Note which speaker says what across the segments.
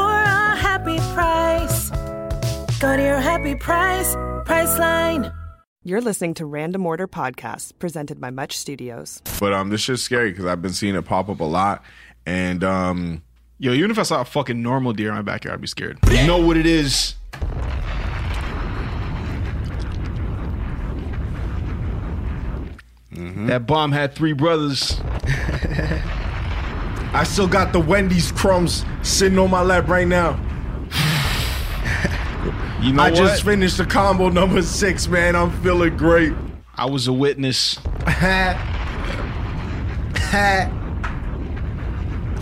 Speaker 1: a happy price. Go to your happy price, Priceline.
Speaker 2: You're listening to Random Order Podcasts, presented by Much Studios.
Speaker 3: But um, this shit's scary because I've been seeing it pop up a lot, and um,
Speaker 4: Yo, even if I saw a fucking normal deer in my backyard, I'd be scared.
Speaker 3: you know what it is.
Speaker 4: Mm-hmm. That bomb had three brothers.
Speaker 3: I still got the Wendy's crumbs sitting on my lap right now.
Speaker 4: You know
Speaker 3: I
Speaker 4: what?
Speaker 3: just finished the combo number six, man. I'm feeling great.
Speaker 4: I was a witness.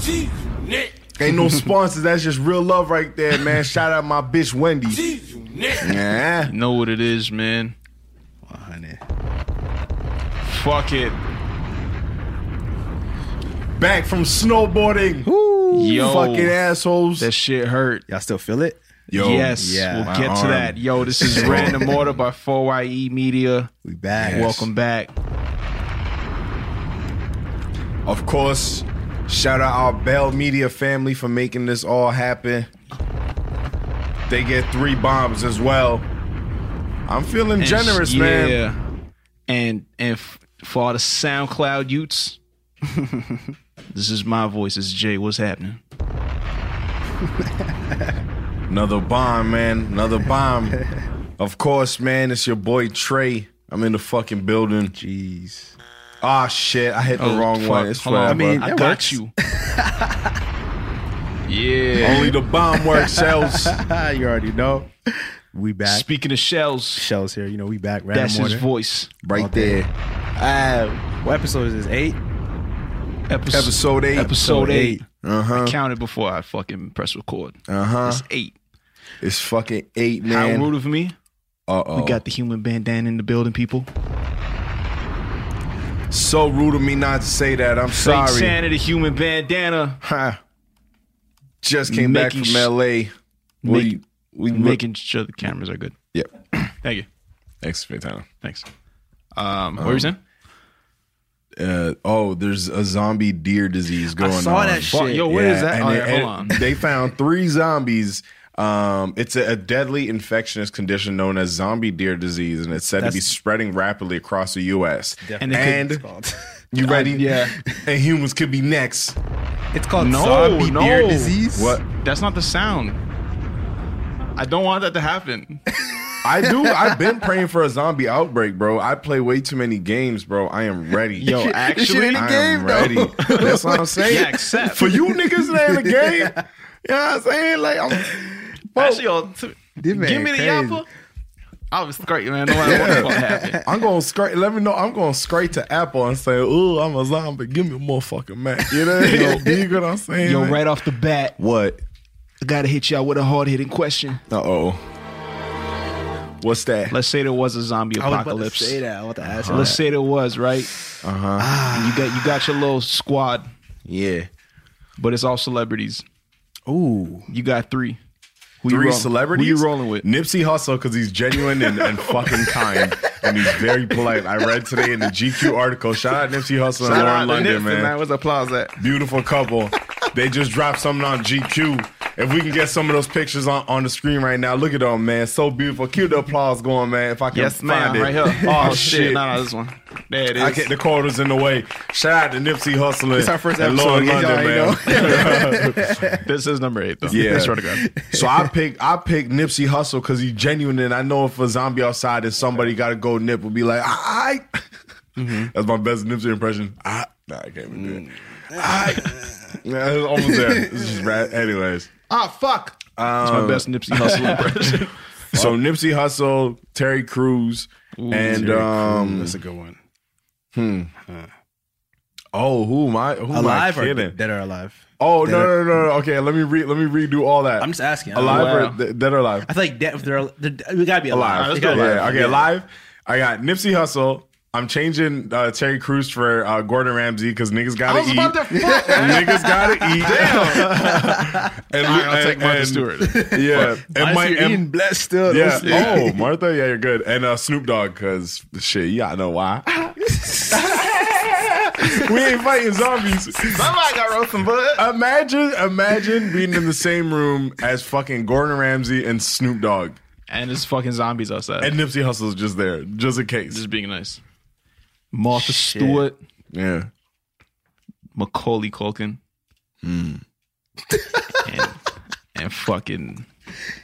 Speaker 3: Ain't no sponsors. That's just real love right there, man. Shout out my bitch Wendy. Yeah.
Speaker 4: Know what it is, man. Fuck it.
Speaker 3: Back from snowboarding.
Speaker 4: Yo,
Speaker 3: Fucking assholes.
Speaker 4: that shit hurt.
Speaker 5: Y'all still feel it?
Speaker 3: Yo,
Speaker 4: yes,
Speaker 5: yeah.
Speaker 4: we'll
Speaker 5: My
Speaker 4: get to
Speaker 3: arm.
Speaker 4: that. Yo, this is Random Order by 4YE Media.
Speaker 5: We back.
Speaker 4: Welcome back.
Speaker 3: Of course, shout out our Bell Media family for making this all happen. They get three bombs as well. I'm feeling
Speaker 4: And
Speaker 3: generous,
Speaker 4: s-
Speaker 3: man.
Speaker 4: Yeah. And and f- for all the SoundCloud Utes, this is my voice. It's Jay. What's happening?
Speaker 3: Another bomb, man. Another bomb. of course, man. It's your boy Trey. I'm in the fucking building.
Speaker 5: Jeez.
Speaker 3: Ah, shit. I hit the
Speaker 4: Oh,
Speaker 3: wrong
Speaker 4: fuck.
Speaker 3: one. It's
Speaker 4: Hold on.
Speaker 3: forever.
Speaker 4: I mean,
Speaker 5: that
Speaker 4: I got
Speaker 5: works.
Speaker 4: you. yeah.
Speaker 3: Only the bomb works, sells.
Speaker 5: you already know. We back.
Speaker 4: Speaking of shells,
Speaker 5: Shells here. You know, we back. Random
Speaker 4: that's his
Speaker 5: order.
Speaker 4: voice.
Speaker 3: Right there.
Speaker 5: Uh, what episode is this? Eight?
Speaker 4: Episode,
Speaker 3: Episode 8.
Speaker 4: episode eight. Uh-huh.
Speaker 5: eight.
Speaker 4: I counted before I fucking press record.
Speaker 3: Uh huh.
Speaker 4: It's eight.
Speaker 3: It's fucking 8,
Speaker 4: How rude
Speaker 3: man.
Speaker 4: of me.
Speaker 3: Uh oh.
Speaker 4: We got the human bandana in the building, people.
Speaker 3: So rude of me not to say that. I'm
Speaker 4: Fake
Speaker 3: sorry.
Speaker 4: Santa, the human bandana,
Speaker 3: Ha. Just came back
Speaker 4: Making
Speaker 3: from
Speaker 4: sh-
Speaker 3: LA.
Speaker 4: make-
Speaker 3: we
Speaker 4: making sure the cameras are good.
Speaker 3: Yep.
Speaker 4: Thank you.
Speaker 3: Thanks for your time.
Speaker 4: Thanks. Um, what were you saying?
Speaker 3: Uh, oh, there's a zombie deer disease going on.
Speaker 5: saw that
Speaker 4: Fuck,
Speaker 5: shit.
Speaker 4: Yo, what is that?
Speaker 3: and
Speaker 4: Oh,
Speaker 3: they,
Speaker 4: yeah, hold on.
Speaker 3: and they found three zombies. Um, it's a, a deadly infectious condition known as zombie deer disease, and it's said to be
Speaker 5: That's-
Speaker 3: spreading rapidly across the U.S.
Speaker 4: And it
Speaker 3: And,
Speaker 4: could-
Speaker 3: you ready?
Speaker 4: yeah.
Speaker 3: And humans could be next.
Speaker 5: it's called
Speaker 4: No,
Speaker 5: zombie
Speaker 4: no.
Speaker 5: beer disease.
Speaker 3: What?
Speaker 4: That's not the sound. I don't want that to happen.
Speaker 3: I do. I've been praying for a zombie outbreak, bro. I play way too many games, bro. I am ready.
Speaker 4: Yo, actually,
Speaker 3: I
Speaker 5: game,
Speaker 3: am ready. That's what I'm saying.
Speaker 4: yeah, except
Speaker 3: For you niggas that in the game, you know what I'm saying? Like, I'm,
Speaker 4: Actually, yo, t- give
Speaker 5: man
Speaker 4: me the
Speaker 5: crazy.
Speaker 4: yapper. I was great, man. No matter what the fuck happened.
Speaker 3: I'm going straight. Let me know. I'm going straight to Apple and say, "Ooh, I'm a zombie. Give me a motherfucking Mac." You know, yo, you know what I'm saying?
Speaker 4: Yo,
Speaker 3: man?
Speaker 4: right off the bat,
Speaker 3: What?
Speaker 4: I gotta hit y'all with a hard hitting question.
Speaker 3: Uh oh. What's that?
Speaker 4: Let's say there was a zombie
Speaker 5: I was about to
Speaker 4: apocalypse.
Speaker 5: say that. I want to ask you
Speaker 4: Let's
Speaker 5: that.
Speaker 4: say there was, right? Uh
Speaker 3: Uh-huh.
Speaker 4: huh. You got you got your little squad,
Speaker 3: yeah,
Speaker 4: but it's all celebrities.
Speaker 5: Ooh.
Speaker 4: You got three. Who you
Speaker 3: three
Speaker 4: rolling-
Speaker 3: celebrities.
Speaker 4: Who you rolling with?
Speaker 3: Nipsey Hussle because he's genuine and, and fucking kind, and he's very polite. I read today in the GQ article. Shout out Nipsey Hussle and Lauren London, man.
Speaker 4: What's applause at?
Speaker 3: beautiful couple. they just dropped something on GQ. If we can get some of those pictures on, on the screen right now, look at them, man. So beautiful. Cue the applause going, man. If I can
Speaker 4: Yes,
Speaker 3: find
Speaker 4: man.
Speaker 3: it.
Speaker 4: Right here.
Speaker 3: Oh, shit.
Speaker 4: No, no, this one. There it is.
Speaker 3: I get the quarters in the way. Shout out to Nipsey Hustle and,
Speaker 5: our first
Speaker 3: and
Speaker 5: episode,
Speaker 3: Lauren
Speaker 5: y'all
Speaker 3: London, man.
Speaker 5: already
Speaker 4: This is number eight, though.
Speaker 3: Yeah.
Speaker 4: I swear to God.
Speaker 3: so I pick I pick Nipsey Hustle because he's genuine, and I know if a zombie outside and somebody got a gold nip, will be like, I. That's my best Nipsey impression. I. Nah, I can't even do
Speaker 5: Mm.
Speaker 3: it. I. Nah, it's almost there. It's just rad. Anyways. Um,
Speaker 4: Ah, fuck. It's my best Nipsey Hustle impression.
Speaker 3: So Nipsey Hussle, Terry Crews, and um,
Speaker 5: That's a good one.
Speaker 3: Oh, who am I? Who
Speaker 5: alive
Speaker 3: am I
Speaker 5: or
Speaker 3: kidding?
Speaker 5: dead or alive?
Speaker 3: oh no,
Speaker 5: dead or-
Speaker 3: no, no, no. Okay, let me re let me redo all that.
Speaker 5: I'm just asking. I don't
Speaker 3: Alive
Speaker 5: know.
Speaker 3: or
Speaker 5: Wow.
Speaker 3: de- dead or alive?
Speaker 5: I feel like dead. If they're, al- they're we gotta be alive.
Speaker 3: alive.
Speaker 5: They gotta be
Speaker 3: Yeah, okay, alive. I got Nipsey Hussle. I'm changing uh, Terry Crews for uh, Gordon Ramsay because niggas gotta
Speaker 6: was
Speaker 3: eat.
Speaker 6: about to fuck-
Speaker 3: niggas gotta eat. and,
Speaker 6: All right, I'll
Speaker 3: and-
Speaker 6: take Martha
Speaker 3: and-
Speaker 6: Stewart.
Speaker 3: Yeah, and
Speaker 5: Unless
Speaker 3: my
Speaker 5: you're eating
Speaker 3: and,
Speaker 5: blessed still. don't
Speaker 3: yeah.
Speaker 5: sleep.
Speaker 3: Oh, Martha, yeah, you're good. And uh, Snoop Dogg, because shit, yeah, I know why. we ain't fighting zombies.
Speaker 6: Somebody got roast some bud.
Speaker 3: Imagine, imagine being in the same room as fucking Gordon Ramsay and Snoop Dogg,
Speaker 4: And there's fucking zombies outside.
Speaker 3: and Nipsey Hussle's just there, just in case.
Speaker 4: just being nice. Martha Stewart,
Speaker 3: Yeah.
Speaker 4: Macaulay Culkin,
Speaker 3: Hmm.
Speaker 4: and, and fucking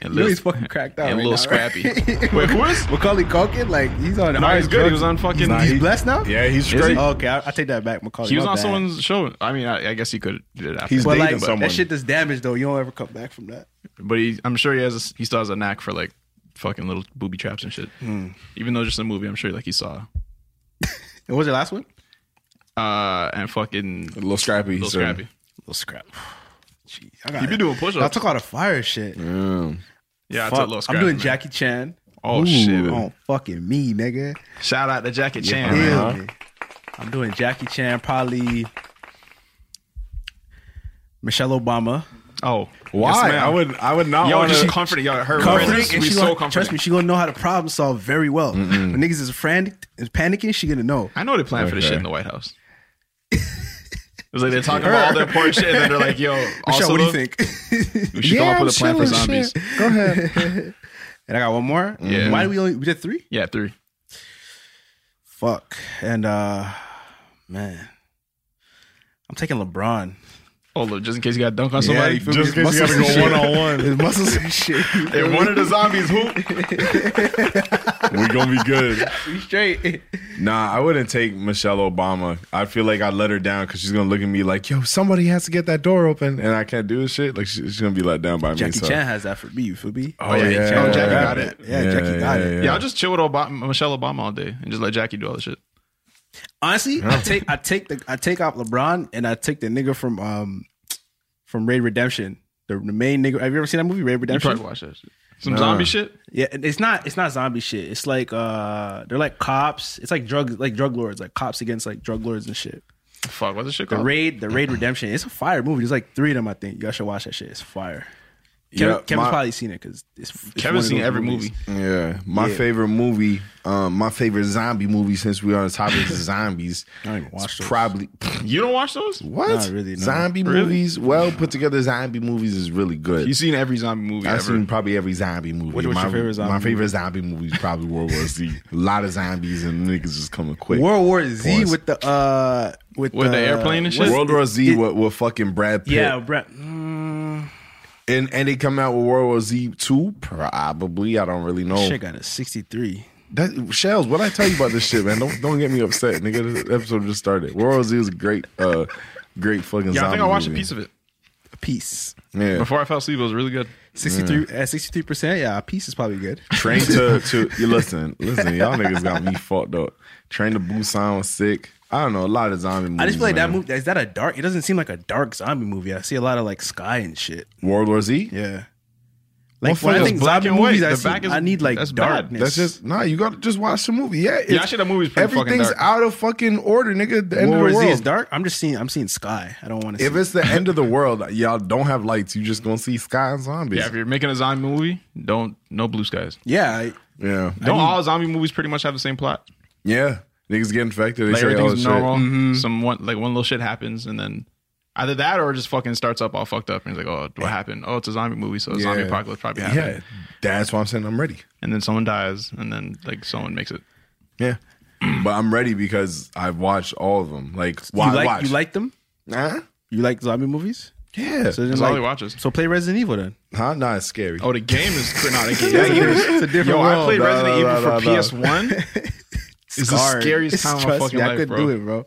Speaker 4: and
Speaker 5: Louis
Speaker 4: Lil-
Speaker 5: fucking cracked out
Speaker 4: and
Speaker 5: right
Speaker 4: Lil
Speaker 5: now,
Speaker 4: Scrappy.
Speaker 5: Wait, who is Oh. Macaulay Culkin? Like he's on.
Speaker 4: No, he's
Speaker 5: hard
Speaker 4: good. He
Speaker 5: drugs.
Speaker 4: was on fucking.
Speaker 3: Nah,
Speaker 5: He's
Speaker 3: he-
Speaker 5: blessed now.
Speaker 3: Yeah, he's
Speaker 4: Is
Speaker 3: straight.
Speaker 4: he?
Speaker 5: Oh, Okay, I, I take that back, Macaulay.
Speaker 4: He was
Speaker 5: my
Speaker 4: on
Speaker 5: Oh, bad.
Speaker 4: someone's show. I mean, I, I guess he could did it after.
Speaker 3: He's
Speaker 5: But
Speaker 3: dating
Speaker 5: like
Speaker 3: someone.
Speaker 5: that shit that's damaged though. You don't ever come back from that.
Speaker 4: but he, I'm sure he has. A, he still has a knack for like fucking little booby traps and shit.
Speaker 3: Hmm.
Speaker 4: Even though it's just a movie, I'm sure like he saw.
Speaker 5: And what was your last one?
Speaker 4: Uh, and fucking
Speaker 3: little scrappy.
Speaker 4: Lil
Speaker 3: so-
Speaker 4: Scrappy.
Speaker 5: Little scrap. Jeez,
Speaker 4: He be doing push
Speaker 5: I
Speaker 4: ups.
Speaker 5: took all the fire shit.
Speaker 4: Yeah, I
Speaker 5: Fuck,
Speaker 4: took Lil Scrappy.
Speaker 5: I'm doing
Speaker 4: man.
Speaker 5: Jackie Chan.
Speaker 4: Oh
Speaker 5: Ooh,
Speaker 4: shit!
Speaker 5: On fucking me, nigga.
Speaker 4: Shout out to Jackie Chan. man.
Speaker 5: Feel me. I'm doing Jackie Chan, probably Michelle Obama.
Speaker 4: Oh,
Speaker 3: Why?
Speaker 4: Yes,
Speaker 3: I would. I would not
Speaker 4: Y'all
Speaker 3: want
Speaker 4: just
Speaker 3: to.
Speaker 4: comforting y'all. Her
Speaker 5: Comforting,
Speaker 4: words
Speaker 5: and
Speaker 4: be
Speaker 5: she
Speaker 4: so
Speaker 5: gonna-
Speaker 4: comforting.
Speaker 5: trust me, she gonna know how to problem solve very well. When niggas is frantic, is panicking, she gonna know.
Speaker 4: I know they plan for this
Speaker 3: Okay.
Speaker 4: shit in the White House. It's like they're talking about all their important shit, and then they're like, "Yo,
Speaker 5: Michelle,
Speaker 4: also,
Speaker 5: what do you
Speaker 4: look,
Speaker 5: think?
Speaker 4: We should come up with a plan for zombies."
Speaker 5: Go ahead. and I got one more.
Speaker 4: Yeah.
Speaker 5: Why do we only we did three?
Speaker 4: Yeah, three.
Speaker 5: Fuck. And uh man. I'm taking LeBron.
Speaker 4: Oh, look, just in case you got dunk on somebody.
Speaker 5: you feel
Speaker 3: just
Speaker 5: me?
Speaker 3: in case you
Speaker 5: Muscles and
Speaker 3: gotta go
Speaker 5: shit.
Speaker 3: one-on-one.
Speaker 5: His muscles and shit.
Speaker 3: If one of the zombies hoop, we gonna be good.
Speaker 5: We straight.
Speaker 3: Nah, I wouldn't take Michelle Obama. I feel like I'd let her down because she's gonna look at me like, "Yo, somebody has to get that door open," and I can't do this shit. Like she- she's gonna be let down by me.
Speaker 5: Jackie
Speaker 3: so-
Speaker 5: Chan has that for me, you feel me?
Speaker 3: Oh yeah, yeah,
Speaker 4: Jackie got
Speaker 3: yeah.
Speaker 4: it.
Speaker 5: Yeah, Jackie got it.
Speaker 4: yeah, I'll just chill with Obama, Michelle Obama all day and just let Jackie do all the shit.
Speaker 5: Honestly, I take I take the I take out LeBron and I take the nigga from um from Raid Redemption. The, the main nigga. Have you ever seen that movie, Raid
Speaker 4: You
Speaker 5: Redemption?
Speaker 4: probably watch that shit. Some zombie shit.
Speaker 5: Yeah, and it's not it's not zombie shit. It's like uh they're like cops. It's like drug like drug lords, like cops against like drug lords and shit.
Speaker 4: Fuck, what's the shit
Speaker 5: The
Speaker 4: called?
Speaker 5: raid, the raid redemption. It's a fire movie. There's like three of them, I think. Y'all should watch that shit. It's fire. Kevin,
Speaker 3: Yeah,
Speaker 5: Kevin's
Speaker 3: my-
Speaker 5: probably seen it because it's, it's one of
Speaker 4: Kevin's seen
Speaker 5: those
Speaker 4: every
Speaker 5: movies.
Speaker 4: movie.
Speaker 3: Yeah, my favorite movie, um, my favorite zombie movie. Since we are on the topic of zombies,
Speaker 5: I don't even watch
Speaker 3: it's
Speaker 5: those.
Speaker 3: probably
Speaker 4: You don't watch those?
Speaker 3: what
Speaker 5: Not really, no.
Speaker 3: zombie movies. Well put together zombie movies is really good.
Speaker 4: You've seen every zombie movie
Speaker 3: I've
Speaker 4: ever.
Speaker 3: seen probably every zombie movie.
Speaker 5: What was
Speaker 3: my,
Speaker 5: your favorite zombie
Speaker 3: My favorite zombie movie is probably World War Z. A lot of zombies and niggas just coming quick.
Speaker 5: World War Z
Speaker 3: Pause.
Speaker 5: with the uh with,
Speaker 4: With the airplane and shit?
Speaker 3: World War Z
Speaker 5: it-
Speaker 3: with, with fucking Brad Pitt.
Speaker 5: Yeah, Brett. Mm,
Speaker 3: And and they come out with World War Z two probably. I don't really know.
Speaker 5: Shit got a sixty three.
Speaker 3: That, Shells, what I tell you about this shit, man? Don't don't get me upset, nigga. This episode just started. World War Z was a great, uh, great fucking.
Speaker 4: yeah, I
Speaker 3: zombie
Speaker 4: think I watched
Speaker 3: movie.
Speaker 4: a piece of it
Speaker 5: A piece.
Speaker 3: Yeah.
Speaker 4: before I fell asleep. It was really good.
Speaker 5: Sixty three at sixty three percent. Yeah, a piece is probably good.
Speaker 3: Train to to you listen, listen, y'all niggas got me fucked up. Train to Busan was sick. I don't know a lot of zombie movies.
Speaker 5: I just feel like that
Speaker 3: man.
Speaker 5: movie is that a dark? It doesn't seem like a dark zombie movie. I see a lot of like sky and shit.
Speaker 3: World War Z.
Speaker 5: Yeah. Like
Speaker 3: Well,
Speaker 5: when I
Speaker 3: fuck,
Speaker 5: think
Speaker 4: it's black
Speaker 5: zombie
Speaker 4: and white.
Speaker 5: movies, I,
Speaker 4: The
Speaker 5: see,
Speaker 4: back is-
Speaker 5: I need like
Speaker 4: that's bad.
Speaker 5: darkness.
Speaker 3: That's just nah. You gotta just watch the movie. Yeah, it's-
Speaker 4: actually, that movie's pretty fucking
Speaker 3: everything's
Speaker 4: dark.
Speaker 3: out of fucking order, nigga. The end
Speaker 5: World
Speaker 3: of
Speaker 5: War Z
Speaker 3: the
Speaker 5: is
Speaker 3: world.
Speaker 5: dark. I'm just seeing. I'm seeing sky. I don't want to.
Speaker 3: If
Speaker 5: see
Speaker 3: it's the end of the world, y'all don't have lights. You just gonna see sky and zombies.
Speaker 4: Yeah, if you're making a zombie movie, don't no blue skies.
Speaker 5: Yeah, I,
Speaker 3: yeah,
Speaker 4: Don't all zombie movies pretty much have the same plot?
Speaker 3: yeah. Niggas get infected. They
Speaker 4: Like
Speaker 3: say, oh,
Speaker 4: everything's
Speaker 3: shit.
Speaker 4: normal. Some one like one little shit happens, and then either that or it just fucking starts up all fucked up, and it's like, oh, what happened? Oh, it's a zombie movie, so a zombie
Speaker 3: Yeah.
Speaker 4: apocalypse probably happened.
Speaker 3: Yeah, that's why I'm saying I'm ready.
Speaker 4: And then someone dies, and then like someone makes it.
Speaker 3: Yeah, but I'm ready because I've watched all of them. Like, why
Speaker 5: you like
Speaker 3: watch?
Speaker 5: you like them.
Speaker 3: Nah.
Speaker 5: You like zombie movies?
Speaker 3: Yeah.
Speaker 5: So then,
Speaker 4: That's all
Speaker 5: like,
Speaker 4: he watches.
Speaker 5: So play Resident Evil then.
Speaker 3: huh? Nah, it's scary.
Speaker 4: Oh, the game is not a game. it's a different Yo, I
Speaker 3: world.
Speaker 4: played
Speaker 3: No,
Speaker 4: Resident
Speaker 3: no,
Speaker 4: Evil
Speaker 3: no,
Speaker 4: for
Speaker 3: no, no.
Speaker 4: PS1. It's the
Speaker 5: Scarred.
Speaker 4: scariest time of my
Speaker 5: Trust
Speaker 4: fucking
Speaker 5: me, I
Speaker 4: life,
Speaker 5: couldn't
Speaker 4: bro.
Speaker 5: do it, bro.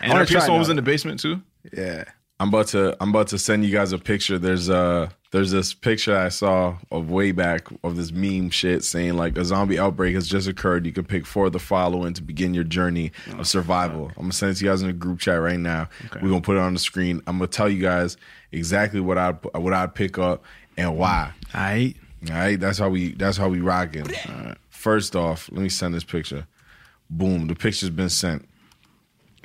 Speaker 4: And our
Speaker 5: wanna try
Speaker 4: PS1 was
Speaker 5: now.
Speaker 4: in the basement too.
Speaker 5: Yeah.
Speaker 3: I'm about to I'm about to send you guys a picture. There's uh there's this picture I saw of way back of this meme shit saying like a zombie outbreak has just occurred. You can pick four of the following to begin your journey of survival. I'm gonna send it to you guys in the group chat right now. We're gonna put it on the screen. I'm gonna tell you guys exactly what I what I'd pick up and why.
Speaker 4: All right.
Speaker 3: All right, that's how we that's how we rocking. First off, let me send this picture. Boom, the picture's been sent.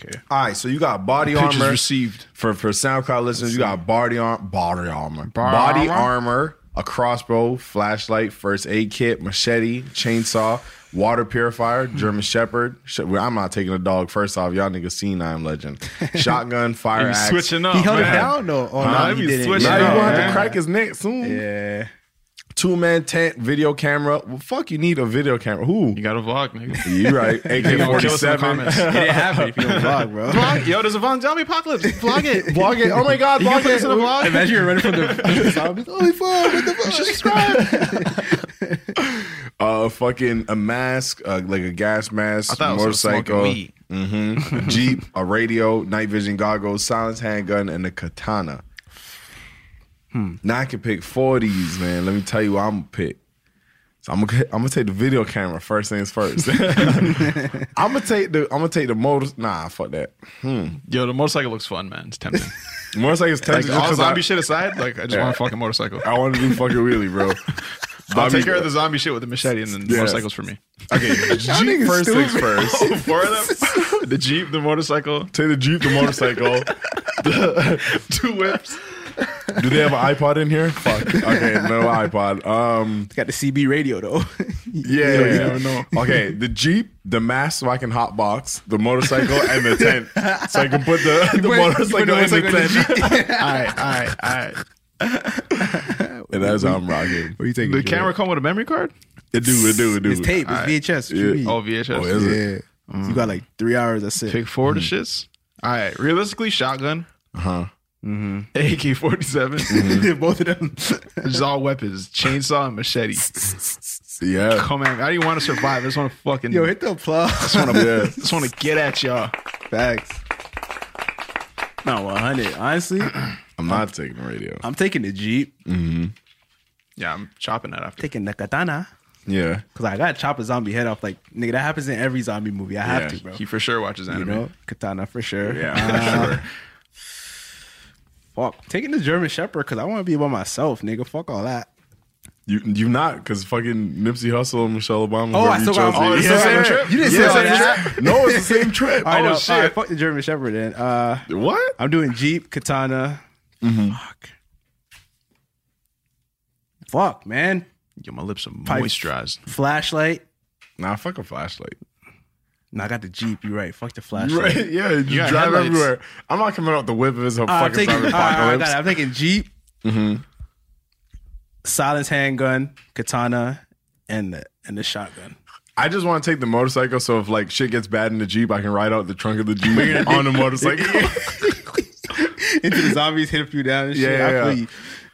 Speaker 4: Okay.
Speaker 3: All right, so you got body
Speaker 4: Pictures
Speaker 3: armor
Speaker 4: received.
Speaker 3: for for SoundCloud listeners. You got body armor, body armor, body armor. a crossbow, flashlight, first aid kit, machete, chainsaw, water purifier,
Speaker 4: Hmm.
Speaker 3: German Shepherd. Sh- well, I'm not taking a dog. First off, y'all niggas seen I am Legend. Shotgun, fire
Speaker 4: You
Speaker 3: axe.
Speaker 4: switching up.
Speaker 5: He held
Speaker 4: man.
Speaker 5: it down though. Oh,
Speaker 4: Huh?
Speaker 5: no,
Speaker 4: He
Speaker 5: he
Speaker 4: be
Speaker 5: didn't.
Speaker 4: switching
Speaker 3: Now
Speaker 4: up.
Speaker 3: you gonna have
Speaker 4: Yeah.
Speaker 3: to crack his neck soon.
Speaker 5: Yeah.
Speaker 3: Two man tent, video camera. Well, fuck, you need a video camera. Who?
Speaker 4: You got a vlog, nigga.
Speaker 3: You right. AK
Speaker 4: gonna kill us in the
Speaker 3: 47.
Speaker 4: comments.
Speaker 5: It didn't happen if you don't vlog, bro.
Speaker 4: Vlog, yo, there's a Von Zombie apocalypse. Vlog it.
Speaker 3: Vlog it. Oh my God,
Speaker 4: You
Speaker 3: vlog
Speaker 4: can put this in a
Speaker 3: it.
Speaker 4: vlog.
Speaker 5: Imagine you're running from the zombies. Holy fuck! What the fuck?
Speaker 3: Uh, fucking a mask, uh, like a gas mask,
Speaker 4: I thought it was smoking
Speaker 3: motorcycle,
Speaker 4: weed.
Speaker 3: Mhm. a jeep, a radio, night vision goggles, silenced handgun, and a katana.
Speaker 4: Hmm.
Speaker 3: Now I can pick four of these, man. Let me tell you what I'm gonna pick. So I'm gonna I'm gonna take the video camera first things first. I'm gonna take the I'm gonna take the motor. Nah, fuck that.
Speaker 4: Yo, the motorcycle looks fun, man. It's tempting.
Speaker 3: Motorcycle's
Speaker 4: like
Speaker 3: tempting
Speaker 4: all
Speaker 3: because I,
Speaker 4: zombie shit aside, like I just
Speaker 3: Yeah.
Speaker 4: want a fucking motorcycle.
Speaker 3: I want to do fucking wheelie, bro.
Speaker 4: I'll
Speaker 3: Zombie-
Speaker 4: take care of the zombie shit with the machete and then the
Speaker 3: Yeah.
Speaker 4: motorcycles for me.
Speaker 3: Okay, Jeep first things first.
Speaker 4: Oh, Four of them. the Jeep, the motorcycle,
Speaker 3: Take the Jeep, the motorcycle.
Speaker 4: two whips.
Speaker 3: Do they have an iPod in here? Fuck. Okay, no iPod. Um,
Speaker 5: Got the CB radio though.
Speaker 3: yeah,
Speaker 5: You
Speaker 3: yeah.
Speaker 5: never know.
Speaker 3: Okay, the Jeep, the mask so I can hot box, the motorcycle, and the tent so I can put the,
Speaker 5: put-
Speaker 3: the
Speaker 5: you put
Speaker 3: motorcycle in the
Speaker 5: motorcycle in the
Speaker 3: tent.
Speaker 4: All right, all right, all right.
Speaker 3: and that's how I'm rocking. What you taking?
Speaker 4: The camera come with a memory card?
Speaker 3: It do, it do, it do.
Speaker 5: It's tape. It's VHS. What you mean?
Speaker 3: Yeah.
Speaker 4: Oh, VHS.
Speaker 3: Oh, is it? Hmm.
Speaker 5: Yeah. You got like three hours. That's it.
Speaker 4: Pick four to shits. All right, realistically, shotgun,
Speaker 3: Uh huh.
Speaker 4: AK 47,
Speaker 3: Mm-hmm.
Speaker 5: Both of them.
Speaker 4: just all weapons, chainsaw and machete.
Speaker 3: Yeah.
Speaker 4: Come on, I don't want to survive. I just want to fucking,
Speaker 5: Yo, hit the applause.
Speaker 3: One of yeah.
Speaker 4: just want to get at y'all.
Speaker 5: Facts. Not 100. Honestly,
Speaker 3: I'm not taking the radio.
Speaker 5: I'm taking the Jeep,
Speaker 4: Yeah, I'm chopping that after.
Speaker 5: taking the katana,
Speaker 3: Yeah.
Speaker 5: because I got to chop a zombie head off. Like, nigga, that happens in every zombie movie. I have
Speaker 3: Yeah,
Speaker 5: to, bro.
Speaker 4: He for sure watches
Speaker 5: you
Speaker 4: anime.
Speaker 5: know, katana for sure. Uh,
Speaker 3: Yeah. sure.
Speaker 5: Fuck. Taking the German Shepherd, because I want to be by myself, nigga. Fuck all that.
Speaker 3: You you not because fucking Nipsey Hussle and Michelle Obama.
Speaker 5: Oh, I
Speaker 3: whoever
Speaker 5: still
Speaker 3: you
Speaker 5: got-
Speaker 3: chose-
Speaker 5: oh, it's
Speaker 4: the
Speaker 3: Yeah.
Speaker 4: same trip?
Speaker 3: You didn't
Speaker 5: Yeah.
Speaker 3: say the
Speaker 5: Yeah.
Speaker 3: same trip. No, it's the same trip.
Speaker 5: All right,
Speaker 3: oh
Speaker 5: no,
Speaker 3: shit.
Speaker 5: all right, fuck the German Shepherd then. Uh,
Speaker 3: What?
Speaker 5: I'm doing Jeep, katana. Fuck. Fuck, man.
Speaker 4: Yo, my lips are
Speaker 5: Pipe.
Speaker 4: moisturized.
Speaker 5: Flashlight.
Speaker 3: Nah, fuck a flashlight.
Speaker 5: No, I got the Jeep. You're right. Fuck the flashlight.
Speaker 3: Right? Yeah, you,
Speaker 4: got
Speaker 3: drive
Speaker 4: headlights.
Speaker 3: everywhere. I'm not coming out the whip of this whole
Speaker 5: All right, I'm
Speaker 3: fucking
Speaker 5: taking,
Speaker 3: zombie
Speaker 5: all right, all right, I got
Speaker 3: apocalypse.
Speaker 5: Ah, it. I'm taking Jeep, silence handgun, katana, and the and the shotgun.
Speaker 3: I just want to take the motorcycle, so if like shit gets bad in the jeep, I can ride out the trunk of the jeep on the motorcycle.
Speaker 5: Into the zombies, hit a few down and shit.
Speaker 3: Yeah,
Speaker 5: I
Speaker 3: yeah,
Speaker 5: feel
Speaker 3: yeah.
Speaker 5: you.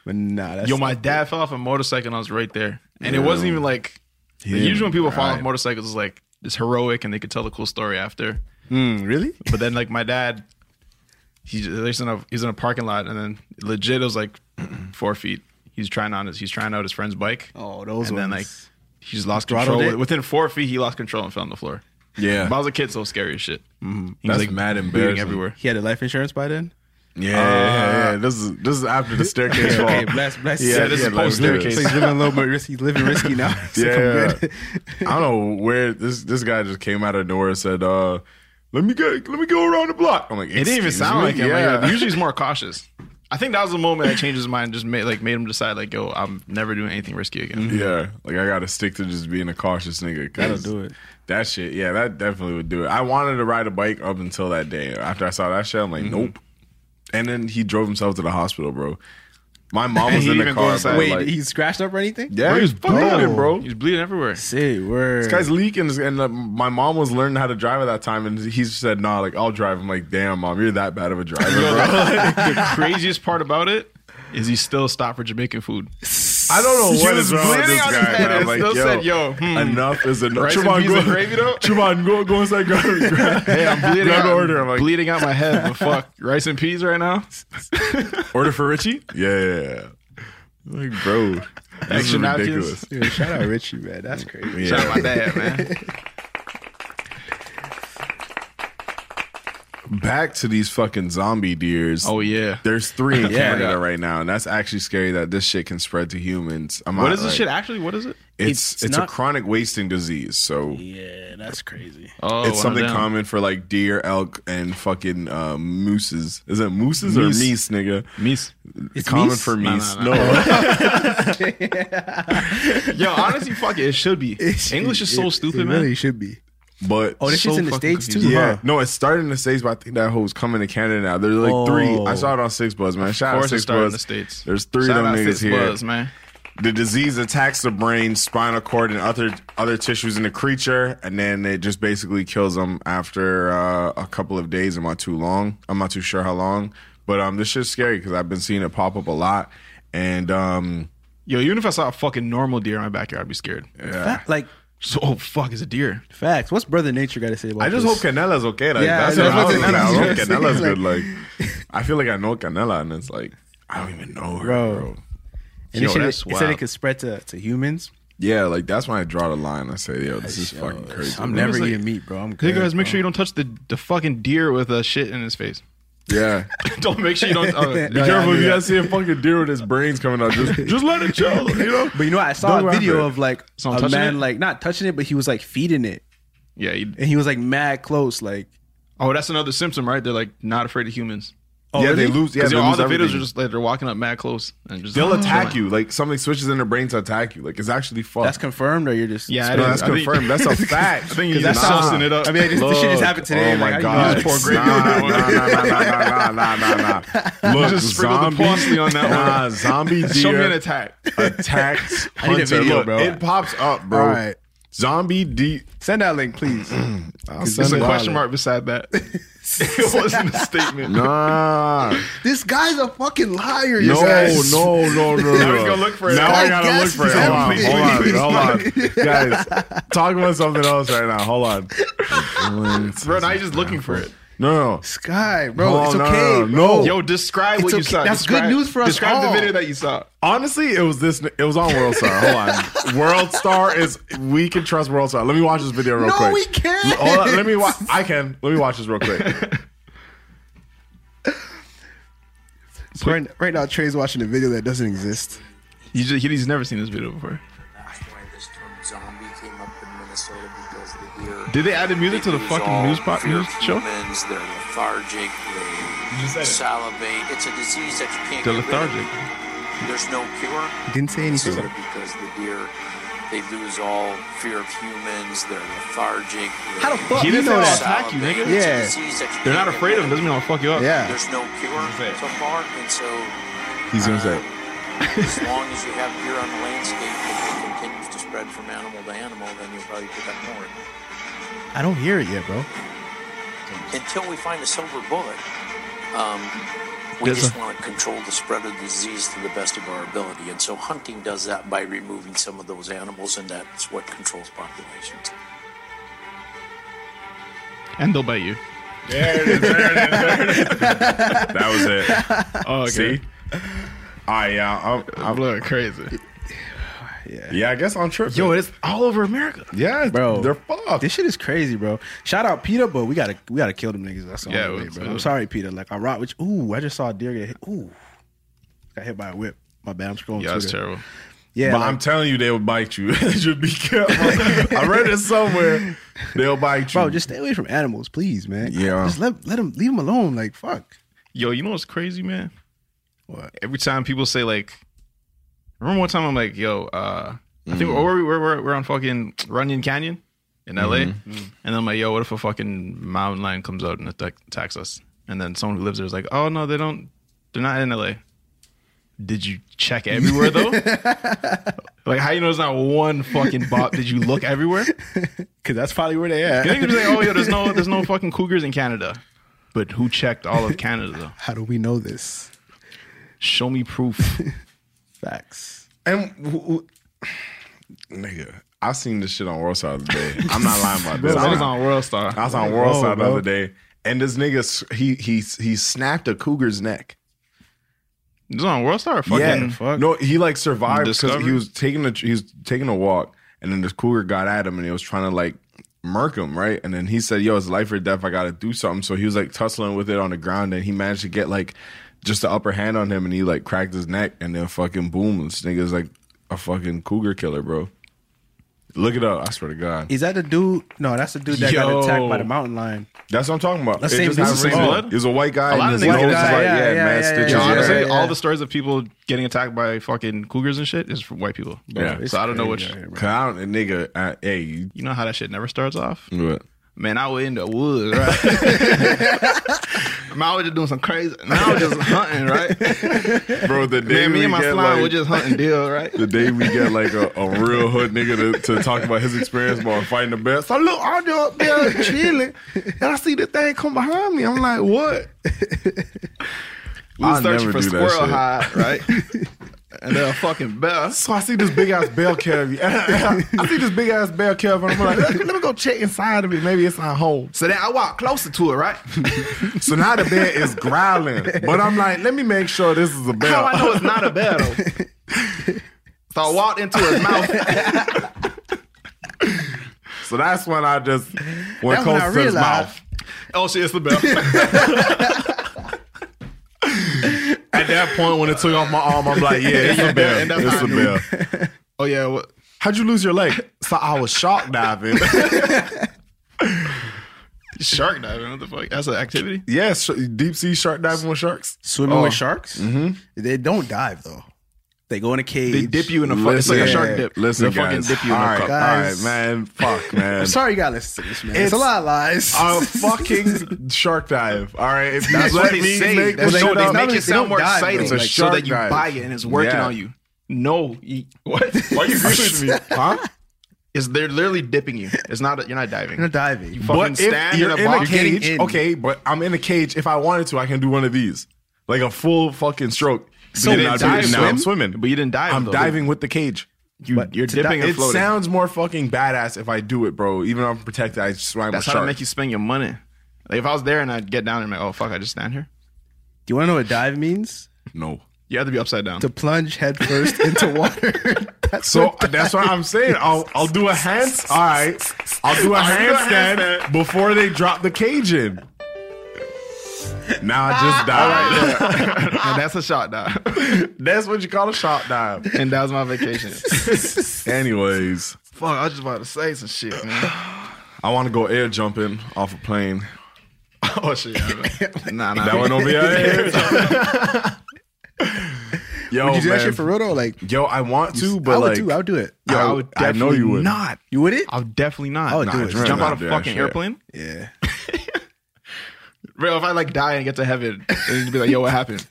Speaker 5: But nah, that's
Speaker 4: Yo, my dad fell off a motorcycle and I was right there. And it wasn't even like the
Speaker 3: didn't
Speaker 4: usual when people fall off
Speaker 3: ride.
Speaker 4: motorcycles is like it's heroic and they could tell a cool story after.
Speaker 5: Mm, really.
Speaker 4: But then like my dad, he's he's in a he's in a parking lot and then legit it was like four feet. He's trying on his he's trying out his friend's bike.
Speaker 5: Oh, those
Speaker 4: and then like
Speaker 5: ones.
Speaker 4: he's lost
Speaker 5: Throttled
Speaker 4: control.
Speaker 5: it?
Speaker 4: Within four feet, he lost control and fell on the floor.
Speaker 3: yeah,
Speaker 4: But I was a kid, so it was scary as shit. He was
Speaker 3: Mm-hmm. That's
Speaker 4: like
Speaker 3: mad
Speaker 4: bleeding
Speaker 3: embarrassing.
Speaker 4: everywhere.
Speaker 5: He had a life insurance by then.
Speaker 3: yeah, yeah, yeah. uh, This is this is after the staircase fall.
Speaker 5: Okay, bless, bless.
Speaker 3: Yeah,
Speaker 4: this is
Speaker 3: yeah, like
Speaker 4: post
Speaker 3: this.
Speaker 5: So
Speaker 4: staircase.
Speaker 5: he's living a little bit risky. He's living risky now. It's like, I'm
Speaker 3: Yeah.
Speaker 5: good.
Speaker 3: I don't know where this this guy just came out of nowhere and said, uh, "Let me go, let me go around the block." I'm like,
Speaker 4: It didn't even
Speaker 3: "Excuse
Speaker 4: sound
Speaker 3: me?"
Speaker 4: like him. Like,
Speaker 3: Yeah.
Speaker 4: usually he's more cautious. I think that was the moment that changed his mind. Just made like made him decide like, yo, I'm never doing anything risky again.
Speaker 3: Yeah, like I gotta stick to just being a cautious nigga. That'll
Speaker 5: do it.
Speaker 3: That shit, yeah, that definitely would do it. I wanted to ride a bike up until that day. After I saw that shit, I'm
Speaker 4: Mm-hmm.
Speaker 3: like, nope. And then he drove himself to the hospital, bro. My mom
Speaker 4: And
Speaker 3: was
Speaker 4: he
Speaker 3: in the
Speaker 4: didn't go
Speaker 3: car.
Speaker 4: inside.
Speaker 3: bro,
Speaker 5: Wait,
Speaker 3: like-
Speaker 5: he's scratched up or anything?
Speaker 3: yeah, he was fucking bro.
Speaker 4: He's bleeding everywhere.
Speaker 5: Say word.
Speaker 3: This guy's leaking, and uh, my mom was learning how to drive at that time, and he said, "Nah, like I'll drive." I'm like, "Damn, mom, you're that bad of a driver, bro."
Speaker 4: the craziest part about it is he still stopped for Jamaican food.
Speaker 3: I don't know
Speaker 4: She
Speaker 3: what
Speaker 4: was
Speaker 3: is wrong with
Speaker 4: bleeding
Speaker 3: this
Speaker 4: out
Speaker 3: guy.
Speaker 4: his head
Speaker 3: but I'm
Speaker 4: and
Speaker 3: like,
Speaker 4: still
Speaker 3: yo,
Speaker 4: said, yo, hmm.
Speaker 3: enough is enough.
Speaker 4: Rice and peas
Speaker 3: go,
Speaker 4: and gravy, though?
Speaker 3: Trevon, go, go inside, grab, grab,
Speaker 4: Hey, I'm bleeding
Speaker 3: grab
Speaker 4: out.
Speaker 3: the order. I'm like,
Speaker 4: bleeding out my head. But fuck, rice and peas right now.
Speaker 3: order for Richie? Yeah. Like, bro, this is
Speaker 4: Extra napkins.
Speaker 3: ridiculous.
Speaker 5: Dude, shout out Richie, man. That's crazy.
Speaker 3: Yeah.
Speaker 4: Shout out my dad, man.
Speaker 3: Back to these fucking zombie deers.
Speaker 4: Oh yeah.
Speaker 3: There's three in
Speaker 4: Yeah.
Speaker 3: Canada right now, and that's actually scary that this shit can spread to humans. I'm
Speaker 4: What
Speaker 3: not,
Speaker 4: is this
Speaker 3: like-
Speaker 4: shit actually? What is it?
Speaker 3: It's
Speaker 5: It's
Speaker 3: it's,
Speaker 5: not-
Speaker 3: a chronic wasting disease, so
Speaker 5: Yeah, that's crazy.
Speaker 4: Oh, one
Speaker 3: it's
Speaker 4: of
Speaker 3: something
Speaker 4: them.
Speaker 3: common for like deer, elk, and fucking uh, mooses. Is it mooses
Speaker 4: Meese.
Speaker 3: or meese, nigga?
Speaker 4: Meese.
Speaker 3: It's common
Speaker 5: meese?
Speaker 3: for
Speaker 4: No,
Speaker 3: meese.
Speaker 4: no,
Speaker 3: No,
Speaker 4: Yo, honestly, fuck it. It should be. English is so
Speaker 5: It-
Speaker 4: stupid,
Speaker 5: it
Speaker 4: man.
Speaker 5: Really should be.
Speaker 3: but
Speaker 5: Oh, this shit's
Speaker 4: So
Speaker 5: in the
Speaker 4: fucking
Speaker 5: states too.
Speaker 4: confusing.
Speaker 3: yeah,
Speaker 5: huh?
Speaker 3: no, it's starting in the states, but I think that hoe's coming to Canada now. There's like three. I saw it on Six Buzz, man.
Speaker 4: Oh. of
Speaker 3: Shout out
Speaker 4: course, it
Speaker 3: Six
Speaker 4: started
Speaker 3: Buzz.
Speaker 4: in the states.
Speaker 3: There's three
Speaker 4: Shout
Speaker 3: of them
Speaker 4: out
Speaker 3: niggas
Speaker 4: Fitz
Speaker 3: here.
Speaker 4: Buzz, man.
Speaker 3: the disease attacks the brain, spinal cord, and other other tissues in the creature, and then it just basically kills them after uh, a couple of days. I'm not too long. I'm not too sure how long, but um, this shit's scary because I've been seeing it pop up a lot, and um,
Speaker 4: Yo, even if I saw a fucking normal deer in my backyard, I'd be scared.
Speaker 5: Fa- like
Speaker 4: So, oh fuck, is a deer.
Speaker 5: facts. What's brother nature got to say about
Speaker 3: I just
Speaker 5: this?
Speaker 3: hope Canela's okay. Like,
Speaker 5: Yeah,
Speaker 3: that's
Speaker 5: I
Speaker 3: what I
Speaker 5: was
Speaker 3: was
Speaker 5: about to
Speaker 3: I
Speaker 5: say.
Speaker 3: hope Canela's
Speaker 5: Like-
Speaker 3: good. Like, I feel like I know Canela, and it's like I don't even know her,
Speaker 5: Bro.
Speaker 3: bro.
Speaker 5: And
Speaker 4: Yo,
Speaker 5: it, should-
Speaker 4: that's
Speaker 5: it said it
Speaker 4: wild.
Speaker 5: could spread to, to humans.
Speaker 3: Yeah, like that's when I draw the line. I say, yo, this is fucking crazy.
Speaker 5: I'm
Speaker 3: bro.
Speaker 5: never e-
Speaker 4: like-
Speaker 5: eating meat, bro. I'm
Speaker 4: Hey
Speaker 5: good.
Speaker 4: guys, make
Speaker 5: bro.
Speaker 4: sure you don't touch the, the fucking deer with a shit in his face.
Speaker 3: yeah.
Speaker 4: don't make sure you don't. oh,
Speaker 3: Be
Speaker 5: yeah,
Speaker 3: careful
Speaker 5: I
Speaker 3: if
Speaker 5: knew
Speaker 3: you
Speaker 5: that.
Speaker 3: guys see a fucking deer with his brains coming out. Just, just let it chill, you know.
Speaker 5: But you know, what? I saw
Speaker 3: Don't
Speaker 5: a
Speaker 3: worry
Speaker 5: video
Speaker 3: about it.
Speaker 5: of like
Speaker 4: Someone
Speaker 5: a
Speaker 4: touching
Speaker 5: man
Speaker 4: it?
Speaker 5: like not touching it, but he was like feeding it,
Speaker 4: yeah. You,
Speaker 5: and he was like mad close. Like,
Speaker 4: oh, that's another symptom, right? They're like not afraid of humans.
Speaker 5: oh,
Speaker 3: yeah,
Speaker 5: really?
Speaker 3: they lose. Yeah,
Speaker 4: Because
Speaker 3: they
Speaker 4: all
Speaker 3: lose
Speaker 4: the videos
Speaker 3: everything.
Speaker 4: are just Oh, like they're walking up mad close and just
Speaker 3: They'll attack you. Like something switches in their brain to attack you. Like it's actually fucked.
Speaker 5: That's confirmed, or you're just
Speaker 4: Yeah, it
Speaker 3: no,
Speaker 4: is.
Speaker 3: that's
Speaker 4: I think-
Speaker 3: confirmed. that's a fact.
Speaker 4: I think
Speaker 3: Cause
Speaker 4: you're
Speaker 3: that's
Speaker 4: just
Speaker 3: how-
Speaker 4: saucing it up.
Speaker 5: I mean, I just, this shit just happened today.
Speaker 3: Oh
Speaker 5: like,
Speaker 3: my
Speaker 5: I-
Speaker 3: god!
Speaker 4: just pour grape
Speaker 3: nah,
Speaker 4: on
Speaker 3: nah, nah,
Speaker 4: it.
Speaker 3: nah, nah, nah, nah, nah, nah. Look,
Speaker 4: just sprinkled the parsley on that
Speaker 3: nah,
Speaker 4: one.
Speaker 3: zombie deer.
Speaker 4: Show me an attack.
Speaker 3: Attacks.
Speaker 5: I need a
Speaker 3: hunter.
Speaker 5: video,
Speaker 3: Look,
Speaker 5: bro.
Speaker 3: It pops up, bro.
Speaker 5: All right.
Speaker 3: Zombie deer.
Speaker 5: Send that link, please.
Speaker 4: There's a
Speaker 3: Send it.
Speaker 4: question mark beside that. it wasn't a statement.
Speaker 3: Nah.
Speaker 5: this guy's a fucking liar. you
Speaker 3: No,
Speaker 5: guys.
Speaker 3: no, no, no.
Speaker 4: Now
Speaker 3: no.
Speaker 4: he's gonna look for it.
Speaker 3: Now I
Speaker 4: Guys,
Speaker 3: gotta look
Speaker 5: guess
Speaker 3: for it.
Speaker 5: he's
Speaker 3: Hold on,
Speaker 5: everything.
Speaker 3: hold on, hold on. Guys, talk about something else right now. Hold on.
Speaker 4: Bro, now you're just looking for it.
Speaker 3: No, no.
Speaker 5: This guy, bro.
Speaker 3: Oh,
Speaker 5: it's
Speaker 3: no,
Speaker 5: okay.
Speaker 3: no, no.
Speaker 5: bro.
Speaker 4: Yo, describe what
Speaker 5: It's
Speaker 4: you
Speaker 5: okay.
Speaker 4: saw.
Speaker 5: That's good
Speaker 4: describe,
Speaker 5: news for us
Speaker 4: Describe
Speaker 5: all.
Speaker 4: the video that you saw.
Speaker 3: Honestly, it was this. It was on World Star. Hold on. World Star is we can trust World Star. Let me watch this video real
Speaker 5: No,
Speaker 3: quick.
Speaker 5: we can't.
Speaker 3: Hold on, let me watch. I can. Let me watch this real quick.
Speaker 5: Right, right now, Trey's watching a video that doesn't exist.
Speaker 4: He just, he- he's never seen this video before.
Speaker 6: That's why this term zombie came up in Minnesota because the deer.
Speaker 4: Did they add the music to the
Speaker 6: lose
Speaker 4: fucking
Speaker 6: all
Speaker 4: news po-
Speaker 6: fear
Speaker 4: news
Speaker 6: of
Speaker 4: show?
Speaker 6: Humans, they're lethargic. They salivate. It's a disease that you can't.
Speaker 4: They're
Speaker 6: get rid of.
Speaker 4: lethargic.
Speaker 6: There's no cure.
Speaker 5: He didn't say anything.
Speaker 6: Minnesota because the deer. They lose all fear of humans. They're lethargic. They
Speaker 5: How the fuck
Speaker 4: He
Speaker 5: you
Speaker 4: didn't
Speaker 5: know that?
Speaker 4: say they'll attack you, nigga.
Speaker 6: It's
Speaker 5: Yeah.
Speaker 6: a disease that you
Speaker 4: They're not
Speaker 6: can't get
Speaker 4: afraid of
Speaker 6: rid
Speaker 4: him. Doesn't mean I'll fuck you up.
Speaker 5: Yeah.
Speaker 6: There's no cure so far, and so uh,
Speaker 3: He's gonna say.
Speaker 6: as long as you have deer on the landscape, if it continues to spread from animal to animal, then you'll probably pick up more.
Speaker 5: I don't hear it yet, bro.
Speaker 6: until we find a silver bullet, um, we
Speaker 4: Yes,
Speaker 6: just
Speaker 4: sir.
Speaker 6: want to control the spread of the disease to the best of our ability. And so hunting does that by removing some of those animals, and that's what controls populations.
Speaker 4: And they'll bite you.
Speaker 3: That was it.
Speaker 4: Oh,
Speaker 3: See. All right, yeah, I'm,
Speaker 4: I'm looking crazy.
Speaker 3: yeah. I guess on trip.
Speaker 4: Yo, it's all over America.
Speaker 3: yeah,
Speaker 5: Bro.
Speaker 3: They're fucked.
Speaker 5: This shit is crazy, bro. Shout out Peter, but we gotta we gotta kill them niggas. That's the
Speaker 4: Yeah,
Speaker 5: only way,
Speaker 4: it's-
Speaker 5: bro. I'm sorry, Peter. Like I rock with you. Ooh, I just saw a deer get hit. Ooh, got hit by a whip. My bad. I'm scrolling.
Speaker 4: Yeah,
Speaker 5: Twitter.
Speaker 4: that's terrible.
Speaker 5: Yeah,
Speaker 3: But
Speaker 5: like-
Speaker 3: I'm telling you, they will bite you. you should be careful. I read it somewhere. They'll bite you.
Speaker 5: bro, just stay away from animals, please, man.
Speaker 3: Yeah.
Speaker 5: just let let them leave them alone. Like fuck.
Speaker 4: Yo, you know what's crazy, man?
Speaker 5: What?
Speaker 4: Every time people say like, remember one time I'm like, yo, uh, I think where we were, we're, we're on fucking Runyon Canyon in LA, and I'm like, yo, what if a fucking mountain lion comes out and attack, attacks us? And then someone who lives there is like, oh no, they don't, they're not in LA. Did you check everywhere though? like, how you know there's not one fucking bot? Did you look everywhere?
Speaker 5: Cause that's probably where they
Speaker 4: You
Speaker 5: at.
Speaker 4: think they're like, oh, yo, there's no, there's no fucking cougars in Canada. But who checked all of Canada though?
Speaker 5: How do we know this?
Speaker 4: Show me proof.
Speaker 5: Facts.
Speaker 3: And who, who, nigga, I seen this shit on World Star the other day. I'm not lying about this.
Speaker 4: I was
Speaker 3: I-
Speaker 4: on World Star.
Speaker 3: I was on World Star the other day, and this nigga s- he he he snapped a cougar's neck.
Speaker 4: It was on World Star. Or fucking
Speaker 3: no, he like survived because he
Speaker 4: Discovery?
Speaker 3: was taking a he was taking a walk, and then this cougar got at him, and he was trying to like murk him, right? And then he said, "Yo, it's life or death. I gotta do something." So he was like tussling with it on the ground, and he managed to get like just the upper hand on him, and he like cracked his neck, and then fucking boom, this nigga's like a fucking cougar killer, bro. Look it up. I swear to God,
Speaker 5: Is that the dude? No, that's the dude that
Speaker 4: Yo.
Speaker 5: got attacked by the mountain lion.
Speaker 3: that's what I'm talking about.
Speaker 5: That's
Speaker 3: It
Speaker 5: same- this is
Speaker 3: just happened
Speaker 5: the same
Speaker 3: recently.
Speaker 4: blood?
Speaker 3: It was a white guy,
Speaker 4: A lot
Speaker 3: and
Speaker 4: of
Speaker 3: his
Speaker 4: niggas
Speaker 3: nose
Speaker 4: get
Speaker 3: was
Speaker 5: that.
Speaker 3: like,
Speaker 5: Yeah,
Speaker 3: yeah,
Speaker 5: yeah,
Speaker 3: mad
Speaker 5: yeah,
Speaker 3: stitches.
Speaker 4: Yo,
Speaker 5: yeah,
Speaker 4: honestly,
Speaker 5: yeah.
Speaker 4: all the stories of people getting attacked by fucking cougars and shit is from white people.
Speaker 3: Yeah.
Speaker 4: so I don't know which.
Speaker 3: Cause I don't, nigga, I, hey, you,
Speaker 4: You know how that shit never starts off.
Speaker 3: what?
Speaker 4: Man, I was in the woods, right? Man, I was just doing some crazy. Man, I was just hunting, right?
Speaker 3: bro. The day
Speaker 4: Man, me
Speaker 3: we
Speaker 4: and my
Speaker 3: get,
Speaker 4: slime
Speaker 3: like,
Speaker 4: were just hunting deal, right?
Speaker 3: the day we get like a, a real hood nigga to, to talk about his experience while fighting the bear. So look, I'm just up there chilling, and I see the thing come behind me. I'm like, what?
Speaker 4: We was
Speaker 3: I'll
Speaker 4: searching
Speaker 3: never
Speaker 4: for
Speaker 3: do that
Speaker 4: squirrel
Speaker 3: shit.
Speaker 4: hide, right? and then a fucking bear.
Speaker 3: So I see this big ass bell curve. I see this big ass bell curve, and I'm like, let, let me go check inside of it. Maybe it's not home.
Speaker 4: So then I walked closer to it, right?
Speaker 3: So now the bear is growling, but I'm like, let me make sure this is a bear.
Speaker 4: How I know it's not a bear though? So I walked into his mouth.
Speaker 3: So that's when I just went
Speaker 5: when
Speaker 3: close
Speaker 5: I
Speaker 3: to his
Speaker 5: realized-
Speaker 3: mouth.
Speaker 4: Oh shit, it's the bear.
Speaker 3: At that point, when it took off my arm, I'm like, yeah, it's a bear.
Speaker 4: and that's
Speaker 3: it's
Speaker 4: how
Speaker 3: a
Speaker 4: I knew.
Speaker 3: bear.
Speaker 4: Oh yeah, what?
Speaker 3: How'd you lose your leg? So I was shark diving.
Speaker 4: shark diving? What the fuck? That's an activity.
Speaker 3: yes, sh- deep sea shark diving with sharks.
Speaker 4: Oh.
Speaker 5: Swimming with sharks? Mm-hmm. They don't dive though. They go in a cage.
Speaker 4: They dip you in a fuck. It's like a shark dip.
Speaker 3: Listen,
Speaker 4: they fucking
Speaker 3: guys.
Speaker 4: dip you in
Speaker 3: All
Speaker 4: a
Speaker 3: right,
Speaker 4: cup.
Speaker 5: Guys.
Speaker 3: all right, man. Fuck, man.
Speaker 5: I'm sorry you gotta listen to this, man. It's,
Speaker 3: It's-
Speaker 5: a lot of lies.
Speaker 3: A fucking shark dive. All right, if you
Speaker 4: That's
Speaker 3: let
Speaker 4: what they
Speaker 3: me
Speaker 4: say.
Speaker 3: make
Speaker 4: That's
Speaker 3: this
Speaker 4: what
Speaker 3: shit
Speaker 4: they
Speaker 3: up-
Speaker 4: make it
Speaker 5: they
Speaker 4: sound
Speaker 5: don't
Speaker 4: more
Speaker 5: dive,
Speaker 4: exciting,
Speaker 3: it's a
Speaker 4: so
Speaker 3: shark
Speaker 4: that you
Speaker 3: dive.
Speaker 4: buy it and it's working
Speaker 3: Yeah.
Speaker 4: on you. No, you, what? Why
Speaker 3: Why you agreeing with me? Huh?
Speaker 4: Is they're literally dipping you? It's not. You're not diving.
Speaker 5: You're not diving.
Speaker 4: You fucking
Speaker 3: But if
Speaker 4: stand in
Speaker 3: you're
Speaker 4: a
Speaker 3: in a
Speaker 4: box.
Speaker 5: getting
Speaker 3: cage,
Speaker 5: in.
Speaker 3: okay, but I'm in a cage. If I wanted to, I can do one of these, like a full fucking stroke. But
Speaker 4: So you
Speaker 3: then
Speaker 4: didn't
Speaker 3: I'll do it
Speaker 4: dive,
Speaker 3: now
Speaker 4: swim?
Speaker 3: I'm swimming,
Speaker 4: But you didn't dive,
Speaker 3: I'm
Speaker 4: though.
Speaker 3: diving with the cage.
Speaker 4: You, you're
Speaker 5: to
Speaker 4: dipping
Speaker 5: dive-
Speaker 4: and
Speaker 3: It
Speaker 4: floating.
Speaker 3: sounds more fucking badass if I do it, bro. Even though I'm protected, I swim with
Speaker 4: That's how
Speaker 3: shark.
Speaker 4: they make you spend your money. Like if I was there and I'd get down and I'm like, oh fuck, I just stand here.
Speaker 5: Do you wanna know what dive means?
Speaker 3: no.
Speaker 4: You have to be upside down.
Speaker 5: To plunge headfirst into water. That's
Speaker 3: So that's what I'm saying. I'll I'll do a hand. All right, I'll do a handstand before they drop the cage in. Now I just died.
Speaker 4: and that's a shot dive.
Speaker 3: That's what you call a shot dive.
Speaker 4: and that was my vacation.
Speaker 3: Anyways,
Speaker 4: fuck, I was just about to say some shit, man.
Speaker 3: I want to go air jumping off a plane.
Speaker 4: oh shit. nah, nah.
Speaker 3: That went over your head. Yo,
Speaker 5: Would you do
Speaker 3: man.
Speaker 5: that shit for real though? Like
Speaker 3: Yo, I want to, but
Speaker 5: I would
Speaker 3: like,
Speaker 5: do I would do it.
Speaker 3: Yo, I, would I know you would
Speaker 4: not.
Speaker 5: You would it?
Speaker 4: I would definitely not.
Speaker 5: I would do it.
Speaker 4: Just jump
Speaker 3: Nah,
Speaker 4: out of a
Speaker 3: Oh, dude,
Speaker 4: fucking
Speaker 3: shit.
Speaker 4: airplane.
Speaker 5: Yeah.
Speaker 4: Bro, if I like die and get to heaven, and you'd be like, yo, what happened?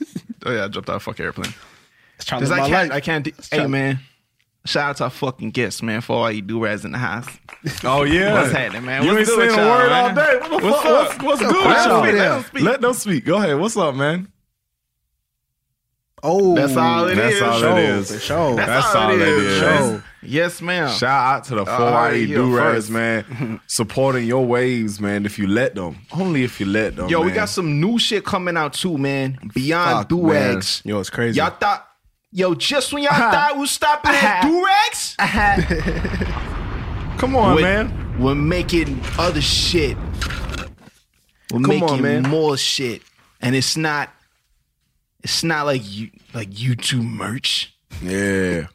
Speaker 4: oh yeah, I jumped out of a fucking airplane.
Speaker 5: It's trying
Speaker 4: Because I
Speaker 5: live
Speaker 4: can't,
Speaker 5: my
Speaker 4: I
Speaker 5: life.
Speaker 4: can't. De- hey man, shout out to our fucking guests, man, for all you do rags in the house.
Speaker 3: Oh yeah,
Speaker 4: What's happening, man?
Speaker 3: You
Speaker 4: What's
Speaker 3: ain't saying
Speaker 4: good with
Speaker 3: a
Speaker 4: y'all,
Speaker 3: word
Speaker 4: man?
Speaker 3: all day. What the
Speaker 4: What's
Speaker 3: fuck?
Speaker 4: up?
Speaker 3: What's, what's good
Speaker 5: Let them speak,
Speaker 3: with y'all?
Speaker 5: let them
Speaker 4: speak.
Speaker 3: Let them speak. Go ahead. What's up, man?
Speaker 5: Oh
Speaker 4: That's all it
Speaker 3: That's
Speaker 4: is.
Speaker 3: all
Speaker 5: show,
Speaker 3: it is.
Speaker 5: for sure.
Speaker 3: That's, all it is.
Speaker 5: Show.
Speaker 4: Yes, ma'am.
Speaker 3: Shout out to the 4
Speaker 4: All right,
Speaker 3: IE
Speaker 4: yeah,
Speaker 3: do rags,
Speaker 4: first.
Speaker 3: man. Supporting your waves, man. If you let them, only if you let them.
Speaker 4: Yo, we
Speaker 3: man.
Speaker 4: got some new shit coming out too, man.
Speaker 3: Fuck,
Speaker 4: Beyond do rags.
Speaker 5: Yo, it's crazy.
Speaker 4: Y'all thought, yo, just when y'all thought we was stopping at do rags,
Speaker 3: Come on,
Speaker 4: we're,
Speaker 3: man.
Speaker 4: we're making other shit. We're
Speaker 3: Come
Speaker 4: making
Speaker 3: on, man.
Speaker 4: more shit, and it's not, it's not like you like YouTube merch.
Speaker 3: Yeah.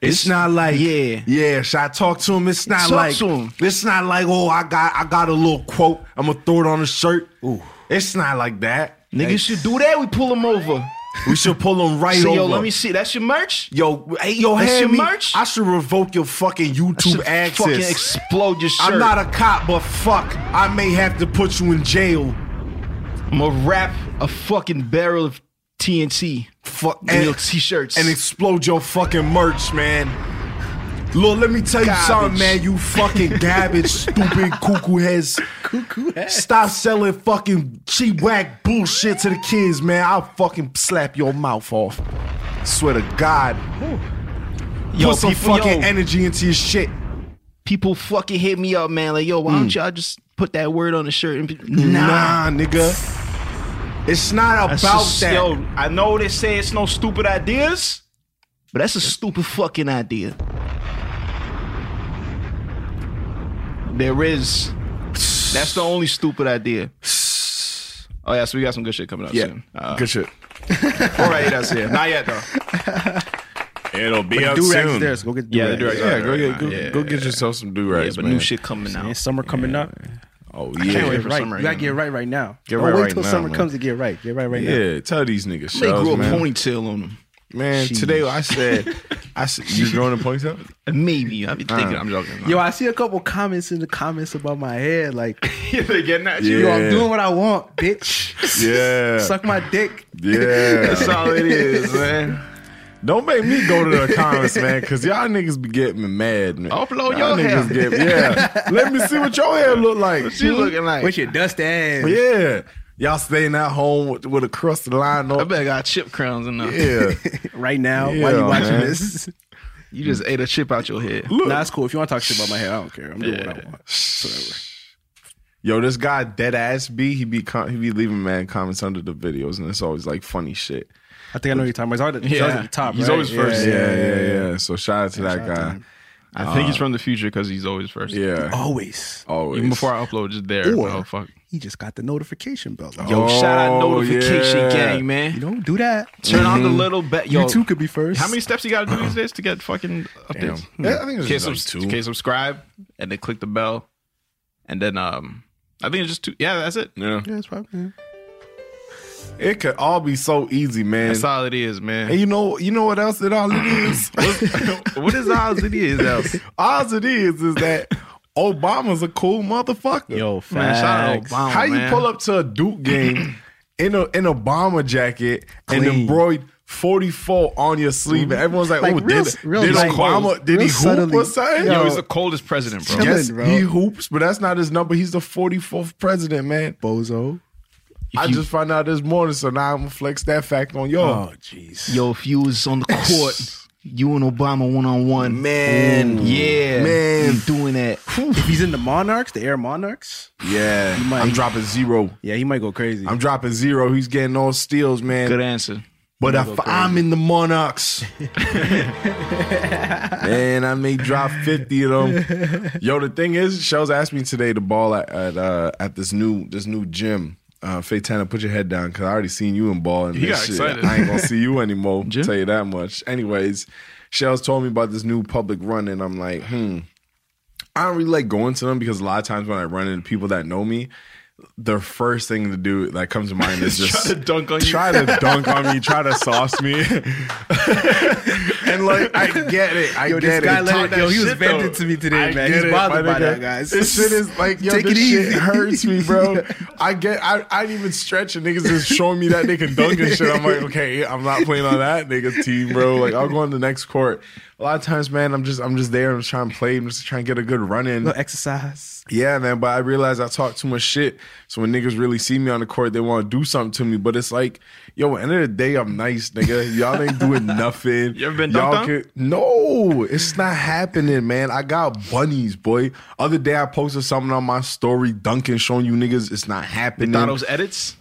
Speaker 3: It's not like
Speaker 4: yeah.
Speaker 3: yeah. Should I talk to him? It's not
Speaker 4: Talk
Speaker 3: like
Speaker 4: to him.
Speaker 3: it's not like oh I got I got a little quote. I'm gonna throw it on a shirt. Ooh. It's not like that.
Speaker 4: Niggas should do that. We pull them over.
Speaker 3: We should pull him right
Speaker 4: Say,
Speaker 3: over.
Speaker 4: yo, let me see. That's your merch.
Speaker 3: Yo, hey, yo,
Speaker 4: That's
Speaker 3: hand
Speaker 4: your
Speaker 3: me.
Speaker 4: merch?
Speaker 3: I should revoke your fucking YouTube
Speaker 4: Should Fucking
Speaker 3: access.
Speaker 4: explode your shirt.
Speaker 3: I'm not a cop, but fuck, I may have to put you in jail.
Speaker 4: I'm gonna wrap a fucking barrel of TNT
Speaker 3: Fuck,
Speaker 4: in
Speaker 3: and,
Speaker 4: your t-shirts.
Speaker 3: and explode your fucking merch, man. Lord, let me tell you something,
Speaker 4: Garbage.
Speaker 3: man. You fucking garbage, stupid cuckoo heads.
Speaker 5: cuckoo ass.
Speaker 3: Stop selling fucking cheap whack bullshit to the kids, man. I'll fucking slap your mouth off. Swear to God.
Speaker 4: Yo,
Speaker 3: Put some
Speaker 4: people-
Speaker 3: fucking
Speaker 4: yo.
Speaker 3: energy into your shit.
Speaker 4: People fucking hit me up, man. Like, yo, why
Speaker 3: Mm.
Speaker 4: don't y'all just put that word on the shirt? And be,
Speaker 3: Mm-hmm.
Speaker 4: nah,
Speaker 3: Nah, nigga. It's not about
Speaker 4: That's just-
Speaker 3: that.
Speaker 4: Yo, I know they say it's no stupid ideas, but that's a stupid fucking idea. There is. That's the only stupid idea. Oh yeah, so we got some good shit coming up
Speaker 3: yeah.
Speaker 4: soon. Uh,
Speaker 3: Good shit.
Speaker 4: already, that's it. Not yet though.
Speaker 7: It'll be out
Speaker 5: Do rags
Speaker 7: soon.
Speaker 5: there. So go get
Speaker 4: Yeah,
Speaker 5: do
Speaker 4: the
Speaker 5: rags.
Speaker 4: do-rags.
Speaker 7: Yeah, go
Speaker 4: Yeah,
Speaker 7: get go,
Speaker 4: yeah,
Speaker 7: go get
Speaker 4: yeah.
Speaker 7: yourself some do
Speaker 4: Yeah,
Speaker 7: rags,
Speaker 4: but
Speaker 7: man.
Speaker 4: new shit coming
Speaker 5: And
Speaker 4: out.
Speaker 5: summer coming up.
Speaker 7: Oh
Speaker 4: I can't
Speaker 7: yeah,
Speaker 4: wait
Speaker 5: Get
Speaker 4: for
Speaker 5: right.
Speaker 4: summer.
Speaker 5: You gotta
Speaker 4: man.
Speaker 5: get right right now.
Speaker 7: Get
Speaker 5: Don't
Speaker 7: right
Speaker 5: wait
Speaker 7: right
Speaker 5: till
Speaker 7: now,
Speaker 5: summer
Speaker 7: man.
Speaker 5: comes to get right. Get right right now.
Speaker 7: yeah. Tell these niggas,
Speaker 4: They
Speaker 7: shells,
Speaker 4: grew a
Speaker 7: man.
Speaker 4: ponytail on them.
Speaker 3: Man, today I said, I said, you growing a ponytail?
Speaker 4: Maybe I've been
Speaker 3: Uh-huh.
Speaker 4: thinking. I'm joking.
Speaker 5: Yo, I see a couple comments in the comments about my hair. Like,
Speaker 4: they getting at
Speaker 5: yo,
Speaker 7: Yeah.
Speaker 5: I'm doing what I want, bitch.
Speaker 7: Yeah.
Speaker 5: Suck my dick.
Speaker 7: yeah.
Speaker 4: That's all it is, man.
Speaker 3: Don't make me go to the comments, man, because y'all niggas be getting me mad, man.
Speaker 4: Upload
Speaker 3: Y'all
Speaker 4: your hair.
Speaker 3: niggas get- yeah. Let me see what your hair look like.
Speaker 4: What you looking like?
Speaker 5: With your dust ass.
Speaker 3: Yeah. Y'all staying at home with, with a crusted line
Speaker 4: I
Speaker 3: on.
Speaker 4: bet I got chip crowns in there.
Speaker 3: Yeah.
Speaker 5: Right now, while you
Speaker 3: Yeah,
Speaker 5: watching
Speaker 3: man.
Speaker 5: this.
Speaker 4: You just ate a chip out your head.
Speaker 5: Nah, that's cool. If you want to talk shit about my hair, I don't care. I'm doing what I want.
Speaker 3: Yo, this guy dead ass B, he be com- he be leaving man comments under the videos, and it's always like funny shit.
Speaker 5: I think I know what you're talking about. He's always, he's always at the top.
Speaker 7: He's
Speaker 5: right?
Speaker 7: always first.
Speaker 5: Yeah.
Speaker 3: Yeah, yeah, yeah. So shout out to that guy.
Speaker 4: I think he's from the future because he's always first.
Speaker 3: Uh, Yeah,
Speaker 5: Always.
Speaker 3: always.
Speaker 4: Even before I upload, just there.
Speaker 5: Or-
Speaker 4: oh fuck.
Speaker 5: He just got the notification bell.
Speaker 4: Yo, shout out
Speaker 3: Oh,
Speaker 4: notification
Speaker 3: yeah. Mm-hmm.
Speaker 4: gang, man.
Speaker 5: You don't do that.
Speaker 4: Turn on the little bet. Yo,
Speaker 5: You too could be first.
Speaker 4: how many steps you got to do these days to get fucking updates?
Speaker 3: Yeah, I think it's
Speaker 4: Okay,
Speaker 3: just like
Speaker 4: subs-
Speaker 3: two.
Speaker 4: okay, subscribe and then click the bell, and then um, I think it's just two. Yeah, that's it.
Speaker 7: Yeah.
Speaker 5: Yeah, that's probably.
Speaker 3: It could all be so easy, man.
Speaker 4: That's all it is, man.
Speaker 3: And you know, you know what else it all it is?
Speaker 4: what is all it is else?
Speaker 3: All it is is that Obama's a cool motherfucker.
Speaker 5: Yo,
Speaker 4: Man, shout out
Speaker 5: facts.
Speaker 4: Obama.
Speaker 3: How
Speaker 4: man.
Speaker 3: you pull up to a Duke game in a in a bomber jacket
Speaker 5: Clean.
Speaker 3: and
Speaker 5: Mm-hmm.
Speaker 3: embroidered 44 on your sleeve, and everyone's like,
Speaker 5: Like,
Speaker 3: "Oh,
Speaker 5: real-
Speaker 3: did,
Speaker 5: real
Speaker 3: did
Speaker 5: like-
Speaker 3: Obama? Did
Speaker 5: real
Speaker 3: he hoop
Speaker 5: subtly.
Speaker 3: or something?"
Speaker 4: Yo,
Speaker 5: Yo,
Speaker 4: he's the coldest president, bro.
Speaker 5: Yeah.
Speaker 3: yes,
Speaker 5: Chillin', bro.
Speaker 3: he hoops, but that's not his number. He's the 44th president, man.
Speaker 5: Bozo.
Speaker 3: I
Speaker 4: you-
Speaker 3: just found out this morning, so now I'm gonna flex that fact on y'all.
Speaker 5: Oh, jeez.
Speaker 4: Yo, if you was on the court, you and Obama one on one,
Speaker 3: Man.
Speaker 4: yeah,
Speaker 3: Man.
Speaker 4: you doing that?
Speaker 5: If he's in the Monarchs, the Air Monarchs,
Speaker 3: yeah,
Speaker 5: might-
Speaker 3: I'm dropping zero.
Speaker 5: yeah, he might go crazy.
Speaker 3: I'm dropping zero. He's getting all steals, man.
Speaker 4: Good answer.
Speaker 3: But if I'm in the Monarchs, man, I may drop fifty of them. Yo, the thing is, Shells asked me today to ball at at, uh, at this new this new gym. Uh, Faitana, put your head down because I already seen you in ball. And
Speaker 4: He
Speaker 3: this
Speaker 4: got
Speaker 3: shit.
Speaker 4: excited.
Speaker 3: I ain't gonna see you anymore.
Speaker 4: Gym?
Speaker 3: Tell you that much. Anyways, Shells told me about this new public run, and I'm like, hmm. I don't really like going to them because a lot of times when I run into people that know me, their first thing to do that comes to mind is just
Speaker 4: Try to dunk on you.
Speaker 3: try to dunk on me, try to sauce me, and like I get it, I
Speaker 5: Yo, this
Speaker 3: get
Speaker 5: guy
Speaker 3: it.
Speaker 5: let
Speaker 3: Talk
Speaker 5: it- yo,
Speaker 3: that
Speaker 5: he was
Speaker 3: shit,
Speaker 5: venting
Speaker 3: though.
Speaker 5: to me today,
Speaker 3: I
Speaker 5: man.
Speaker 3: get
Speaker 5: He's
Speaker 3: it,
Speaker 5: bothered
Speaker 3: my
Speaker 5: by
Speaker 3: nigga.
Speaker 5: that, guys.
Speaker 3: This shit is like, yo,
Speaker 5: Take
Speaker 3: this
Speaker 5: it
Speaker 3: shit
Speaker 5: easy.
Speaker 3: hurts me, bro. I get, I, I didn't even stretch, and niggas is showing me that they can dunk and shit. I'm like, okay, I'm not playing on that niggas team, bro. Like, I'll go on the next court. A lot of times, man, I'm just, I'm just there. I'm just trying to play. I'm just trying to get a good run in.
Speaker 5: No exercise.
Speaker 3: Yeah, man, but I realized I talk too much shit. So when niggas really see me on the court, they want to do something to me. But it's like, yo, at the end of the day, I'm nice, nigga. Y'all ain't doing nothing.
Speaker 4: You ever been
Speaker 3: Y'all
Speaker 4: dunked on?
Speaker 3: could- No, it's not happening, man. I got bunnies, boy. Other day I posted something on my story, Duncan showing you niggas it's not happening.
Speaker 4: Thought it was edits.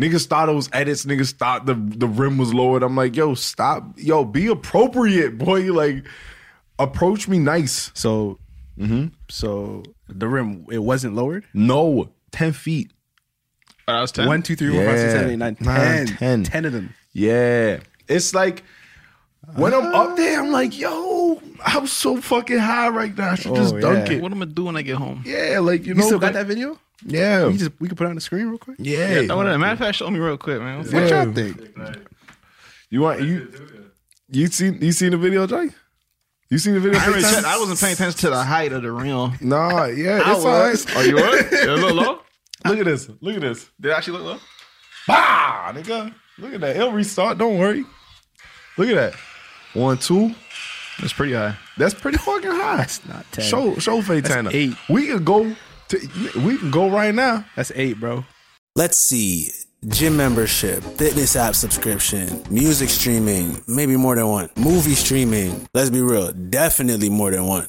Speaker 3: Niggas thought it was edits. Niggas thought the the rim was lowered. I'm like, yo, stop, yo, be appropriate, boy. Like, approach me nice.
Speaker 5: So,
Speaker 3: Mm-hmm.
Speaker 5: so the rim it wasn't lowered.
Speaker 3: No, ten feet.
Speaker 4: Oh, that was ten.
Speaker 5: One, two, three, four, five, six,
Speaker 3: Yeah.
Speaker 5: seven, eight, nine, ten.
Speaker 3: Nine, ten.
Speaker 5: Ten of them.
Speaker 3: Yeah. It's like when I'm up there, I'm like, yo, I'm so fucking high right now. I should just
Speaker 5: Oh,
Speaker 3: dunk
Speaker 5: yeah.
Speaker 3: it.
Speaker 4: What am I do when I get home?
Speaker 3: Yeah, like you
Speaker 5: You
Speaker 3: know,
Speaker 5: still got
Speaker 3: but-
Speaker 5: that video?
Speaker 3: Yeah,
Speaker 5: We just we can put it on the screen real quick.
Speaker 3: yeah.
Speaker 4: Oh, whatever. Matter of fact, show me real quick, man. What's
Speaker 5: What
Speaker 4: that?
Speaker 5: y'all think?
Speaker 3: You want you? You seen you seen the video, Jay? You seen the video?
Speaker 4: I, remember
Speaker 3: FaceTime?
Speaker 4: I wasn't paying attention to the height of the rim.
Speaker 3: Nah, yeah, it's all
Speaker 5: was.
Speaker 3: right.
Speaker 4: Oh, you were? It was a little low.
Speaker 3: Look at this. Look at this.
Speaker 4: Did it actually look low?
Speaker 3: Bah, nigga. Look at that. It'll restart. Don't worry. Look at that. One, two.
Speaker 4: That's pretty high.
Speaker 3: That's pretty fucking high.
Speaker 5: That's not ten.
Speaker 3: Show show Faitana.
Speaker 5: eight.
Speaker 3: We can go to we can go right now.
Speaker 5: That's eight, bro.
Speaker 8: Let's see. Gym membership, fitness app subscription, music streaming, maybe more than one. Movie streaming, let's be real, definitely more than one.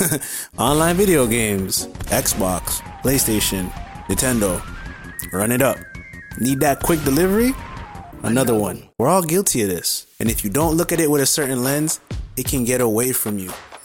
Speaker 8: Online video games, Xbox, PlayStation, Nintendo. Run it up. Need that quick delivery? Another one. We're all guilty of this. And if you don't look at it with a certain lens, it can get away from you.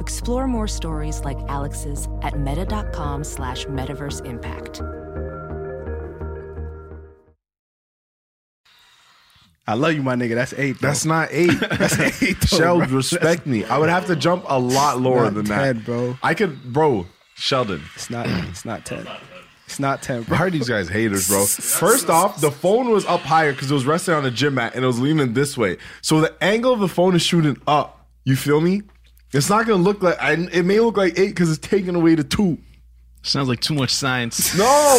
Speaker 9: Explore more stories like Alex's at meta.com slash metaverse impact.
Speaker 5: I love you, my nigga. That's eight.
Speaker 3: That's not eight. That's eight. Sheldon, respect me. I would have to jump a lot lower
Speaker 5: not
Speaker 3: than
Speaker 5: 10,
Speaker 3: that,
Speaker 5: bro.
Speaker 3: I could, bro. Sheldon,
Speaker 5: It's not. It's not ten. It's not ten,
Speaker 3: I
Speaker 5: bro.
Speaker 3: heard these guys haters, bro. First off, the phone was up higher because it was resting on the gym mat and it was leaning this way. So the angle of the phone is shooting up. You feel me? It's not gonna look like. I, it may look like eight because it's taking away the two.
Speaker 4: Sounds like too much science.
Speaker 3: No,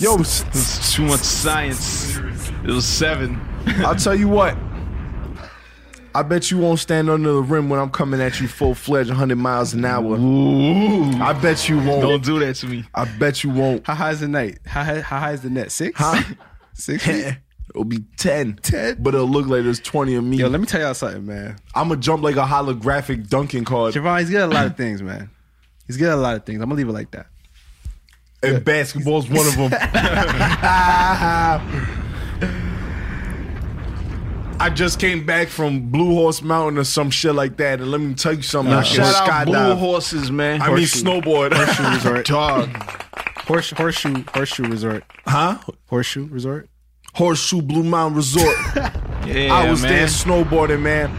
Speaker 3: yo, s-
Speaker 4: It's too much science. It was seven.
Speaker 3: I'll tell you what. I bet you won't stand under the rim when I'm coming at you full fledged, 100 miles an hour. I bet you won't.
Speaker 4: Don't do that to me.
Speaker 3: I bet you won't.
Speaker 5: How high is the night? How high, how high is the net? Six. Six. feet?
Speaker 3: It'll be 10.
Speaker 5: 10?
Speaker 3: But it'll look like there's 20 of me.
Speaker 5: Yo, let me tell y'all something, man.
Speaker 3: I'm going to jump like a holographic dunking card
Speaker 5: Javon, he's good at a lot of things, man. He's good at a lot of things. I'm gonna leave it like that.
Speaker 3: and basketball's one of them. I just came back from Blue Horse Mountain or some shit like that, and let me tell you something. I can
Speaker 4: Uh, Shout out Blue
Speaker 3: skydive.
Speaker 4: Horses, man.
Speaker 3: I mean snowboard.
Speaker 5: Resort.
Speaker 4: Dog.
Speaker 5: Horse, horseshoe, horseshoe resort.
Speaker 3: huh?
Speaker 5: Horseshoe resort.
Speaker 3: Horseshoe Blue Mountain Resort.
Speaker 4: Yeah,
Speaker 3: I was
Speaker 4: man.
Speaker 3: there snowboarding, man.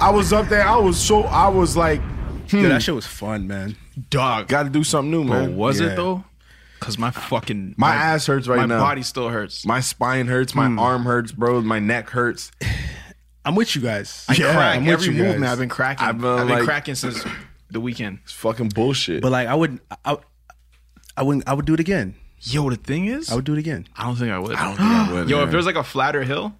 Speaker 3: I was up there. I was so I was like,
Speaker 5: Dude, that shit was fun, man.
Speaker 4: Dog.
Speaker 3: got to do something new,
Speaker 4: Bro,
Speaker 3: man.
Speaker 4: was
Speaker 5: Yeah.
Speaker 4: it though? Because my fucking
Speaker 3: My ass hurts right now.
Speaker 4: My body still hurts.
Speaker 3: My spine hurts. My
Speaker 5: Hmm.
Speaker 3: arm hurts, bro. My neck hurts.
Speaker 5: I'm with you guys.
Speaker 4: I crack
Speaker 5: I'm with
Speaker 4: every
Speaker 5: you guys.
Speaker 4: movement. I've been cracking.
Speaker 3: I've
Speaker 4: I've
Speaker 3: been
Speaker 4: been,
Speaker 3: like-
Speaker 4: cracking since the weekend.
Speaker 3: It's fucking bullshit.
Speaker 5: But like, I wouldn't. I, I wouldn't. I would do it again.
Speaker 4: Yo, the thing is,
Speaker 5: I would do it again.
Speaker 4: I don't think I would. I don't
Speaker 7: think I would,
Speaker 4: Yo,
Speaker 7: man.
Speaker 4: if there's like a flatter hill,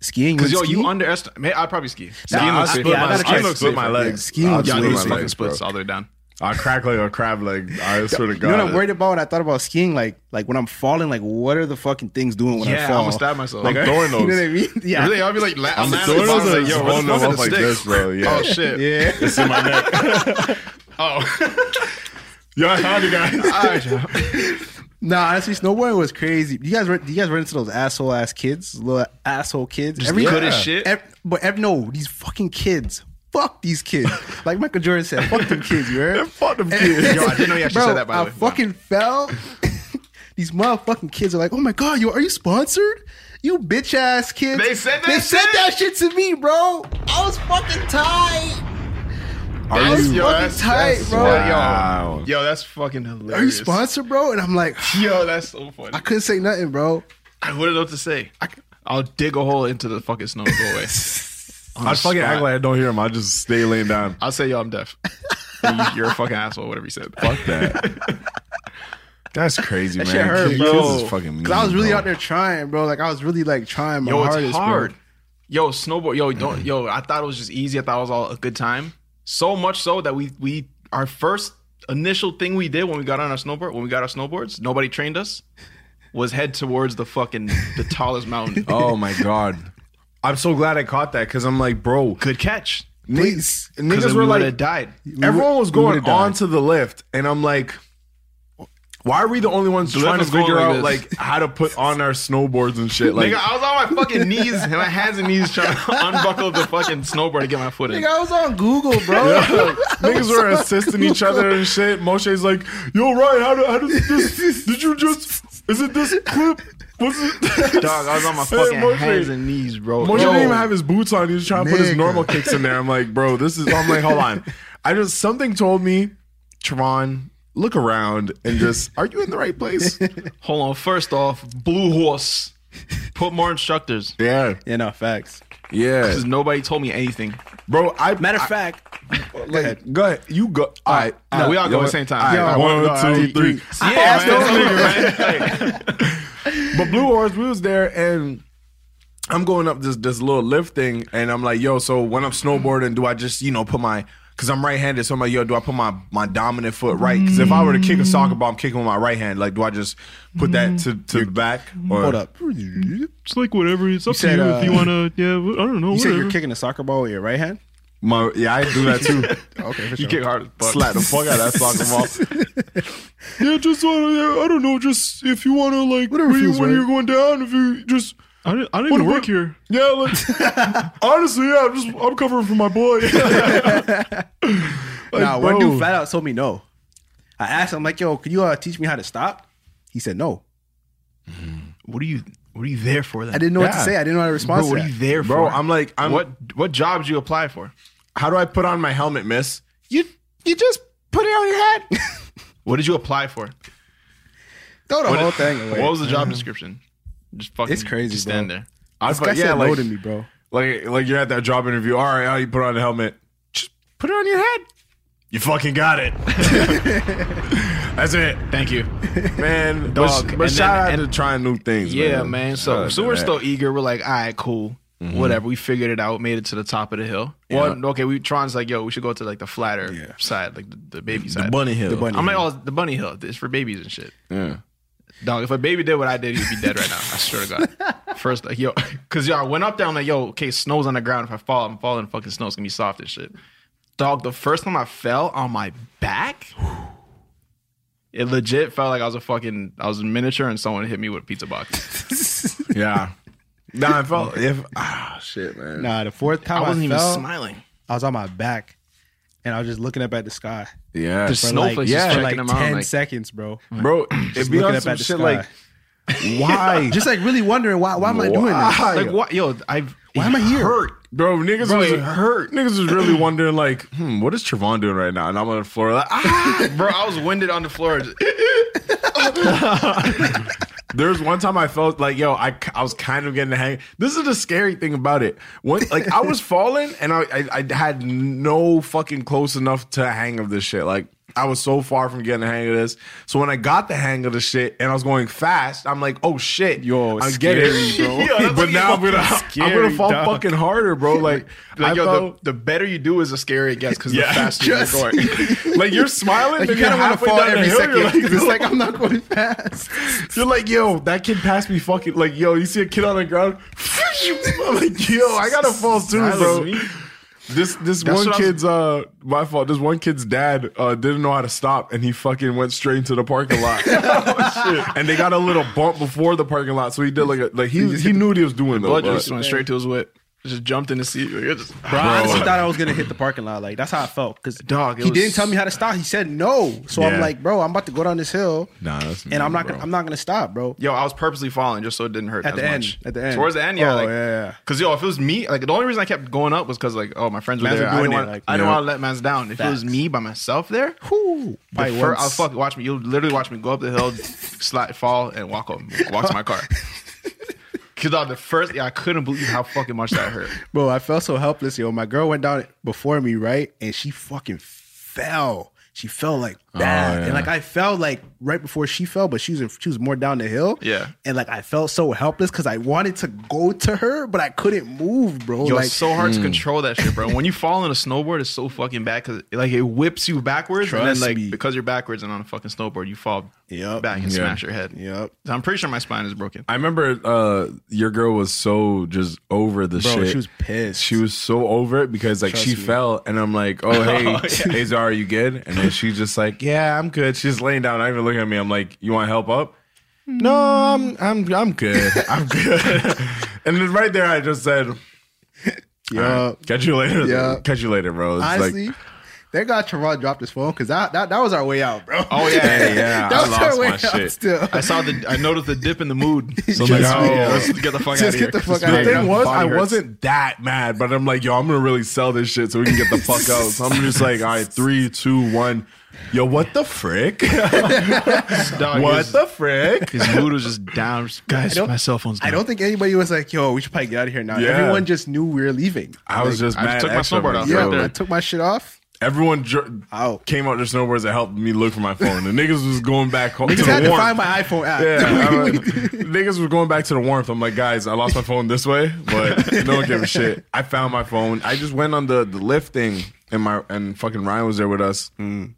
Speaker 5: Skiing.
Speaker 4: because yo,
Speaker 5: ski?
Speaker 4: you underestimate. man, I'd probably ski. Skiing
Speaker 3: Nah, I
Speaker 4: looks
Speaker 3: split
Speaker 4: safer.
Speaker 5: yeah, I
Speaker 3: my,
Speaker 5: gotta try
Speaker 3: I
Speaker 5: to
Speaker 3: split
Speaker 5: skate
Speaker 3: my
Speaker 5: for
Speaker 3: legs.
Speaker 5: that. Skiing
Speaker 3: I'll
Speaker 5: was
Speaker 4: Yeah, I
Speaker 3: split
Speaker 5: way
Speaker 4: do
Speaker 3: my
Speaker 5: safer.
Speaker 4: fucking
Speaker 3: legs, bro.
Speaker 4: splits all the way down.
Speaker 3: I crack like a crab leg. I swear to
Speaker 5: You
Speaker 3: God.
Speaker 5: know what I'm worried about? When I thought about skiing, like like when I'm falling, like what are the fucking things doing when
Speaker 4: Yeah,
Speaker 5: I
Speaker 4: I
Speaker 5: fall?
Speaker 4: almost stabbed myself.
Speaker 5: Like,
Speaker 4: I'm
Speaker 3: throwing
Speaker 5: You know
Speaker 3: those.
Speaker 5: what I mean? Yeah.
Speaker 4: Really, I'll be like, la- I'm laughing.
Speaker 3: throwing
Speaker 4: I was
Speaker 3: those
Speaker 4: like, yo,
Speaker 3: and
Speaker 4: where the
Speaker 3: throwing them
Speaker 4: fuck
Speaker 3: up
Speaker 4: are the
Speaker 3: like this,
Speaker 4: sticks?
Speaker 3: bro. Yeah.
Speaker 4: Oh shit.
Speaker 5: Yeah.
Speaker 3: It's in my neck.
Speaker 4: Oh,
Speaker 3: Yo, I found you guys.
Speaker 4: all right, yo.
Speaker 5: Nah, honestly, snowboarding was crazy. You guys, run, you guys run into those asshole ass kids, little asshole kids. Just
Speaker 4: good as shit?
Speaker 5: but ev- no, these fucking kids. Fuck these kids. Like Michael Jordan said, fuck them kids. You heard?
Speaker 3: Fuck them kids.
Speaker 4: Yo, I didn't know you actually
Speaker 5: Bro,
Speaker 4: said that. By the
Speaker 5: I
Speaker 4: way,
Speaker 5: fucking fell. These motherfucking kids are like, oh my god, yo, are you sponsored? You bitch ass kids.
Speaker 4: They said that
Speaker 5: They said
Speaker 4: shit?
Speaker 5: that shit to me, bro. I was fucking tied. I was
Speaker 4: Yo,
Speaker 5: fucking
Speaker 4: that's-
Speaker 5: tight,
Speaker 4: that's-
Speaker 5: bro.
Speaker 4: Wow. Yo, that's fucking hilarious.
Speaker 5: Are you sponsored, bro? And I'm like,
Speaker 4: Yo, that's so funny.
Speaker 5: I couldn't say nothing, bro.
Speaker 4: I wouldn't know what to say. I, will dig a hole into the fucking snow and go away.
Speaker 3: I fucking act like I don't hear him. I just stay laying down.
Speaker 4: I'll say, yo, I'm deaf. You- You're a fucking asshole, whatever you said. Fuck that.
Speaker 7: That's crazy, man.
Speaker 5: shit hurt,
Speaker 7: Kids-
Speaker 5: bro.
Speaker 7: kids is fucking mean,
Speaker 5: Cause I was really
Speaker 7: bro.
Speaker 5: out there trying, bro. Like I was really like trying my
Speaker 4: Yo, it's
Speaker 5: hardest. bro.
Speaker 4: hard. Yo, snowboard. Yo, don't. Yo, I thought it was just easy. I thought it was all a good time. So much so that we we our first initial thing we did when we got on our snowboard when we got our snowboards nobody trained us was head towards the fucking the tallest mountain.
Speaker 7: Oh my god.
Speaker 3: I'm so glad I caught that because I'm like, bro,
Speaker 4: good catch.
Speaker 3: Please,
Speaker 4: Because
Speaker 3: niggas
Speaker 4: we
Speaker 3: were
Speaker 4: would've
Speaker 3: like,
Speaker 4: died.
Speaker 3: Everyone was
Speaker 4: We would've
Speaker 3: going
Speaker 4: died.
Speaker 3: on to the left, and I'm like, why are we the only ones
Speaker 4: The left
Speaker 3: trying to
Speaker 4: was going
Speaker 3: figure
Speaker 4: like
Speaker 3: out
Speaker 4: this.
Speaker 3: like how to put on our snowboards and shit? Like,
Speaker 4: Nigga, I was on my fucking knees and my hands and knees trying to unbuckle the fucking snowboard to get my foot in.
Speaker 5: Nigga, I was on Google, bro.
Speaker 3: Yeah. Niggas were assisting each other and shit. Moshe's like, "Yo, Ryan, how, do, how does this? Did you just? Is it this clip? What's it?"
Speaker 4: Dog, I was on my
Speaker 3: Hey,
Speaker 4: fucking
Speaker 3: Moshe.
Speaker 4: hands and knees, bro.
Speaker 3: Moshe
Speaker 4: Oh, Yo.
Speaker 3: didn't even have his boots on. He was trying to put his
Speaker 4: Nigga.
Speaker 3: normal kicks in there. I'm like, bro, this is. I'm like, hold on. I just something told me, Tron, look around and just, are you in the right place?
Speaker 4: Hold on. First off, Blue Horse. Put more instructors.
Speaker 3: Yeah.
Speaker 5: Yeah, no, facts.
Speaker 3: Yeah.
Speaker 4: Because nobody told me anything.
Speaker 3: Bro, I
Speaker 5: matter of fact.
Speaker 3: Like, go ahead. You go. All right.
Speaker 4: No, we all go at the same time.
Speaker 3: All right,
Speaker 4: Yo,
Speaker 3: one,
Speaker 4: all
Speaker 3: two,
Speaker 4: right.
Speaker 3: three.
Speaker 4: Yeah,
Speaker 3: Ask
Speaker 4: man.
Speaker 3: those niggas, man. But Blue Horse, we was there and I'm going up this this little lift thing and I'm like, yo, so when I'm snowboarding, do I just, you know, put my Cause I'm right-handed, so I'm like, yo, do I put my my dominant foot right? Because if I were to kick a soccer ball, I'm kicking with my right hand. Like, do I just put that to to the back? Or
Speaker 5: Hold up.
Speaker 4: It's like whatever. It's up
Speaker 5: You said, uh,
Speaker 4: to. Yeah, wh- I don't know.
Speaker 5: You said you're kicking a soccer ball with your right hand?
Speaker 3: My yeah, I do that too.
Speaker 5: Okay, for
Speaker 4: You
Speaker 5: sure.
Speaker 4: kick hard as fuck.
Speaker 3: Slap the fuck out of that soccer ball.
Speaker 7: Yeah, just wanna, yeah, I don't know. Just if you want to, like, when, you,
Speaker 3: feels
Speaker 7: when
Speaker 3: right.
Speaker 7: you're going down, if you just.
Speaker 4: I didn't, I
Speaker 7: What about-
Speaker 4: here.
Speaker 3: Yeah, like, honestly, yeah, I'm just I'm covering for my boy.
Speaker 5: nah,
Speaker 3: bro.
Speaker 5: one dude flat out told me no. I asked him, like, yo, can you uh, teach me how to stop? He said no.
Speaker 4: What are you? What are you there for? Then
Speaker 5: I didn't know what
Speaker 3: Yeah.
Speaker 5: to say. I didn't know how to respond
Speaker 4: Bro,
Speaker 5: to
Speaker 4: what are
Speaker 5: that.
Speaker 4: you there for,
Speaker 3: Bro, I'm like, I'm
Speaker 4: what what jobs you apply for?
Speaker 3: How do I put on my helmet, miss? You you just put it on your head.
Speaker 4: What did you apply for?
Speaker 5: Throw the
Speaker 4: What-
Speaker 5: whole thing away.
Speaker 4: What was the job description? Just fucking.
Speaker 5: It's crazy,
Speaker 4: Just stand
Speaker 5: bro.
Speaker 4: there.
Speaker 3: I
Speaker 5: this guy
Speaker 3: put, yeah,
Speaker 5: said no
Speaker 3: like,
Speaker 5: to me, bro.
Speaker 3: like like you're at that job interview. All right, how you put on the helmet? Just put it on your head. You fucking got it. That's it,
Speaker 4: Thank you.
Speaker 3: man.
Speaker 4: Dog,
Speaker 3: But,
Speaker 4: and
Speaker 3: but shout
Speaker 4: then-
Speaker 3: out to
Speaker 4: and-
Speaker 3: trying new things.
Speaker 4: Yeah, man. So
Speaker 3: Shout out
Speaker 4: so
Speaker 3: to
Speaker 4: we're
Speaker 3: that.
Speaker 4: still eager. We're like, all right, cool, whatever. We figured it out. Made it to the top of the hill. Well, okay. We Tron's like, yo, we should go to like the flatter side, like the, the baby side,
Speaker 3: hill.
Speaker 5: The bunny.
Speaker 4: I'm like, oh, the bunny hill. It's for babies and shit.
Speaker 3: Yeah.
Speaker 4: Dog, if a baby did what I did, he'd be dead right now. I swear to God. First, like, yo, because yo, I went up there. I'm like, yo, okay, snow's on the ground. If I fall, I'm falling. in Fucking snow. It's gonna be soft and shit. Dog, the first time I fell on my back, it legit felt like I was a fucking, I was in miniature and someone hit me with a pizza box.
Speaker 3: Yeah. Nah, I felt if ah shit, man.
Speaker 5: Nah, the fourth time
Speaker 4: I
Speaker 5: I,
Speaker 4: wasn't even
Speaker 5: fell,
Speaker 4: smiling.
Speaker 5: I was on my back, and I was just looking up at the sky
Speaker 3: Yeah,
Speaker 4: The
Speaker 5: for
Speaker 4: snowflakes
Speaker 5: like,
Speaker 4: just
Speaker 5: for
Speaker 4: checking
Speaker 5: like
Speaker 4: them out.
Speaker 5: ten
Speaker 4: like,
Speaker 5: seconds, bro.
Speaker 3: bro. It'd
Speaker 5: Just
Speaker 3: be
Speaker 5: looking
Speaker 3: on
Speaker 5: up
Speaker 3: some
Speaker 5: at the
Speaker 3: shit
Speaker 5: sky.
Speaker 3: like why,
Speaker 5: Just like really wondering why. Why am I doing this?
Speaker 3: Why?
Speaker 4: like what? Yo, I've.
Speaker 5: Why am I here?
Speaker 4: Hurt.
Speaker 3: bro. Niggas
Speaker 4: Bro,
Speaker 3: was
Speaker 4: it
Speaker 3: hurt. Niggas was really wondering like, hmm, what is Trevon doing right now? And I'm on the floor like, ah.
Speaker 4: Bro, I was winded on the floor. Just-
Speaker 3: There's one time I felt like, yo, I, I was kind of getting the hang. This is the scary thing about it. When like I was falling and I, I I had no fucking close enough to hang of this shit. Like I was so far from getting the hang of this. So when I got the hang of the shit and I was going fast, I'm like, oh shit,
Speaker 5: Yo,
Speaker 3: I get it,
Speaker 5: scary, bro. Yo,
Speaker 4: that's
Speaker 3: but
Speaker 4: like
Speaker 3: now I'm gonna I'm
Speaker 5: scary,
Speaker 3: gonna fall
Speaker 5: dog.
Speaker 3: fucking harder, bro. Like,
Speaker 4: Like,
Speaker 3: I
Speaker 4: yo,
Speaker 3: felt-
Speaker 4: the, the better you do is a scary it gets because
Speaker 3: Yeah.
Speaker 4: the faster you're
Speaker 3: Just-
Speaker 4: going.
Speaker 3: like you're smiling,
Speaker 5: Like,
Speaker 3: and
Speaker 5: you
Speaker 3: you're
Speaker 5: kind of want to
Speaker 3: halfway
Speaker 5: fall
Speaker 3: down the
Speaker 5: every
Speaker 3: hill.
Speaker 5: second.
Speaker 3: You're like,
Speaker 5: 'cause it's
Speaker 3: yo.
Speaker 5: like I'm not going fast.
Speaker 3: You're like, yo, that kid passed me fucking like, yo, you see a kid on the ground. I'm like, yo, I gotta fall too,
Speaker 4: That was
Speaker 3: bro.
Speaker 4: me.
Speaker 3: This this
Speaker 4: That's
Speaker 3: one
Speaker 4: what I was-
Speaker 3: kid's uh my fault. This one kid's dad uh didn't know how to stop and he fucking went straight into the parking lot.
Speaker 4: Oh,
Speaker 3: And they got a little bump before the parking lot, so he did like a, like he he knew what he was doing though.
Speaker 4: Blood
Speaker 3: but-
Speaker 4: just went straight to his whip. Just jumped in the seat. Like, it just-
Speaker 5: Bro, I honestly thought I was gonna hit the parking lot. Like that's how I felt. Cause
Speaker 4: Dog, it
Speaker 5: he
Speaker 4: was-
Speaker 5: didn't tell me how to stop. He said no. So
Speaker 3: Yeah.
Speaker 5: I'm like, bro, I'm about to go down this hill,
Speaker 3: Nah, that's
Speaker 5: and I'm
Speaker 3: mean,
Speaker 5: not gonna,
Speaker 3: bro.
Speaker 5: I'm not gonna stop, bro.
Speaker 4: Yo, I was purposely falling just so it didn't hurt
Speaker 5: At
Speaker 4: as
Speaker 5: the end,
Speaker 4: much.
Speaker 5: at the end.
Speaker 4: towards the end, yeah,
Speaker 5: Oh,
Speaker 4: like,
Speaker 5: yeah, yeah.
Speaker 4: Cause yo, if it was me, like the only reason I kept going up was because like, oh, my friends were
Speaker 5: Man's
Speaker 4: there.
Speaker 5: were
Speaker 4: I
Speaker 5: doing
Speaker 4: didn't
Speaker 5: it,
Speaker 4: want,
Speaker 5: like,
Speaker 4: I didn't
Speaker 5: yeah.
Speaker 4: want to let man's down. If it was
Speaker 5: Facts.
Speaker 4: me by myself there,
Speaker 5: Whew.
Speaker 4: the
Speaker 5: Probably
Speaker 4: fir-
Speaker 5: once.
Speaker 4: I'll fuck watch me. You'll literally watch me go up the hill, slide, fall, and walk home. Walk to my car. Cause dog, the first, yeah, I couldn't believe how fucking much that hurt.
Speaker 5: Bro, I felt so helpless, yo. My girl went down before me, right? And she fucking fell. She fell like
Speaker 4: Oh,
Speaker 5: bad.
Speaker 3: yeah.
Speaker 5: And like I fell like right before she fell, but she was in, she was more down the hill.
Speaker 4: Yeah.
Speaker 5: And like I felt so helpless because I wanted to go to her, but I couldn't move, bro.
Speaker 4: Yo,
Speaker 5: like
Speaker 4: it's so hard to control that shit, bro. When you fall on a snowboard, it's so fucking bad because like it whips you backwards, and then
Speaker 5: Trust
Speaker 4: like
Speaker 5: me.
Speaker 4: because you're backwards and on a fucking snowboard, you fall
Speaker 5: Yep.
Speaker 4: Back and
Speaker 3: Yeah.
Speaker 4: smash your head.
Speaker 5: Yep.
Speaker 4: I'm pretty sure my spine is broken.
Speaker 3: I remember uh, your girl was so just over the
Speaker 4: Bro,
Speaker 3: shit.
Speaker 4: she was
Speaker 3: pissed. She was so over it because like
Speaker 4: Trust
Speaker 3: she
Speaker 4: me.
Speaker 3: fell, and I'm like, oh hey,
Speaker 4: Oh, yeah.
Speaker 3: hey Zara, you good? And then she's just like, yeah, I'm good. She's laying down. I even look at me. I'm like, you want help up? No, I'm I'm I'm good. I'm good. and then right there, I just said, yeah, catch you later.
Speaker 5: Yeah.
Speaker 3: catch you later, bro. It's
Speaker 5: Honestly,
Speaker 3: like,
Speaker 5: thank God Trevon dropped his phone because that, that that was our way out, bro.
Speaker 4: Oh yeah, yeah.
Speaker 5: that was our way out. Still,
Speaker 4: I saw the. I noticed the dip in the mood. So
Speaker 3: Just-
Speaker 4: like, oh,
Speaker 3: yeah.
Speaker 4: let's get the fuck
Speaker 3: Just
Speaker 4: out of here.
Speaker 3: get the fuck outta here. thing was, I wasn't
Speaker 7: that
Speaker 3: mad, but I'm like, yo, I'm gonna really sell this shit so we can get the fuck out. So I'm just like, all right, three, two, one. Yo, what the frick?
Speaker 4: Dog,
Speaker 3: what
Speaker 4: his-
Speaker 3: the frick?
Speaker 4: His mood was just down. Just, Guys, my cell phone's
Speaker 5: I
Speaker 4: down.
Speaker 5: don't think anybody was like, "Yo, we should probably get out of here now."
Speaker 3: Yeah.
Speaker 5: Everyone just knew we were leaving.
Speaker 3: I was
Speaker 5: Like,
Speaker 3: just mad. extra, man.
Speaker 5: Yeah,
Speaker 3: Yo,
Speaker 5: I took my shit off.
Speaker 3: Everyone jer- came out their snowboards and helped me look for my phone. The niggas was going back home.
Speaker 5: Niggas
Speaker 3: the
Speaker 5: had to
Speaker 3: warmth.
Speaker 5: find my iPhone app.
Speaker 3: Yeah, I was- niggas was going back to the warmth. I'm like, guys, I lost my phone this way, but no one gave a shit. I found my phone. I just went on the the lift thing, and my and fucking Ryan was there with us.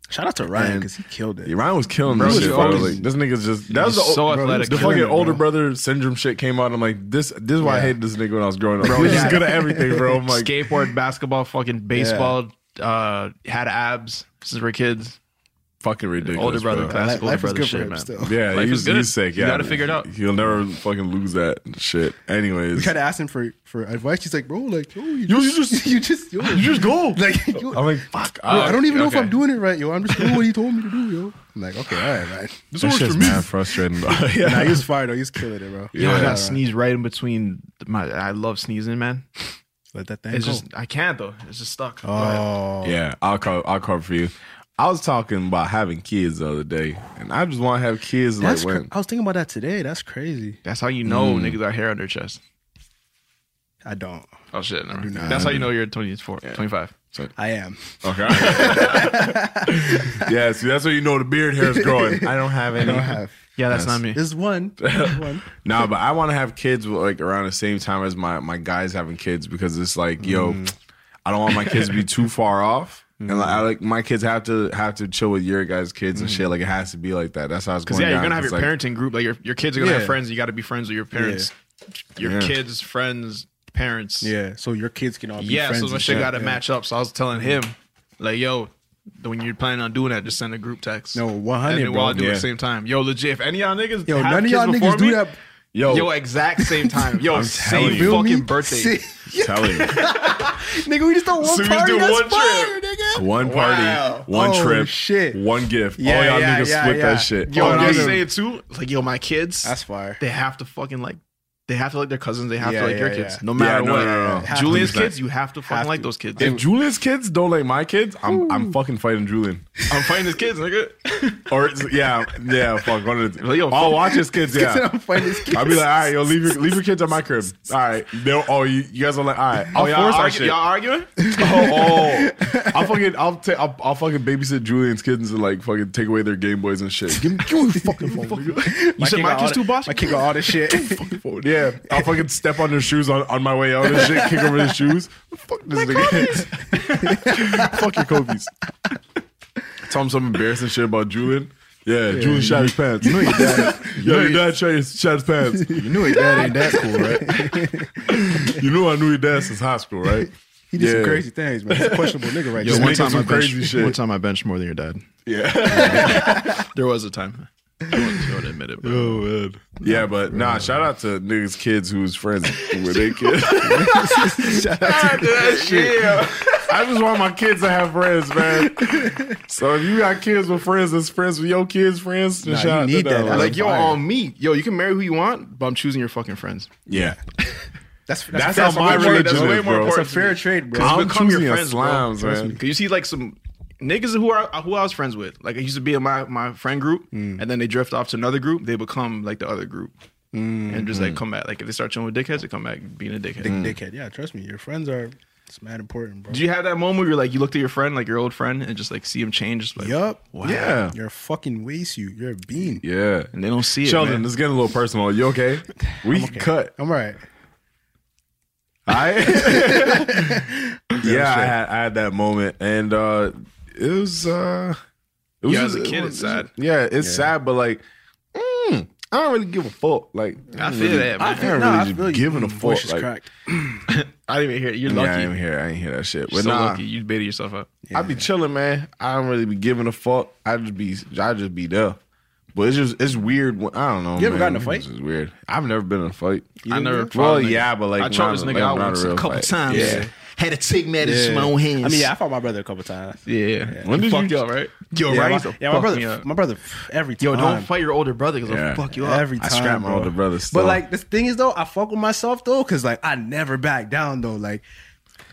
Speaker 5: Shout out to Ryan because he killed it.
Speaker 3: Ryan was killing
Speaker 5: Bro,
Speaker 3: this
Speaker 5: he
Speaker 3: shit,
Speaker 5: always-
Speaker 3: bro. Like, this nigga's just that was
Speaker 5: He's
Speaker 3: the,
Speaker 5: so
Speaker 3: bro,
Speaker 5: athletic,
Speaker 3: The
Speaker 5: killing
Speaker 3: fucking
Speaker 5: it, bro.
Speaker 3: older brother syndrome shit came out. I'm like, this this is why I hated this nigga when I was growing up.
Speaker 4: Bro,
Speaker 3: Bro, he's
Speaker 4: yeah.
Speaker 3: just good at everything, bro. I'm like,
Speaker 4: skateboard, basketball, fucking baseball. Uh, had abs since we were kids.
Speaker 3: Fucking ridiculous.
Speaker 4: Older brother,
Speaker 3: bro.
Speaker 4: classic older brother shit, man.
Speaker 3: Yeah,
Speaker 4: life
Speaker 3: he's,
Speaker 4: is good.
Speaker 3: he's sick. Yeah,
Speaker 4: you gotta figure it out.
Speaker 3: He'll never fucking lose that shit. Anyways,
Speaker 5: We tried to ask him for for advice. He's like, "Bro, like, yo, you,
Speaker 3: Yo,
Speaker 5: just, you just yo, you just
Speaker 3: go."
Speaker 5: Like, yo,
Speaker 3: I'm like, fuck.
Speaker 5: yo, I don't even know if
Speaker 3: okay.
Speaker 5: I'm doing it right, yo. I'm just doing what he told me to do, yo. I'm like, okay, all right, man.
Speaker 3: This That works shit's for me. mad frustrating, bro.
Speaker 5: yeah.
Speaker 3: Yeah.
Speaker 5: Nah, he was fired. though. He was killing it, bro.
Speaker 4: Yo, I got sneeze right in between my. I love sneezing, man.
Speaker 5: Let that Oh,
Speaker 4: It's just I can't though. It's just stuck.
Speaker 3: Yeah, I'll call. I'll call for you. I was talking about having kids the other day, and I just want to have kids
Speaker 5: That's
Speaker 3: like
Speaker 5: cra-
Speaker 3: when
Speaker 5: I was thinking about that today. That's crazy.
Speaker 4: That's how you know
Speaker 3: Mm.
Speaker 4: niggas got hair on their chest.
Speaker 5: I don't.
Speaker 4: Oh shit, never.
Speaker 5: do not.
Speaker 4: That's how you know you're 24, 25.
Speaker 5: I am.
Speaker 3: Okay. yeah, see, that's how you know the beard hair is growing. I don't have
Speaker 4: I
Speaker 3: any.
Speaker 4: don't have. Yeah, that's not me.
Speaker 5: There's one. There's one.
Speaker 3: Nah, but I want to have kids with, like around the same time as my my guys having kids because it's like, yo, I don't want my kids to be too far off. And like, I like my kids have to have to chill with your guys' kids and shit. Like it has to be like that. That's how it's
Speaker 4: Because
Speaker 3: going.
Speaker 4: yeah, you're
Speaker 3: down.
Speaker 4: gonna have your
Speaker 3: Mm. 'Cause, like,
Speaker 4: parenting group. Like your, your kids are gonna
Speaker 3: Yeah.
Speaker 4: have friends. You got to be friends with your parents, your
Speaker 3: Yeah.
Speaker 4: kids, friends, parents.
Speaker 5: Yeah, so your kids can all be
Speaker 4: yeah.
Speaker 5: friends.
Speaker 4: So my
Speaker 5: and
Speaker 4: shit got to
Speaker 5: yeah.
Speaker 4: match up. So I was telling him, like, yo, when you're planning on doing that, just send a group text.
Speaker 5: No, 100,
Speaker 4: And then we'll all
Speaker 5: bro.
Speaker 4: do it at
Speaker 5: Yeah.
Speaker 4: the same time. Yo, legit. If any of y'all niggas,
Speaker 5: Yo,
Speaker 4: have
Speaker 5: none of
Speaker 4: kids
Speaker 5: y'all
Speaker 4: before
Speaker 5: niggas
Speaker 4: me,
Speaker 5: do that.
Speaker 3: Yo.
Speaker 4: yo, exact same time. Yo,
Speaker 3: I'm telling
Speaker 4: same
Speaker 3: you. Feel
Speaker 4: fucking
Speaker 3: me?
Speaker 4: birthday.
Speaker 3: See? telling you.
Speaker 5: Nigga, we just don't
Speaker 3: So
Speaker 5: one
Speaker 3: we just
Speaker 5: party.
Speaker 3: do
Speaker 5: That's
Speaker 3: one
Speaker 5: fire, nigga.
Speaker 3: One party,
Speaker 5: Wow.
Speaker 3: one
Speaker 5: Oh,
Speaker 3: trip,
Speaker 5: shit.
Speaker 3: one gift.
Speaker 5: Yeah,
Speaker 3: All y'all
Speaker 5: yeah,
Speaker 3: niggas
Speaker 5: yeah,
Speaker 3: split
Speaker 5: yeah.
Speaker 3: that shit.
Speaker 4: Yo,
Speaker 3: All
Speaker 4: and I
Speaker 3: y'all
Speaker 4: was
Speaker 3: niggas-
Speaker 4: saying too, like yo, my kids.
Speaker 5: That's fire.
Speaker 4: They have to fucking like. They have to like their cousins. They have
Speaker 5: Yeah,
Speaker 4: to like your
Speaker 5: yeah,
Speaker 4: kids,
Speaker 5: yeah.
Speaker 4: no
Speaker 3: Yeah,
Speaker 4: matter
Speaker 3: no, no,
Speaker 4: what.
Speaker 3: no, no.
Speaker 4: Julian's
Speaker 3: 100%.
Speaker 4: kids, you have to fucking like those kids.
Speaker 3: If Julian's kids don't like my kids, I'm I'm fucking fighting Julian.
Speaker 4: I'm fighting his kids, nigga.
Speaker 3: Or it's- yeah, yeah, fuck. One of the,
Speaker 4: yo,
Speaker 3: I'll
Speaker 4: fuck.
Speaker 3: watch his kids. Yeah,
Speaker 5: I'm fighting his kids.
Speaker 3: I'll be like, all right, yo, leave your leave your kids at my crib. All right, they'll. Oh, you, you guys are like, all right. Oh,
Speaker 4: I'll
Speaker 3: y'all,
Speaker 4: force
Speaker 3: our
Speaker 4: argu-
Speaker 3: shit.
Speaker 4: y'all arguing?
Speaker 3: Oh, oh. I'll fucking I'll take I'll, I'll fucking babysit Julian's kids and like fucking take away their Game Boys and shit. Give me, give me your fucking phone. nigga.
Speaker 4: You said my
Speaker 5: got
Speaker 4: kids
Speaker 5: all
Speaker 4: too
Speaker 5: the-
Speaker 4: bossy.
Speaker 5: My kid got all this shit.
Speaker 3: Phone. Yeah, I'll fucking step on their shoes on, on my way out and shit. Kick over their shoes. Fuck this nigga. Fuck your Kobe's. Tell him some embarrassing shit about Julian. Yeah, Julian shot his pants.
Speaker 7: know your dad- you
Speaker 3: Yeah,
Speaker 7: know
Speaker 3: your
Speaker 7: your-
Speaker 3: dad shot his, shot his pants.
Speaker 7: You knew it. That ain't that cool, right?
Speaker 3: You know I knew your dad since high school, right?
Speaker 5: He did
Speaker 3: Yeah.
Speaker 5: some crazy things, man. He's a questionable nigga right
Speaker 3: Yo,
Speaker 5: now.
Speaker 3: one time I benched- one
Speaker 4: time I benched more than your dad.
Speaker 3: Yeah.
Speaker 4: There was a time. I don't don't admit it, bro.
Speaker 3: Oh man. Yeah, but nah, shout out to niggas kids who's friends with their kids. Yeah. I just want my kids to have friends, man. So if you got kids with friends that's friends with your kids' friends, then
Speaker 5: Nah,
Speaker 3: shout
Speaker 5: you
Speaker 3: out to
Speaker 5: need that.
Speaker 3: them.
Speaker 5: That's
Speaker 4: Like, yo,
Speaker 5: fire.
Speaker 4: on me. Yo, you can marry who you want, but I'm choosing your fucking friends.
Speaker 3: Yeah.
Speaker 5: That's, that's,
Speaker 3: That's
Speaker 5: that's
Speaker 3: how my
Speaker 5: way more-
Speaker 3: religion
Speaker 5: that's way
Speaker 3: is,
Speaker 5: more important.
Speaker 3: bro.
Speaker 5: It's
Speaker 3: That's a
Speaker 5: a
Speaker 3: fair
Speaker 5: fair trade, bro.
Speaker 3: I'm
Speaker 4: become your
Speaker 3: choosing
Speaker 4: friends, bro.
Speaker 3: Islam's,
Speaker 4: Trust
Speaker 3: man.
Speaker 4: me. 'Cause you see, like, some niggas who are who I was friends with. Like, I used to be in my, my friend group, and then they drift off to another group. They become, like, the other group. And just, like, come back. Like, if they start chilling with dickheads, they come back being a dickhead.
Speaker 5: Dickhead, yeah, trust me. Your friends are it's mad important, bro.
Speaker 4: Do you have that moment where you're like, you looked at your friend, like your old friend, and just like see him change? Just like,
Speaker 5: Yup.
Speaker 4: Wow.
Speaker 3: Yeah.
Speaker 5: You're a fucking waste, you. You're a bean.
Speaker 3: Yeah.
Speaker 4: And they don't see it.
Speaker 3: Sheldon,
Speaker 4: man.
Speaker 3: it's getting a little personal. You okay? We can cut.
Speaker 5: I'm all right.
Speaker 3: I yeah, I had, I had that moment, and uh, it was uh, it It was
Speaker 4: Yeah,
Speaker 3: just-
Speaker 4: as a
Speaker 3: it
Speaker 4: kid,
Speaker 3: was-
Speaker 4: it's sad.
Speaker 3: Yeah, it's sad, but like, mm, I don't really give a fuck. Like,
Speaker 4: I
Speaker 3: don't
Speaker 4: feel
Speaker 3: really-
Speaker 4: that, man.
Speaker 3: I
Speaker 4: I feel-
Speaker 3: feel,
Speaker 4: no, I
Speaker 3: not
Speaker 4: feel
Speaker 3: really
Speaker 4: you.
Speaker 3: giving a
Speaker 4: Your voice
Speaker 3: fuck.
Speaker 4: is
Speaker 3: like,
Speaker 4: cracked. I didn't even hear it. You're
Speaker 3: yeah,
Speaker 4: lucky.
Speaker 3: I didn't hear. I didn't hear that shit.
Speaker 4: You're
Speaker 3: But
Speaker 4: so
Speaker 3: nah,
Speaker 4: lucky. You better yourself up.
Speaker 3: I be chilling, man. I don't really be giving a fuck. I just be, I just be there. But it's just, it's weird. When, I don't know.
Speaker 4: You ever
Speaker 3: man.
Speaker 4: gotten in a
Speaker 3: It's
Speaker 4: fight?
Speaker 3: just weird. I've never been in a fight.
Speaker 4: I never.
Speaker 3: Well,
Speaker 4: fought a nigga.
Speaker 3: yeah, but like
Speaker 4: I
Speaker 3: not
Speaker 4: choked this
Speaker 3: a-
Speaker 4: nigga
Speaker 3: like,
Speaker 4: out
Speaker 3: not
Speaker 4: once
Speaker 3: real
Speaker 4: a couple
Speaker 3: fight.
Speaker 4: times.
Speaker 3: Yeah.
Speaker 4: Had to take matters in my own hands.
Speaker 5: I mean, yeah, I fought my brother a couple times.
Speaker 4: Yeah. When
Speaker 5: He
Speaker 4: did you
Speaker 5: fucked-
Speaker 4: y'all right? Yo,
Speaker 5: yeah,
Speaker 4: right?
Speaker 5: My,
Speaker 4: Used to
Speaker 5: yeah, my
Speaker 4: fuck
Speaker 5: brother.
Speaker 4: me up.
Speaker 5: My brother. Every time.
Speaker 4: Yo, don't fight your older brother because
Speaker 5: Yeah.
Speaker 4: I'll fuck you up.
Speaker 5: Every
Speaker 3: I
Speaker 5: time,
Speaker 3: scrapped my
Speaker 5: bro.
Speaker 3: older brother. Still.
Speaker 5: But like the thing is though, I fuck with myself though, cause like I never back down though. Like,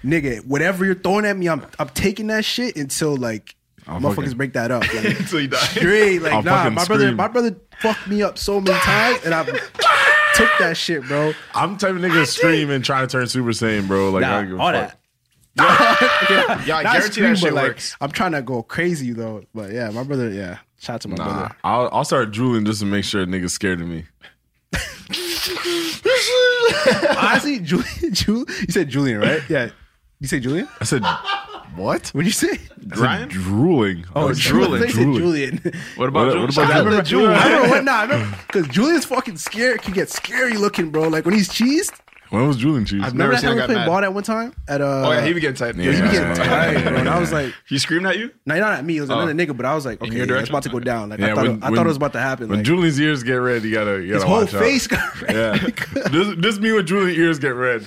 Speaker 5: nigga, whatever you're throwing at me, I'm I'm taking that shit until like motherfuckers
Speaker 3: fucking-
Speaker 5: break that up. Like,
Speaker 4: Until you die.
Speaker 5: straight, like
Speaker 3: I'll
Speaker 5: nah,
Speaker 3: fucking
Speaker 5: my brother,
Speaker 3: scream.
Speaker 5: my brother fucked me up so many times, and I took that shit, bro.
Speaker 3: I'm the type of nigga to scream and try to turn Super Saiyan, bro. Like, I
Speaker 5: Nah,
Speaker 3: don't give a
Speaker 5: all
Speaker 3: fuck.
Speaker 5: that. yeah,
Speaker 4: I
Speaker 5: not
Speaker 4: guarantee
Speaker 5: scream,
Speaker 4: that shit
Speaker 5: but, like,
Speaker 4: works.
Speaker 5: I'm trying to go crazy though, but yeah, my brother, yeah. Shout out to my
Speaker 3: Nah,
Speaker 5: brother.
Speaker 3: I'll, I'll start drooling just to make sure niggas scared of me.
Speaker 5: Honestly, Julian, Jul- you said Julian, right? Yeah, you say Julian.
Speaker 3: I said, what?
Speaker 5: What'd you say?
Speaker 3: I said drooling. I was
Speaker 5: Oh, They said Julian.
Speaker 4: What about
Speaker 3: Oh, What- what about
Speaker 4: June? Shout
Speaker 3: that?
Speaker 4: out
Speaker 5: I remember
Speaker 4: to June.
Speaker 5: Julian. I remember when, nah, I remember because Julian's fucking scary. Can get scary looking, bro. Like when he's cheesed.
Speaker 3: When was drooling cheese?
Speaker 4: I've
Speaker 5: Remember
Speaker 4: never
Speaker 5: that
Speaker 4: seen
Speaker 5: time
Speaker 4: him
Speaker 5: we
Speaker 4: got
Speaker 5: played
Speaker 4: mad.
Speaker 5: ball at one time at uh.
Speaker 4: Oh yeah, he be getting tight.
Speaker 5: yeah, he be getting
Speaker 3: Yeah.
Speaker 5: tired, bro. And I was like,
Speaker 4: He screamed at you.
Speaker 5: no, not at me. It was another nigga, but I was like, okay,
Speaker 4: your
Speaker 5: yeah, it's
Speaker 4: direction?
Speaker 5: about to go down. Like I thought, it, I thought it was about to happen.
Speaker 3: When
Speaker 5: Like,
Speaker 3: Julian's ears get red, you gotta, you gotta
Speaker 5: his whole
Speaker 3: watch out.
Speaker 5: face got red.
Speaker 3: Yeah, this, this me when Julian's ears get red.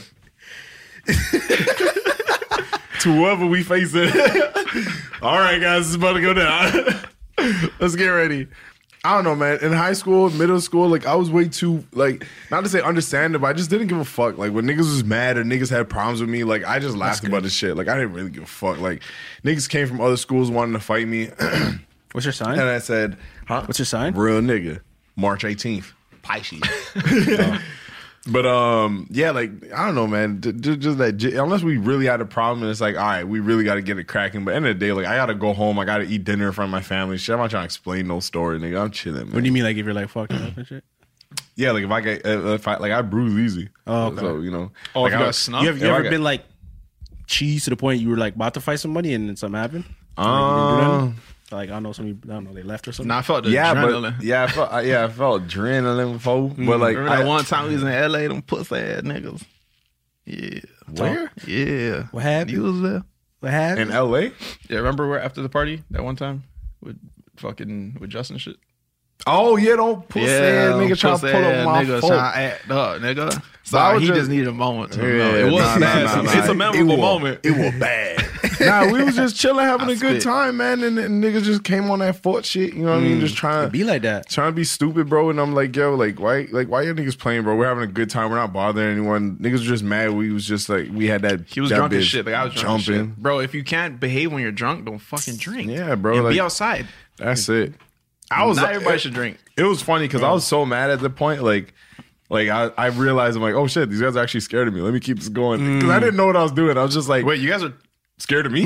Speaker 3: to whoever we facing. All right, guys, it's about to go down. Let's get ready. I don't know, man. In high school, middle school, like I was way too like not to say understandable. I just didn't give a fuck. Like when niggas was mad or niggas had problems with me, like I just laughed about the shit. Like I didn't really give a fuck. Like niggas came from other schools wanting to fight me, and
Speaker 5: What's your sign?
Speaker 3: I said, "Huh?
Speaker 5: What's your sign?
Speaker 3: Real nigga, March 18th, Pisces." Uh,
Speaker 5: Oh.
Speaker 3: But um, yeah, like I don't know, man. J- j- just that, j- unless we really had a problem, and it's like, all right, we really got to get it cracking. But end of the day, like I gotta go home. I gotta eat dinner in front of my family. Shit, I'm not trying to explain no story, nigga. I'm chilling. Man.
Speaker 5: What do you mean, like if you're like fucked up and shit?
Speaker 3: Yeah, like if I get uh, if I like I bruise easy.
Speaker 5: Oh, okay.
Speaker 3: so you know.
Speaker 4: Oh,
Speaker 3: like,
Speaker 4: if you
Speaker 3: I-
Speaker 4: got snuck?
Speaker 5: You have you
Speaker 3: if I
Speaker 5: ever
Speaker 3: got-
Speaker 5: been like cheesed to the point you were like about to fight somebody and then something happened?
Speaker 3: Um,
Speaker 5: like I know somebody, I don't know, they left or something.
Speaker 4: Nah, I felt the
Speaker 3: yeah,
Speaker 4: adrenaline.
Speaker 3: but yeah, I felt I- yeah, I felt adrenaline before,
Speaker 5: Mm,
Speaker 3: but like
Speaker 4: Remember
Speaker 3: I-
Speaker 4: that one time we was in LA, them pussy ass niggas. Yeah.
Speaker 5: Where?
Speaker 4: Yeah.
Speaker 5: What happened?
Speaker 4: You was there.
Speaker 5: What
Speaker 3: in
Speaker 5: happened?
Speaker 3: L.A.
Speaker 4: Yeah, remember where after the party that one time with fucking with Justin shit?
Speaker 3: Oh yeah, don't pussy ass nigga trying to
Speaker 4: pussy
Speaker 3: pull up
Speaker 4: ass
Speaker 3: my
Speaker 4: nigga
Speaker 3: phone.
Speaker 4: trying to act up, nigga.
Speaker 3: I
Speaker 4: Sorry,
Speaker 3: was
Speaker 4: he
Speaker 3: just-
Speaker 4: just needed a moment. To
Speaker 3: Yeah,
Speaker 4: know. It was
Speaker 3: nah, nah,
Speaker 4: nasty.
Speaker 3: nah, nah.
Speaker 4: It's a
Speaker 3: It
Speaker 4: memorable
Speaker 3: was-
Speaker 4: moment.
Speaker 3: It was bad. nah, we was just chilling, having
Speaker 4: I
Speaker 3: a good
Speaker 4: spit. Mm.
Speaker 3: time, man. And, and niggas just came on that fort shit. You know what I mean? Just trying
Speaker 5: Be like that.
Speaker 3: trying to be stupid, bro. And I'm like, yo, like why, like why you niggas playing, bro? We're having a good time. We're not bothering anyone. Niggas were just mad. We was just like, we had that.
Speaker 4: He was
Speaker 3: that
Speaker 4: drunk as
Speaker 3: bitch
Speaker 4: shit. Like I was drunk as shit. bro. If you can't behave when you're drunk, don't fucking drink.
Speaker 3: Yeah, bro,
Speaker 4: And
Speaker 3: like-
Speaker 4: be outside.
Speaker 3: That's it. I was.
Speaker 4: Not everybody should drink.
Speaker 3: It was funny because I was so mad at the point, like. Like I, I realized I'm like, oh shit, these guys are actually scared of me. Let me keep this going because I didn't know what I was doing. I was just like,
Speaker 4: Mm. Wait, you guys are
Speaker 3: scared of me?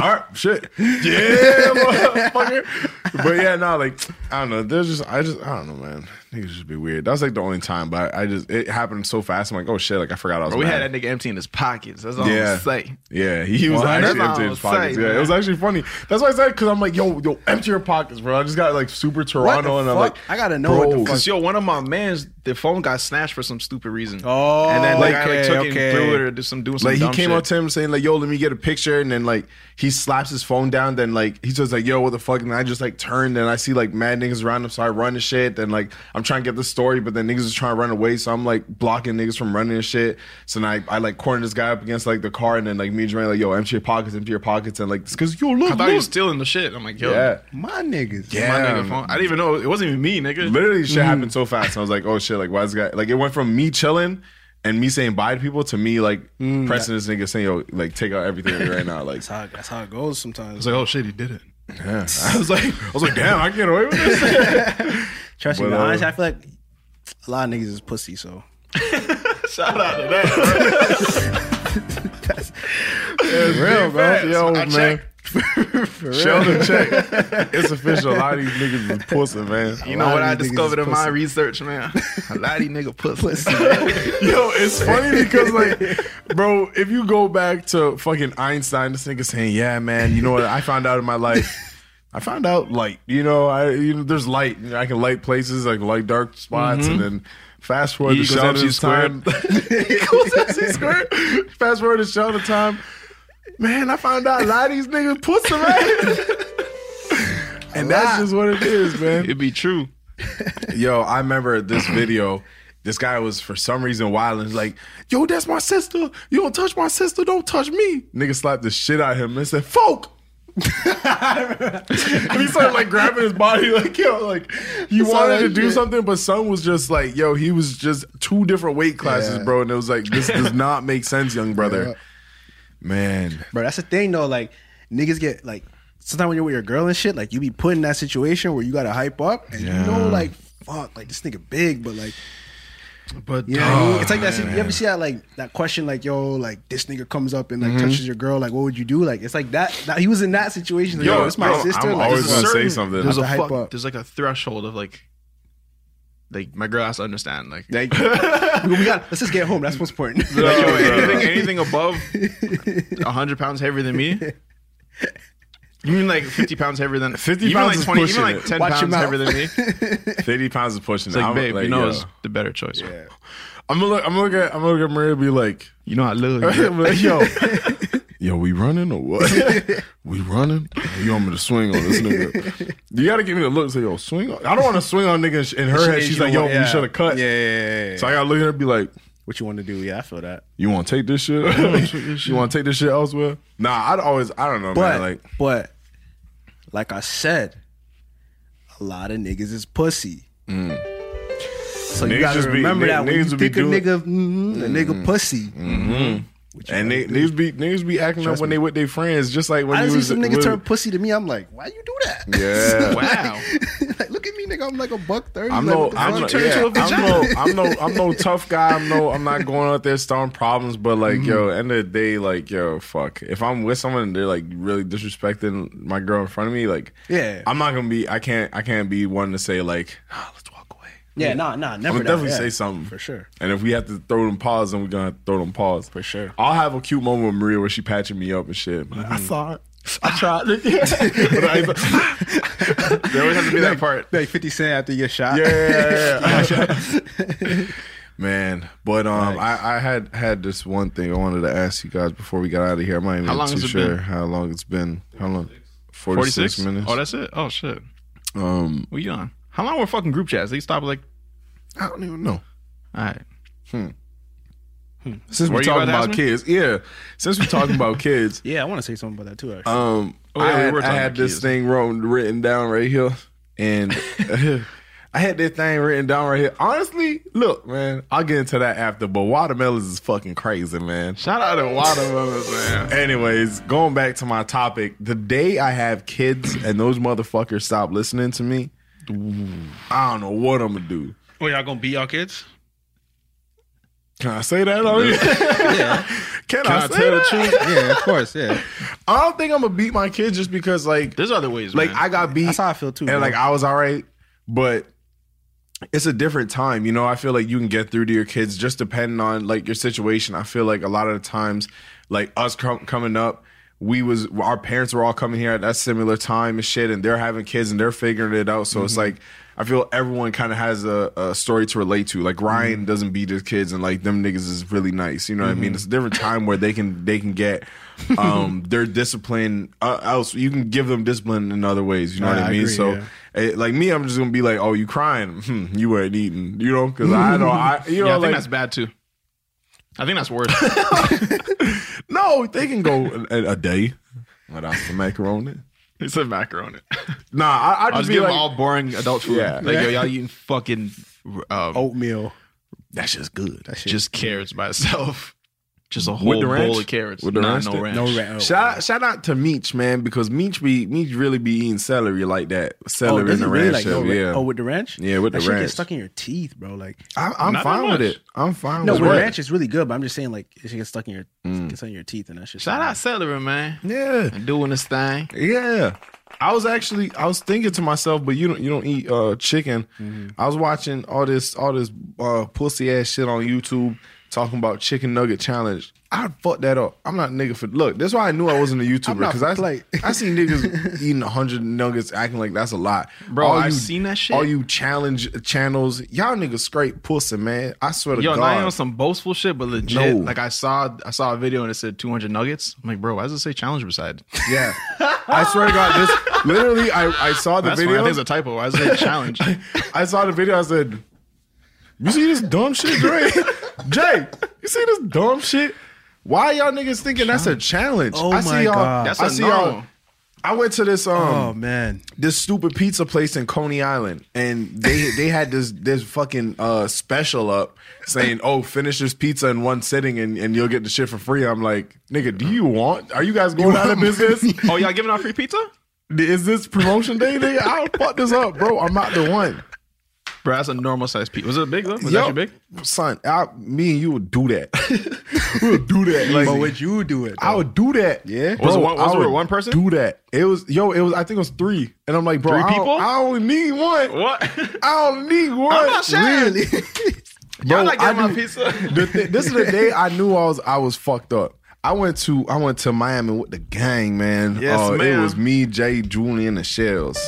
Speaker 3: All right, shit. Yeah, motherfucker. But yeah, no, like I don't know. There's just I just I don't know, man. Niggas just be weird. That was like the only time, but I, I just it happened so fast. I'm like, oh shit, like I forgot I was.
Speaker 4: Bro, we
Speaker 3: mad.
Speaker 4: had that nigga empty in his pockets. That's all
Speaker 3: Yeah.
Speaker 4: I'm saying.
Speaker 3: Yeah, he was
Speaker 4: Well, that's
Speaker 3: actually emptying
Speaker 4: what I
Speaker 3: his
Speaker 4: was
Speaker 3: pockets.
Speaker 4: saying,
Speaker 3: yeah, it
Speaker 4: man.
Speaker 3: was actually funny. That's why I said because I'm like, yo, yo, empty your pockets, bro. I just got like super Toronto, and I'm
Speaker 5: fuck?
Speaker 3: like,
Speaker 5: I gotta know what the
Speaker 3: bro,
Speaker 5: fuck-
Speaker 4: Cause yo, one of my mans, the phone got snatched for some stupid reason.
Speaker 5: Oh,
Speaker 4: and then the guy
Speaker 5: okay,
Speaker 4: like took
Speaker 5: okay.
Speaker 4: it and threw it or did some doing some
Speaker 3: Like he
Speaker 4: dumb
Speaker 3: came
Speaker 4: shit.
Speaker 3: up to him saying like, "Yo, let me get a picture," and then like he slaps his phone down. Then like he's just like, "Yo, what the fuck?" And I just like turned and I see like mad niggas around him, so I run and shit. Then like I'm trying to get the story, but then niggas is trying to run away, so I'm like blocking niggas from running and shit. So then I, I like corner this guy up against like the car, and then like me and Jermaine like, "Yo, empty your pockets, empty your pockets," and like because yo, look,
Speaker 4: I thought he was
Speaker 3: look.
Speaker 4: stealing the shit. I'm like, yo,
Speaker 3: yeah.
Speaker 5: My niggas.
Speaker 3: Yeah.
Speaker 4: my nigga phone. I didn't even know it wasn't even me, nigga.
Speaker 3: Literally, shit happened so fast. I was like, "Oh shit!" Like, why is this guy? Like, it went from me chilling and me saying bye to people to me like pressing this nigga saying, "Yo, like, take out everything right now." Like,
Speaker 5: That's how, that's how it goes sometimes.
Speaker 4: I was like, oh shit, he did it.
Speaker 3: Yeah. I was like, I was like, damn, I can get away with this.
Speaker 5: Trust me,
Speaker 3: But,
Speaker 5: man,
Speaker 3: uh,
Speaker 5: honestly, I feel like a lot of niggas is pussy. So
Speaker 4: Shout out to that.
Speaker 3: real, bro. Yo,
Speaker 4: I
Speaker 3: man.
Speaker 4: checked.
Speaker 3: Sheldon check. It's official. A lot of these niggas is pussy, man.
Speaker 4: You know what I
Speaker 5: Niggas is
Speaker 4: discovered in my
Speaker 5: pussy.
Speaker 4: research, man? A lot of these nigga pussy.
Speaker 3: Yo, it's funny because like, bro, if you go back to fucking Einstein, this nigga saying, "Yeah, man, you know what? I found out in my life I found out light. You know, I you know, there's light. You know, I can light places, I can light dark spots,
Speaker 7: Mhm.
Speaker 3: and then fast forward
Speaker 7: E
Speaker 3: to
Speaker 7: equals MC
Speaker 3: Sheldon's time. Equals MC squared. fast forward to Sheldon time. Man, I found out a lot of these niggas pussy right. and that's just what it is, man. It'd
Speaker 4: be true.
Speaker 3: Yo, I remember this video. This guy was for some reason wild and he's like, "Yo, that's my sister. You don't touch my sister. Don't touch me." Nigga slapped the shit out of him and said, "Folk." and he started like grabbing his body, like yo, like he
Speaker 7: I saw
Speaker 3: wanted
Speaker 7: that
Speaker 3: to do
Speaker 7: shit.
Speaker 3: something, but son was just like, yo, he was just two different weight classes,
Speaker 5: Yeah.
Speaker 3: bro, and it was like, this does not make sense, young brother.
Speaker 5: Yeah.
Speaker 3: Man,
Speaker 5: bro. That's the thing though. Like niggas get like sometimes when you're with your girl and shit, like you be put in that situation where you gotta hype up and you know
Speaker 3: Yeah.
Speaker 5: like fuck, like this nigga big, but like.
Speaker 4: But uh,
Speaker 5: you know what I mean?
Speaker 7: oh,
Speaker 5: it's like that.
Speaker 7: man.
Speaker 5: You ever see that like that question like yo like this nigga comes up and like
Speaker 3: Mhm.
Speaker 5: touches your girl like what would you do like it's like that, that he was in that situation like, yo, it's my
Speaker 4: bro,
Speaker 5: sister
Speaker 4: I'm
Speaker 5: like,
Speaker 4: always
Speaker 5: there's a
Speaker 4: gonna
Speaker 5: certain-
Speaker 4: say something.
Speaker 5: there's
Speaker 4: There's
Speaker 5: a
Speaker 4: a
Speaker 5: hype
Speaker 4: fuck,
Speaker 5: up
Speaker 4: there's like a threshold of like, like my girl has to understand. Like,
Speaker 5: we, we got let's just get home that's what's important
Speaker 4: Be like, yo, anything, anything above hundred pounds heavier than me. You mean like fifty pounds heavier than
Speaker 3: 50
Speaker 4: even
Speaker 3: pounds
Speaker 4: like
Speaker 3: is
Speaker 4: even
Speaker 3: pushing
Speaker 4: like
Speaker 3: it.
Speaker 4: ten
Speaker 3: Watch your
Speaker 4: pounds
Speaker 3: mouth.
Speaker 4: heavier than me.
Speaker 3: fifty pounds is pushing.
Speaker 4: It's like,
Speaker 3: I'm,
Speaker 4: babe, you know
Speaker 3: yo.
Speaker 4: it's the better choice. Yeah.
Speaker 3: I'm gonna look. I'm gonna look at. I'm gonna look at Maria. and Be like,
Speaker 4: you know, I love
Speaker 3: you. yo, yo, we running or what? we running? You want me to swing on this nigga? You gotta give me the look. and Say, yo, swing. On. I don't want to swing on nigga. and sh- In her
Speaker 5: She-
Speaker 3: head,
Speaker 5: she
Speaker 3: she's like,
Speaker 5: don't
Speaker 3: yo,
Speaker 5: want-
Speaker 3: we
Speaker 5: yeah.
Speaker 3: should have cut.
Speaker 5: Yeah, yeah, yeah, yeah.
Speaker 3: So I gotta look at her. and Be like,
Speaker 5: what you want to do yeah I feel that
Speaker 3: you want to take this shit? you want to take this shit elsewhere? Nah, I'd always. I don't know,
Speaker 5: but
Speaker 3: man. Like,
Speaker 5: but like I said, a lot of niggas is pussy. So you
Speaker 3: Mm. Niggas
Speaker 5: gotta
Speaker 3: just be-
Speaker 5: remember
Speaker 3: nigg-
Speaker 5: that when
Speaker 3: niggas
Speaker 5: you
Speaker 3: would be
Speaker 5: think a
Speaker 3: doing-
Speaker 5: nigga, mm, a nigga
Speaker 3: Mm.
Speaker 5: pussy.
Speaker 3: Mhm. and they, niggas be niggas be acting
Speaker 5: Trust
Speaker 3: up when
Speaker 5: me.
Speaker 3: they with their friends, just like when
Speaker 5: I
Speaker 3: you
Speaker 5: done see
Speaker 3: was
Speaker 5: some niggas
Speaker 3: with-
Speaker 5: turn pussy to me. I'm like, why you do that?
Speaker 3: Yeah.
Speaker 5: wow. like, look at me, nigga. I'm like a buck thirty.
Speaker 3: I'm
Speaker 5: like,
Speaker 3: no,
Speaker 5: what the
Speaker 3: I'm
Speaker 5: fuck?
Speaker 3: no, yeah, I'm no, I'm no, I'm no tough guy. I'm no, I'm not going out there starting problems. But like,
Speaker 5: Mm-hmm.
Speaker 3: yo, end of the day, like, yo, fuck. If I'm with someone and they're like really disrespecting my girl in front of me, like,
Speaker 5: Yeah.
Speaker 3: I'm not gonna be. I can't. I can't be one to say like.
Speaker 5: Yeah, nah, nah, never.
Speaker 3: I'm
Speaker 5: that,
Speaker 3: gonna definitely
Speaker 5: yeah,
Speaker 3: say something
Speaker 5: for sure.
Speaker 3: And if we have to throw them paws, then we're gonna have to throw them paws for sure. I'll have a cute moment with Maria where she patching me up and shit. I'm like, I saw it. I tried. But I- there always has to be that part.
Speaker 5: Like Fifty Cent after you get shot.
Speaker 3: Yeah, yeah, yeah, yeah. Man, but um, I, I had had this one thing I wanted to ask you guys before we got out of here. I'm not even
Speaker 4: How long
Speaker 3: too
Speaker 4: has it
Speaker 3: sure
Speaker 4: been?
Speaker 3: how long it's been. How long? Forty six
Speaker 4: 46?
Speaker 3: minutes.
Speaker 4: Oh, that's it. Oh shit.
Speaker 3: Um,
Speaker 4: We on. How long were fucking group chats? They stopped like
Speaker 3: I don't even know.
Speaker 4: All right.
Speaker 3: Hmm. Since
Speaker 4: Were
Speaker 3: we're
Speaker 4: you
Speaker 3: talking
Speaker 4: about to ask
Speaker 3: about
Speaker 4: me?
Speaker 3: kids, yeah. Since we're talking about kids,
Speaker 5: Yeah, I want to say something about that too. Actually.
Speaker 3: Um,
Speaker 5: Oh, yeah,
Speaker 3: I
Speaker 5: we
Speaker 3: had,
Speaker 5: were
Speaker 3: I
Speaker 5: talking
Speaker 3: had
Speaker 5: about
Speaker 3: this
Speaker 5: kids.
Speaker 3: thing wrote, written down right here, and I had this thing written down right here. Honestly, look, man, I'll get into that after. But watermelons is fucking crazy, man.
Speaker 4: Shout out to watermelons, man.
Speaker 3: Anyways, going back to my topic, the day I have kids and those motherfuckers stop listening to me, I don't know what I'm gonna do.
Speaker 10: Well, y'all gonna beat y'all kids?
Speaker 3: Can I say that? on here? Can, I, say that?
Speaker 5: Yeah, of course. Yeah.
Speaker 3: I don't think I'm gonna beat my kids just because like
Speaker 4: there's other ways.
Speaker 3: Like I got beat. That's how
Speaker 5: I feel too.
Speaker 3: And
Speaker 5: bro.
Speaker 3: like I was all right, but it's a different time. You know, I feel like you can get through to your kids just depending on like your situation. I feel like a lot of the times, like us com- coming up. We was our parents were all coming here at that similar time and shit, and they're having kids and they're figuring it out. So it's
Speaker 7: Mhm.
Speaker 5: Mm-hmm.
Speaker 3: like I feel everyone kind of has a, a story to relate to. Like Ryan
Speaker 5: Mm-hmm.
Speaker 3: doesn't beat his kids, and like them niggas is really nice. You know what I mean?
Speaker 7: Mhm.
Speaker 3: It's a different time where they can they can get um their discipline uh, else. You can give them discipline in other ways. You know
Speaker 7: I-
Speaker 3: what I,
Speaker 7: I
Speaker 3: mean?
Speaker 7: agree,
Speaker 3: so
Speaker 7: yeah.
Speaker 3: eh, like me, I'm just gonna be like, oh, you crying? Hmm, you weren't eating. You know, because I don't. I you know
Speaker 4: yeah, I think
Speaker 3: like
Speaker 4: that's bad too. I think that's worse.
Speaker 3: no, they can go a, a day without some macaroni.
Speaker 4: it's a macaroni.
Speaker 3: Nah, I, I just
Speaker 4: I'll just
Speaker 3: be
Speaker 4: give
Speaker 3: like,
Speaker 4: them all boring adult food.
Speaker 3: Yeah.
Speaker 4: Like, yo, y'all eating fucking um,
Speaker 5: oatmeal.
Speaker 4: That's just good. just carrots by itself. Just a
Speaker 3: With
Speaker 4: whole
Speaker 3: the ranch?
Speaker 4: bowl of carrots.
Speaker 3: With the
Speaker 4: Nah,
Speaker 3: ranch
Speaker 4: no
Speaker 3: there?
Speaker 4: ranch.
Speaker 3: No ranch. Shout, shout out to Meech, man, because Meech be Meech really be eating celery like that. Celery
Speaker 5: Oh, does
Speaker 3: in the
Speaker 5: he really
Speaker 3: ranch,
Speaker 5: like no
Speaker 3: shit,
Speaker 5: ra-
Speaker 3: yeah.
Speaker 5: oh, with the ranch?
Speaker 3: yeah, with
Speaker 5: that
Speaker 3: the
Speaker 5: shit
Speaker 3: ranch.
Speaker 5: gets stuck in your teeth, bro. Like
Speaker 3: I,
Speaker 5: Not
Speaker 3: I'm
Speaker 5: that
Speaker 3: fine with
Speaker 5: much.
Speaker 3: it. I'm fine
Speaker 5: no,
Speaker 3: with
Speaker 5: with
Speaker 3: it.
Speaker 5: ranch it's really good, but I'm just saying like it gets stuck in your
Speaker 3: Mm.
Speaker 5: gets on your teeth and that shit.
Speaker 4: Shout out celery, man.
Speaker 3: Yeah,
Speaker 4: doing this thing.
Speaker 3: Yeah, I was actually I was thinking to myself, but you don't you don't eat
Speaker 4: Mm-hmm.
Speaker 3: uh, chicken. I was watching all this all this uh, pussy ass shit on YouTube. talking about chicken nugget challenge. I'd fuck that up. I'm not a nigga for look. That's why I knew I wasn't a YouTuber
Speaker 4: not
Speaker 3: because I
Speaker 4: play.
Speaker 3: I see niggas eating hundred nuggets acting like that's a lot,
Speaker 4: Bro, I've seen that shit.
Speaker 3: All you challenge channels, y'all niggas scrape pussy, man. I swear to
Speaker 4: Yo, not even on
Speaker 3: God,
Speaker 4: some boastful shit, but legit.
Speaker 3: No.
Speaker 4: Like I saw, I saw a video and it said 200 nuggets. I'm like, bro, why does it say challenge beside?
Speaker 3: Yeah, I swear to God, this literally. I, I saw the
Speaker 4: That's
Speaker 3: video.
Speaker 4: Why, I think it's a typo. Why does it say challenge?
Speaker 3: I saw the video. I said, "You see this dumb shit, Dre? Jay, you see this dumb shit? Why y'all niggas thinking that's a challenge?
Speaker 5: Oh
Speaker 3: I see
Speaker 5: my
Speaker 3: y'all.
Speaker 5: God. That's
Speaker 3: I
Speaker 5: a
Speaker 3: see
Speaker 5: no.
Speaker 3: y'all. I went to this um
Speaker 5: Oh, man.
Speaker 3: this stupid pizza place in Coney Island and they they had this this fucking uh special up saying oh finish this pizza in one sitting and, and you'll get the shit for free I'm like nigga do you want are you guys going out of business
Speaker 4: oh y'all giving out free pizza
Speaker 3: is this promotion day nigga I'll fuck this up bro I'm not the one
Speaker 4: bro that's a normal size pizza was it big though was
Speaker 3: Yo,
Speaker 4: that your big
Speaker 3: son I, me and you would do that we would do that like,
Speaker 5: but would you do it?
Speaker 3: I would do that. Yeah.
Speaker 4: Was it one- was it one
Speaker 3: person? Do that. It was yo. It was. I think it was three. And I'm like, bro,
Speaker 4: Three
Speaker 3: I don't-
Speaker 4: people?
Speaker 3: I only need one.
Speaker 4: What?
Speaker 3: I only need one.
Speaker 4: not sharing.
Speaker 3: Really?
Speaker 4: Y'all not getting
Speaker 3: I
Speaker 4: my
Speaker 3: knew-
Speaker 4: pizza.
Speaker 3: the thi- this is the day I knew I was I was fucked up. I went to I went to Miami with the gang, man.
Speaker 4: Yes,
Speaker 3: oh,
Speaker 4: ma'am.
Speaker 3: it was me, Jay, Julian, and the Shells.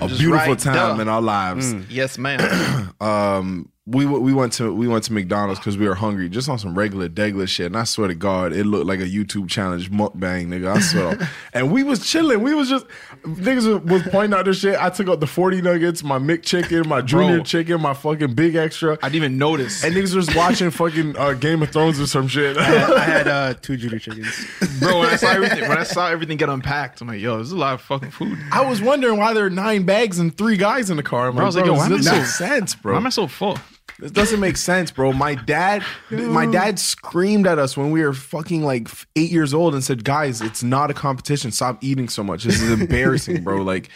Speaker 3: A
Speaker 4: Just
Speaker 3: beautiful
Speaker 4: right
Speaker 3: time
Speaker 4: there. Mm.
Speaker 3: in our lives
Speaker 4: yes ma'am
Speaker 3: um we w- we went to we went to McDonald's because we were hungry, just on some regular degular shit. And I swear to God, it looked like a YouTube challenge mukbang, nigga. I swear. and we was chilling. We was just niggas was pointing out this shit. I took out the forty nuggets, my McChicken, my Junior
Speaker 4: Bro.
Speaker 3: Chicken, my fucking Big Extra.
Speaker 4: I didn't even notice
Speaker 3: And niggas was watching fucking uh, Game of Thrones or some shit.
Speaker 5: I had uh, two junior chickens.
Speaker 4: bro when I saw everything when I saw everything get unpacked I'm like yo this is a lot of fucking food
Speaker 3: I was wondering why there are nine bags and three guys in the car. I'm
Speaker 4: Bro, I
Speaker 3: like,
Speaker 4: was like,
Speaker 3: bro,
Speaker 4: yo, why
Speaker 3: this
Speaker 4: am I
Speaker 3: makes
Speaker 4: so-
Speaker 3: sense, bro.
Speaker 4: why am I so full
Speaker 3: This doesn't make sense, bro. My dad, my dad screamed at us when we were fucking like f- eight years old and said, "Guys, it's not a competition. Stop eating so much. This is embarrassing, bro." Like,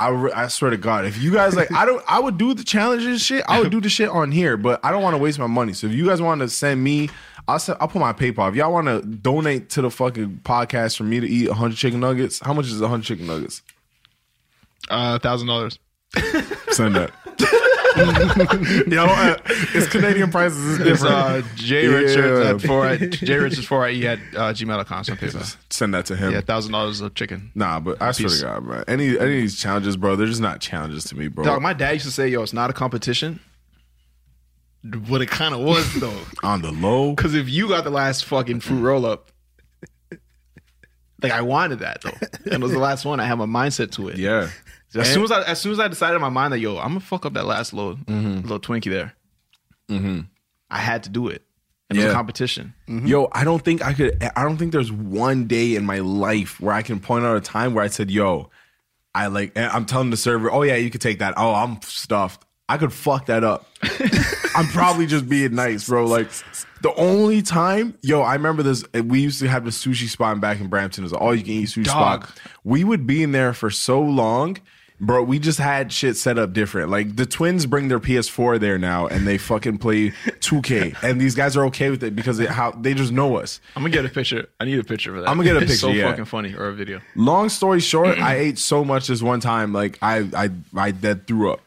Speaker 3: I, re- I swear to God, if you guys like, I don't, I would do the challenges and shit. I would do the shit on here, but I don't want to waste my money. So if you guys want to send me, I'll send, I'll put my PayPal. If y'all want to donate to the fucking podcast for me to eat hundred chicken nuggets, how much is hundred chicken nuggets?
Speaker 4: uh thousand dollars
Speaker 3: Send that. Yo, uh, it's Canadian prices. It's
Speaker 4: it's
Speaker 3: different.
Speaker 4: uh J
Speaker 3: Yeah.
Speaker 4: Richards at four I J Richards four I E at uh, gmail.com something like that.
Speaker 3: Send that to him.
Speaker 4: yeah thousand dollars of chicken
Speaker 3: Nah, but I swear to
Speaker 4: Peace.
Speaker 3: God, bro. Any any of these challenges, bro, they're just not challenges to me, bro.
Speaker 4: dog my dad used to say yo it's not a competition but it kind of was though
Speaker 3: On the low,
Speaker 4: Because if you got the last fucking fruit roll up, like I wanted that though, and it was the last one. I had my mindset to it.
Speaker 3: yeah.
Speaker 4: As soon as I, as soon as I decided in my mind that yo, I'm gonna fuck up that last little little Twinkie there,
Speaker 3: Mm-hmm.
Speaker 4: I had to do it. And It was
Speaker 3: Yeah. Mm.
Speaker 4: a competition.
Speaker 3: Yo, I don't think I could. I don't think there's one day in my life where I can point out a time where I said, "Yo, I like." And I'm telling the server, "Oh yeah, you could take that." Oh, I'm stuffed. I could fuck that up. I'm probably just being nice, bro. Like the only time, yo, I remember this. We used to have the sushi spot back in Brampton. It was all you can eat sushi
Speaker 4: Dog.
Speaker 3: spot. We would be in there for so long. Bro, we just had shit set up different. Like the twins bring their PS4 there now, and they fucking play 2K, and these guys are okay with it because it, how they just know us.
Speaker 4: I'm gonna get a picture. I need a picture of that.
Speaker 3: I'ma get a
Speaker 4: It's So
Speaker 3: picture, yeah.
Speaker 4: fucking funny, or a video.
Speaker 3: Long story short, I ate so much this one time, like I I I dead threw up.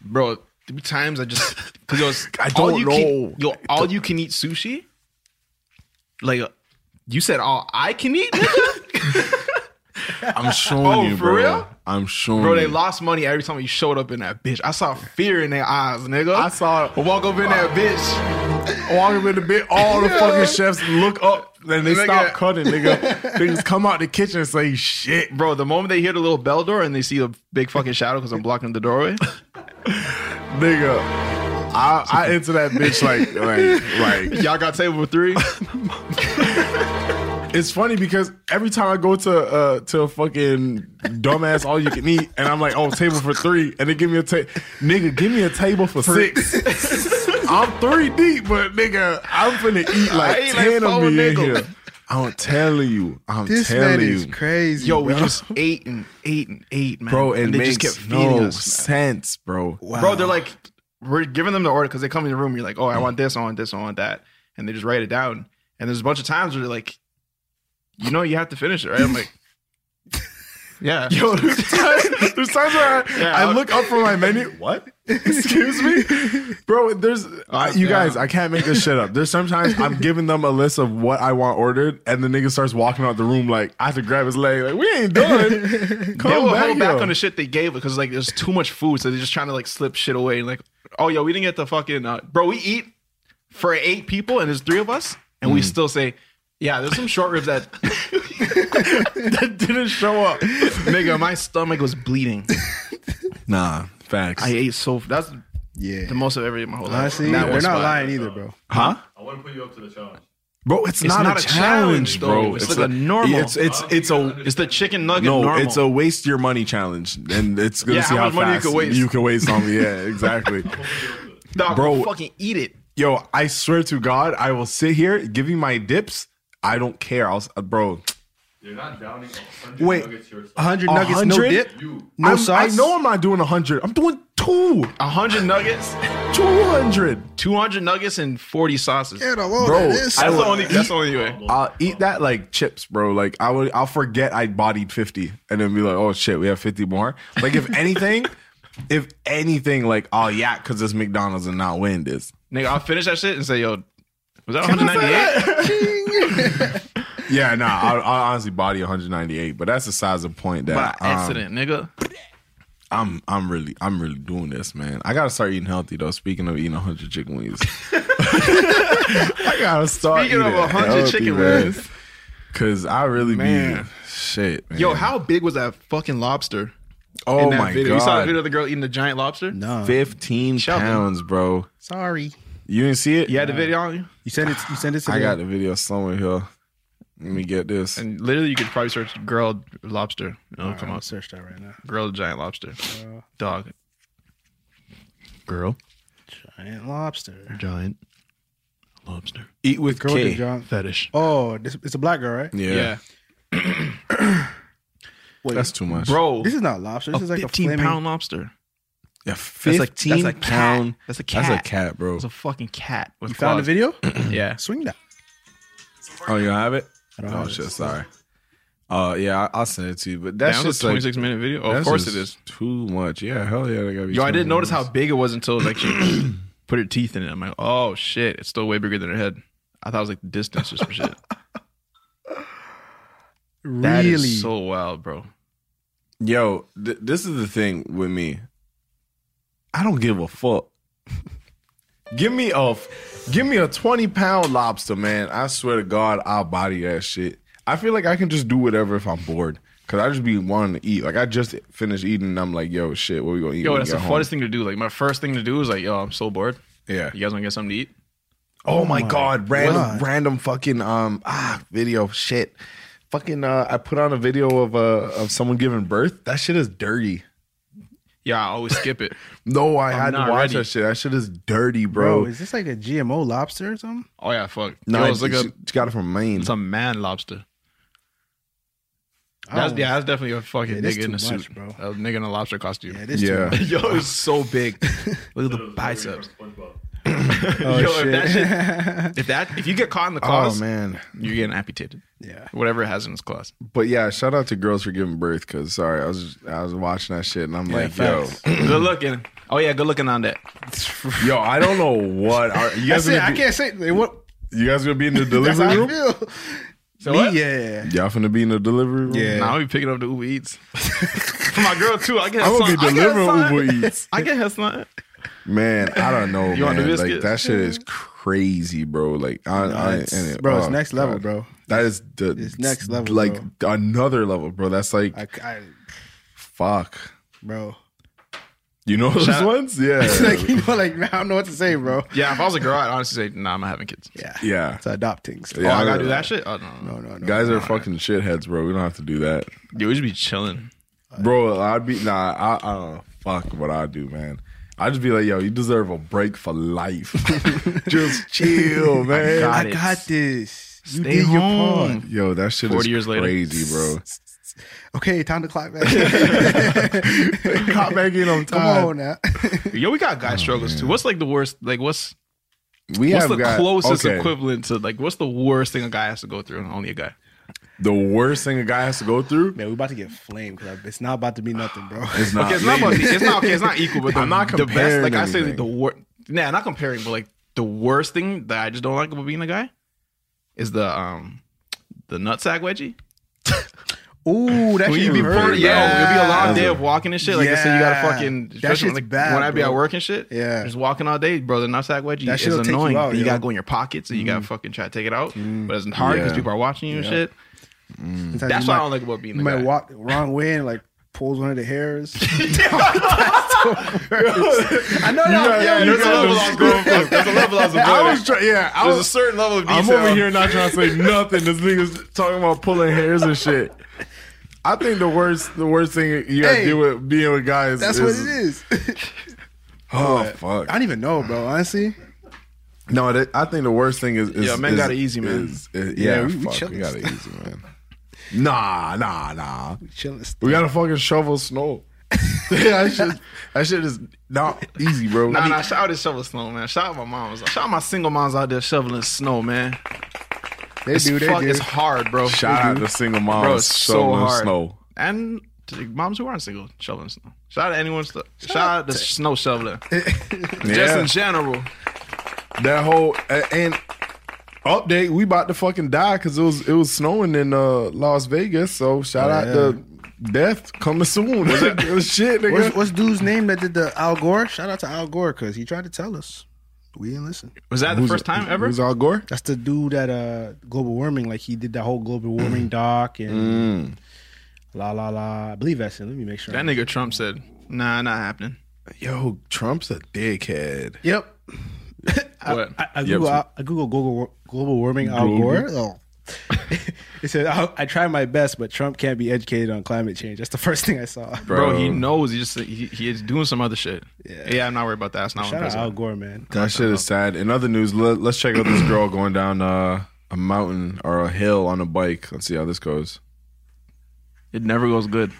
Speaker 4: bro. Three times I just because it was
Speaker 3: I
Speaker 4: all
Speaker 3: don't
Speaker 4: you can-
Speaker 3: know.
Speaker 4: yo, all you can eat sushi. Like you said, all I can eat,
Speaker 3: I'm showing
Speaker 4: Oh,
Speaker 3: you,
Speaker 4: for
Speaker 3: bro.
Speaker 4: real?
Speaker 3: I'm showing
Speaker 4: bro. They
Speaker 3: you.
Speaker 4: lost money every time you showed up in that bitch. I saw fear in their eyes, nigga. I
Speaker 3: saw
Speaker 4: walk over in that bitch.
Speaker 3: walking with the bit. All the
Speaker 4: Yeah.
Speaker 3: fucking chefs look up and they
Speaker 4: Nigga.
Speaker 3: stop cutting, nigga. Niggas come out the kitchen and say shit.
Speaker 4: Bro, the moment they hear the little bell door and they see the big fucking shadow because I'm blocking the doorway,
Speaker 3: Nigga, I, I into that bitch like like like.
Speaker 4: y'all got table three.
Speaker 3: It's funny because every time I go to uh to a fucking dumbass all you can eat and I'm like oh table for three and they give me a table nigga give me a table for six. I'm three deep, but nigga, I'm finna eat like
Speaker 4: I eat like
Speaker 3: ten of
Speaker 4: four
Speaker 3: me in
Speaker 4: niggas.
Speaker 3: here. I'm telling you, I'm
Speaker 5: This
Speaker 3: telling
Speaker 5: man
Speaker 3: you,
Speaker 5: is crazy.
Speaker 4: Yo, we
Speaker 5: bro.
Speaker 4: just ate and ate and ate, man.
Speaker 3: bro. It
Speaker 4: they
Speaker 3: makes
Speaker 4: just kept feeding
Speaker 3: no
Speaker 4: us.
Speaker 3: sense, bro.
Speaker 4: Bro, they're like, we're giving them the order because they come in the room. You're like, oh, I want this, I want this, I want that, and they just write it down. And there's a bunch of times where they're like, you know, you have to finish it, right? I'm like, Yeah.
Speaker 3: Yo, there's times, there's times where I,
Speaker 4: Yeah,
Speaker 3: I
Speaker 4: I'll-
Speaker 3: look up from my menu. What? Excuse me, bro. There's
Speaker 4: Oh,
Speaker 3: I- you guys. I can't make this shit up. There's sometimes I'm giving them a list of what I want ordered, and the nigga starts walking out the room like I have to grab his leg. Like we ain't done.
Speaker 4: they
Speaker 3: Come
Speaker 4: will
Speaker 3: back,
Speaker 4: hold back
Speaker 3: yo.
Speaker 4: on the shit they gave because like there's too much food, so they're just trying to like slip shit away. Like, oh yo, we didn't get the fucking uh, bro. We eat for eight people and there's three of us, and we
Speaker 3: Mm.
Speaker 4: still say, yeah, there's some short ribs that
Speaker 3: that didn't show up.
Speaker 4: Nigga, my stomach was bleeding.
Speaker 3: Nah, facts.
Speaker 4: I ate so that's
Speaker 5: yeah
Speaker 4: the most I've ever eaten in my whole life.
Speaker 5: Honestly,
Speaker 4: That
Speaker 5: they're not
Speaker 4: one spot.
Speaker 5: lying either, bro.
Speaker 3: Huh?
Speaker 7: I want to put you up to the challenge.
Speaker 3: Bro, it's,
Speaker 4: It's
Speaker 3: not,
Speaker 4: not
Speaker 3: a,
Speaker 4: a
Speaker 3: challenge,
Speaker 4: challenge,
Speaker 3: bro.
Speaker 4: though. It's like a normal.
Speaker 3: It's it's it's a
Speaker 4: It's the chicken nugget.
Speaker 3: no.
Speaker 4: normal.
Speaker 3: It's a waste your money challenge, and it's gonna
Speaker 4: Yeah,
Speaker 3: see
Speaker 4: how
Speaker 3: how,
Speaker 4: much money you
Speaker 3: fast
Speaker 4: can waste.
Speaker 3: You can waste on me. Yeah, exactly.
Speaker 4: Nah,
Speaker 3: bro.
Speaker 4: Fucking eat it.
Speaker 3: Yo, I swear to God, I will sit here give you my dips. I don't care. I'll, s- uh, bro.
Speaker 7: You're not downing 100
Speaker 3: Wait,
Speaker 7: nuggets yourself.
Speaker 5: 100 nuggets, no
Speaker 3: 100?
Speaker 5: dip, no
Speaker 3: I'm-
Speaker 5: sauce.
Speaker 3: I know I'm not doing hundred. I'm doing two.
Speaker 4: hundred nuggets,
Speaker 3: two hundred.
Speaker 4: 200 nuggets and 40 sauces.
Speaker 5: Get a
Speaker 3: load Bro, of this.
Speaker 4: that's,
Speaker 3: I
Speaker 4: the
Speaker 3: will
Speaker 4: only, that's
Speaker 3: eat-
Speaker 4: the only way.
Speaker 3: I'll eat that like chips, bro. Like I would, I'll forget I bodied fifty, and then be like, oh shit, we have fifty more. Like if anything, if anything, like oh yeah, because it's McDonald's and not win this.
Speaker 4: Nigga, I'll finish that shit and say, yo, was that 198?
Speaker 3: Yeah, nah, I'll, I'll honestly body 198, but that's the size of point that
Speaker 4: By
Speaker 3: um,
Speaker 4: accident, nigga.
Speaker 3: I'm I'm really I'm really doing this, man. I gotta start eating healthy though. Speaking of eating 100 chicken wings, I gotta start
Speaker 4: Speaking of
Speaker 3: eating
Speaker 4: 100
Speaker 3: healthy,
Speaker 4: chicken
Speaker 3: man.
Speaker 4: wings.
Speaker 3: Cause I really
Speaker 4: Man.
Speaker 3: be shit. Man.
Speaker 4: Yo, how big was that fucking lobster?
Speaker 3: Oh
Speaker 4: in that
Speaker 3: my
Speaker 4: video? You saw the
Speaker 3: God.
Speaker 4: video of the girl eating the giant lobster?
Speaker 5: Uh,
Speaker 4: No.
Speaker 3: 15 pounds, bro.
Speaker 4: Sorry.
Speaker 3: You didn't see it?
Speaker 4: You had the video on you?
Speaker 5: You sent it. You sent it
Speaker 3: I got the video somewhere here. Let me get this.
Speaker 4: And literally, you could probably search "girl lobster." It'll come up.
Speaker 5: Search that right now.
Speaker 4: Girl giant lobster. Dog. Girl.
Speaker 5: Giant lobster.
Speaker 4: Giant. Lobster.
Speaker 3: Eat with
Speaker 5: Girl with the
Speaker 3: K.
Speaker 5: giant-
Speaker 4: Fetish.
Speaker 5: Oh, this, it's a black girl, right?
Speaker 3: Yeah.
Speaker 4: Oh, Yeah.
Speaker 5: Wait,
Speaker 3: That's too much.
Speaker 4: Bro.
Speaker 5: This is not lobster. This is like a
Speaker 4: fifteen pound
Speaker 5: flaming.
Speaker 4: lobster.
Speaker 3: Yeah,
Speaker 4: That's
Speaker 3: 15
Speaker 4: like- that's a cat.
Speaker 3: pound.
Speaker 4: That's a cat.
Speaker 3: That's a cat, bro.
Speaker 4: It's a fucking cat. With
Speaker 5: You found the
Speaker 4: claws.
Speaker 5: video?
Speaker 4: Yeah.
Speaker 5: Swing that.
Speaker 3: Oh, you don't have it?
Speaker 5: I don't
Speaker 3: oh
Speaker 5: have it.
Speaker 3: shit, sorry. Uh, yeah, I- I'll send it to you. But that's
Speaker 4: That was
Speaker 3: just
Speaker 4: a 26
Speaker 3: like,
Speaker 4: minute video. Oh,
Speaker 3: that's
Speaker 4: of course it
Speaker 3: just
Speaker 4: is.
Speaker 3: too much. Yeah, hell yeah, they gotta be.
Speaker 4: Yo, I
Speaker 3: 20
Speaker 4: didn't notice how
Speaker 3: minutes.
Speaker 4: big it was until like she put her teeth in it. I'm like, oh shit, it's still way bigger than her head. I thought it was like the distance or some shit. That is
Speaker 5: Really?
Speaker 4: so wild, bro.
Speaker 3: Yo, th- this is the thing with me. I don't give a fuck. give me a, f- give me a twenty pound lobster, man. I swear to God, I'll body that shit. I feel like I can just do whatever if I'm bored, cause I just be wanting to eat. Like I just finished eating, and I'm like, yo, shit, what we gonna eat?
Speaker 4: Yo,
Speaker 3: when we
Speaker 4: that's
Speaker 3: get
Speaker 4: the
Speaker 3: home?
Speaker 4: funnest thing to do. Like my first thing to do is like, yo, I'm so bored.
Speaker 3: Yeah.
Speaker 4: You guys want to get something to eat?
Speaker 3: Oh, my,
Speaker 5: my
Speaker 3: god, random
Speaker 5: God.
Speaker 3: random fucking um ah video shit. Fucking uh I put on a video of uh of someone giving birth. That shit is dirty.
Speaker 4: Yeah, I always skip it.
Speaker 3: No, I had to
Speaker 4: not
Speaker 3: watch
Speaker 4: ready.
Speaker 3: that shit. That shit is dirty,
Speaker 5: Bro,
Speaker 3: bro.
Speaker 5: is this like a GMO lobster or something?
Speaker 4: Oh yeah, fuck.
Speaker 3: no,
Speaker 4: Yo,
Speaker 3: I
Speaker 4: it's like a
Speaker 3: she got it from Maine.
Speaker 4: it's a man lobster.
Speaker 5: I
Speaker 4: That's
Speaker 5: don't-
Speaker 4: yeah, that's definitely a fucking
Speaker 5: Yeah, that's
Speaker 4: nigga in a
Speaker 5: too much,
Speaker 4: suit,
Speaker 5: bro.
Speaker 4: bro. A nigga in a lobster costume.
Speaker 5: Yeah, this
Speaker 3: Yeah.
Speaker 5: yeah. Too much.
Speaker 4: Yo, it's so big. Look at the biceps.
Speaker 5: Oh,
Speaker 4: Yo,
Speaker 5: shit.
Speaker 4: if that shit, if that if you get caught in the
Speaker 3: Oh
Speaker 4: claws,
Speaker 3: man.
Speaker 4: you're getting amputated.
Speaker 5: yeah.
Speaker 4: Whatever it has in its claws.
Speaker 3: But yeah, shout out to girls for giving birth cuz sorry, I was I was watching that shit and I'm like, yo.
Speaker 5: facts.
Speaker 4: good looking. Oh yeah, good looking on that.
Speaker 3: Yo, I don't know what are, you guys
Speaker 5: That's it.
Speaker 3: gonna
Speaker 5: I
Speaker 3: be,
Speaker 5: can't say like, what.
Speaker 3: you guys gonna be in the
Speaker 5: That's
Speaker 3: delivery
Speaker 5: how I
Speaker 3: room?
Speaker 5: feel.
Speaker 4: So
Speaker 5: Me,
Speaker 4: what?
Speaker 5: yeah.
Speaker 3: Y'all finna be in the delivery room?
Speaker 5: Yeah.
Speaker 4: Now we picking up the Uber Eats for my girl too. I get her
Speaker 3: I'm gonna
Speaker 4: some.
Speaker 3: be
Speaker 4: I get her some.
Speaker 3: delivering Uber Eats.
Speaker 4: I get her some.
Speaker 3: Man, I don't know,
Speaker 4: You want the
Speaker 3: man. Like
Speaker 4: biscuits?
Speaker 3: that shit is crazy, bro. Like, I, I,
Speaker 5: it's-
Speaker 3: and it-
Speaker 5: bro, it's
Speaker 3: oh,
Speaker 5: next level,
Speaker 3: God.
Speaker 5: bro.
Speaker 3: That is the
Speaker 5: It's next level,
Speaker 3: like another level, bro. That's like
Speaker 5: I, I,
Speaker 3: fuck.
Speaker 5: bro.
Speaker 3: You know those
Speaker 4: Shout-
Speaker 3: ones, yeah,
Speaker 5: like you know, like I don't know what to say, bro.
Speaker 4: Yeah, if I was a girl, I'd honestly say, nah, I'm not having kids.
Speaker 5: Yeah.
Speaker 3: yeah.
Speaker 5: To adopt things.
Speaker 3: Yeah,
Speaker 4: oh, I
Speaker 3: I
Speaker 4: gotta
Speaker 3: don't
Speaker 4: do
Speaker 3: know.
Speaker 4: that shit. Oh, no, no,
Speaker 5: No, no, no.
Speaker 3: Guys are fucking shitheads, bro. We don't have to do that,
Speaker 4: dude, we should be chilling.
Speaker 3: bro. I'd be nah. I, I don't know. Fuck what I do, man. I just be like, yo, you deserve a break for life. just chill, man.
Speaker 4: got
Speaker 5: I got this. You
Speaker 4: Stay
Speaker 5: did your
Speaker 4: home.
Speaker 5: part.
Speaker 3: Yo, that shit
Speaker 4: 40
Speaker 3: is
Speaker 4: years later.
Speaker 3: crazy, bro.
Speaker 5: Okay, time to clock back.
Speaker 3: Cop back in on
Speaker 5: Come
Speaker 3: time.
Speaker 5: on now.
Speaker 4: Yo, we got guy struggles too. What's like the worst? Like, what's
Speaker 3: We
Speaker 4: what's
Speaker 3: have
Speaker 4: the
Speaker 3: got-
Speaker 4: closest
Speaker 3: okay.
Speaker 4: equivalent to like what's the worst thing a guy has to go through? And only a guy.
Speaker 3: the worst thing a guy has to go through.
Speaker 5: Man, we're about to get flamed because it's not about to be nothing, bro.
Speaker 3: It's not.
Speaker 4: Okay, it's not, about, it's not okay. It's not equal, but the,
Speaker 3: I'm not
Speaker 4: the best.
Speaker 3: comparing
Speaker 4: Like I say,
Speaker 3: anything.
Speaker 4: the worst. Nah, not comparing, but like the worst thing that I just don't like about being a guy is the um the nutsack wedgie.
Speaker 5: Ooh, that
Speaker 4: when
Speaker 5: shit
Speaker 4: you be
Speaker 5: hurt,
Speaker 4: pouring,
Speaker 5: bro.
Speaker 4: yeah, it'll be a long
Speaker 5: That's
Speaker 4: day
Speaker 5: a-
Speaker 4: of walking and shit. Like I said, you
Speaker 5: Yeah.
Speaker 4: gotta fucking.
Speaker 5: That
Speaker 4: especially
Speaker 5: shit's
Speaker 4: like,
Speaker 5: bad,
Speaker 4: When I be
Speaker 5: bro.
Speaker 4: out work and shit, yeah, just walking all day, bro. The nutsack wedgie
Speaker 5: That
Speaker 4: is
Speaker 5: shit'll take you
Speaker 4: annoying.
Speaker 5: out,
Speaker 4: you
Speaker 5: yo. Mm.
Speaker 4: gotta go in your pockets and you gotta fucking try to take it out, but it's hard because
Speaker 5: Yeah.
Speaker 4: people are watching you and
Speaker 5: Yeah.
Speaker 4: shit.
Speaker 5: Sometimes
Speaker 4: That's
Speaker 5: you
Speaker 4: what I
Speaker 5: might-
Speaker 4: don't like about being
Speaker 5: You
Speaker 4: the
Speaker 5: might
Speaker 4: guy.
Speaker 5: walk the wrong way and like pulls one of the hairs.
Speaker 4: I
Speaker 5: know that- yeah,
Speaker 3: you
Speaker 4: there's a
Speaker 3: got
Speaker 4: level
Speaker 3: those
Speaker 4: I was going for. There's a level I was
Speaker 3: I
Speaker 4: avoiding.
Speaker 3: was try- yeah, I
Speaker 4: There's
Speaker 3: was-
Speaker 4: a certain level of detail.
Speaker 3: I'm over here not trying to say nothing. This nigga's talking about pulling hairs and shit. I think the worst, the worst thing you gotta
Speaker 5: Hey,
Speaker 3: do with being with guys.
Speaker 5: That's
Speaker 3: is,
Speaker 5: what it is.
Speaker 3: Oh fuck! I
Speaker 5: don't even know, bro. Honestly,
Speaker 3: no. That, I think the worst thing is, is
Speaker 4: Yeah, men
Speaker 3: is-
Speaker 4: got it easy, man.
Speaker 3: is- is-
Speaker 4: Yeah,
Speaker 3: yeah,
Speaker 4: we- we
Speaker 3: fuck, we,
Speaker 4: chillin'
Speaker 3: got it
Speaker 4: still.
Speaker 3: easy, man. Nah, nah, nah. We
Speaker 5: chilling.
Speaker 3: We gotta fucking shovel snow. yeah, that shit, that shit is not easy, bro.
Speaker 4: Nah, nah, shout out to shovel snow, man. Shout out my moms. Shout out my single moms out there shoveling snow, man.
Speaker 5: They
Speaker 4: it's
Speaker 5: do, they
Speaker 4: fuck-
Speaker 5: do.
Speaker 4: It's hard, bro.
Speaker 3: Shout
Speaker 4: They
Speaker 3: out
Speaker 4: do.
Speaker 3: to single moms
Speaker 4: Bro, it's so
Speaker 3: shoveling
Speaker 4: hard.
Speaker 3: snow.
Speaker 4: And to the moms who aren't single shoveling snow. Shout out to anyone. Shout, shout out to snow shoveling. Just
Speaker 3: Yeah.
Speaker 4: in general.
Speaker 3: That whole a- and update, we about to fucking die because it was it was snowing in uh, Las Vegas. So shout
Speaker 5: Oh,
Speaker 3: out
Speaker 5: yeah.
Speaker 3: to death coming soon. It was shit, nigga.
Speaker 5: What's, what's dude's name that did the Al Gore? Shout out to Al Gore because he tried to tell us. We didn't listen.
Speaker 4: Was that the Who's- first time ever? who's
Speaker 3: Al Gore?
Speaker 5: That's the dude that uh global warming. Like he did that whole global warming doc and la la la. I believe that's it. Let me make sure.
Speaker 4: That nigga Trump said, nah, not happening.
Speaker 3: Yo, Trump's a dickhead.
Speaker 5: Yep.
Speaker 4: What?
Speaker 5: I, I Google I Google global war- global warming Al
Speaker 4: Global.
Speaker 5: Gore. Oh. it said I, I tried my best, but Trump can't be educated on climate change. That's the first thing I saw.
Speaker 4: Bro, he knows. He just he, he is doing some other shit. Yeah, I'm not worried about that. That's not what
Speaker 5: Shout
Speaker 4: I'm
Speaker 5: out Al
Speaker 4: president.
Speaker 5: Gore, man.
Speaker 3: That shit is sad. In other news, let, let's check out this girl going down uh, a mountain or a hill on a bike. Let's see how this goes.
Speaker 4: It never goes good.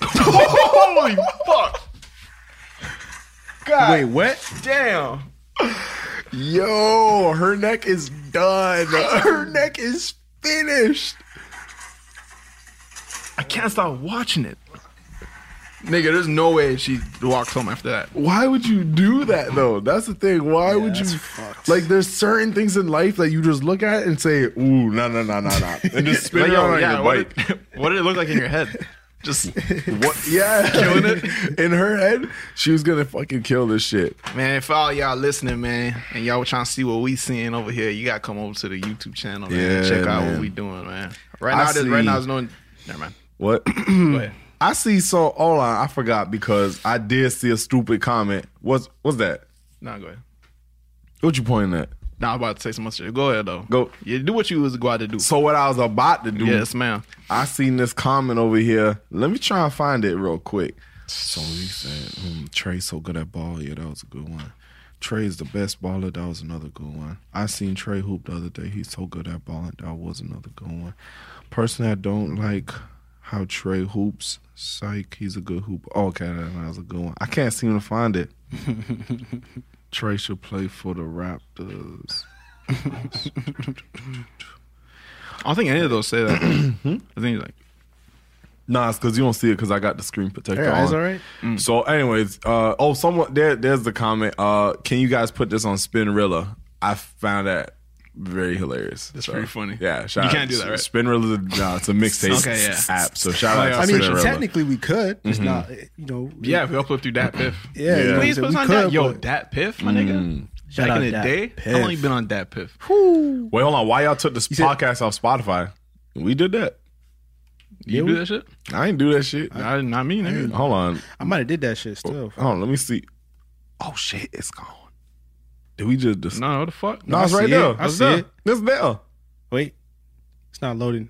Speaker 3: Holy
Speaker 4: fuck!
Speaker 3: God
Speaker 5: Wait, what?
Speaker 4: Damn.
Speaker 3: Yo, her neck is done. Her neck is finished.
Speaker 4: I can't stop watching it. Nigga, there's no way she walks home after that.
Speaker 3: Why would you do that though? That's the thing. Why would you? Like, there's certain things in life that you just look at and say, "Ooh, no, no, no, no, no," and just spin
Speaker 4: Like,
Speaker 3: around
Speaker 4: yo,
Speaker 3: on
Speaker 4: yeah,
Speaker 3: your
Speaker 4: what
Speaker 3: bike.
Speaker 4: Did, what did it look like in your head? Just
Speaker 3: what? Yeah, killing it in her head. She was gonna fucking kill this shit.
Speaker 4: man, if all y'all listening, man, and y'all trying to see what we seeing over here, you gotta come over to the YouTube channel, man. and
Speaker 3: Yeah,
Speaker 4: check out
Speaker 3: man.
Speaker 4: what we doing, man. Right
Speaker 3: I
Speaker 4: now, there's, right now,
Speaker 3: see.
Speaker 4: there's no. Never mind.
Speaker 3: What? I see. So, hold on. I forgot because I did see a stupid comment. What's What's that?
Speaker 4: Nah, go ahead.
Speaker 3: What you pointing at?
Speaker 4: Nah, I'm about to say some other shit. Go ahead though.
Speaker 3: Go.
Speaker 4: You do what you was going to do.
Speaker 3: So what I was about to do.
Speaker 4: Yes, ma'am.
Speaker 3: I seen this comment over here. Let me try and find it real quick. Somebody said, mm, Trey's so good at ball. Yeah, that was a good one. Trey's the best baller. That was another good one. I seen Trey hoop the other day. He's so good at balling. That was another good one. Personally, I don't like how Trey hoops. Psych, he's a good hoop. Okay, that that was a good one. I can't seem to find it. Trey should play for the Raptors.
Speaker 4: I don't think any of those say that. I think he's like,
Speaker 3: Nah, it's because you don't see it because I got the screen protector
Speaker 4: Are your
Speaker 3: on.
Speaker 4: eyes all right?
Speaker 5: Mm.
Speaker 3: So, anyways, uh, oh, someone there. There's the comment. Uh, can you guys put this on Spinrilla? I found that very hilarious.
Speaker 4: That's pretty funny.
Speaker 3: Yeah, shout
Speaker 4: You
Speaker 3: out.
Speaker 4: can't do that, right?
Speaker 3: Spinrilla, nah, it's a mixtape
Speaker 4: Okay, yeah.
Speaker 3: app. So shout out. to
Speaker 5: Oh, I mean,
Speaker 3: Spinrilla.
Speaker 5: technically we could. It's
Speaker 3: Mhm.
Speaker 5: not, eh, you know.
Speaker 4: yeah, if we upload through Dat Piff.
Speaker 5: Yeah, Yeah.
Speaker 4: Please
Speaker 5: we
Speaker 4: put us on
Speaker 5: could,
Speaker 4: Dat. Yo,
Speaker 5: but- Mm.
Speaker 4: Dat Piff, my nigga.
Speaker 5: Shout
Speaker 4: Back
Speaker 5: out
Speaker 4: in the
Speaker 5: Dat
Speaker 4: day,
Speaker 5: Piff.
Speaker 4: how long you been on Dat Piff?
Speaker 3: Wait, hold on. Why y'all took this podcast off Spotify? We did that.
Speaker 4: You do that shit?
Speaker 3: I ain't do that shit.
Speaker 4: I did not mean it.
Speaker 3: Hold on.
Speaker 5: I might have did that shit still.
Speaker 3: Hold on. Let me see. Oh shit, it's gone. Did we just? Dis-
Speaker 4: No, what the fuck?
Speaker 3: no, it's
Speaker 5: I
Speaker 3: right
Speaker 5: see it.
Speaker 3: there.
Speaker 5: I
Speaker 3: It's
Speaker 5: see
Speaker 3: there.
Speaker 5: it.
Speaker 3: It's there.
Speaker 5: Wait, it's not loading.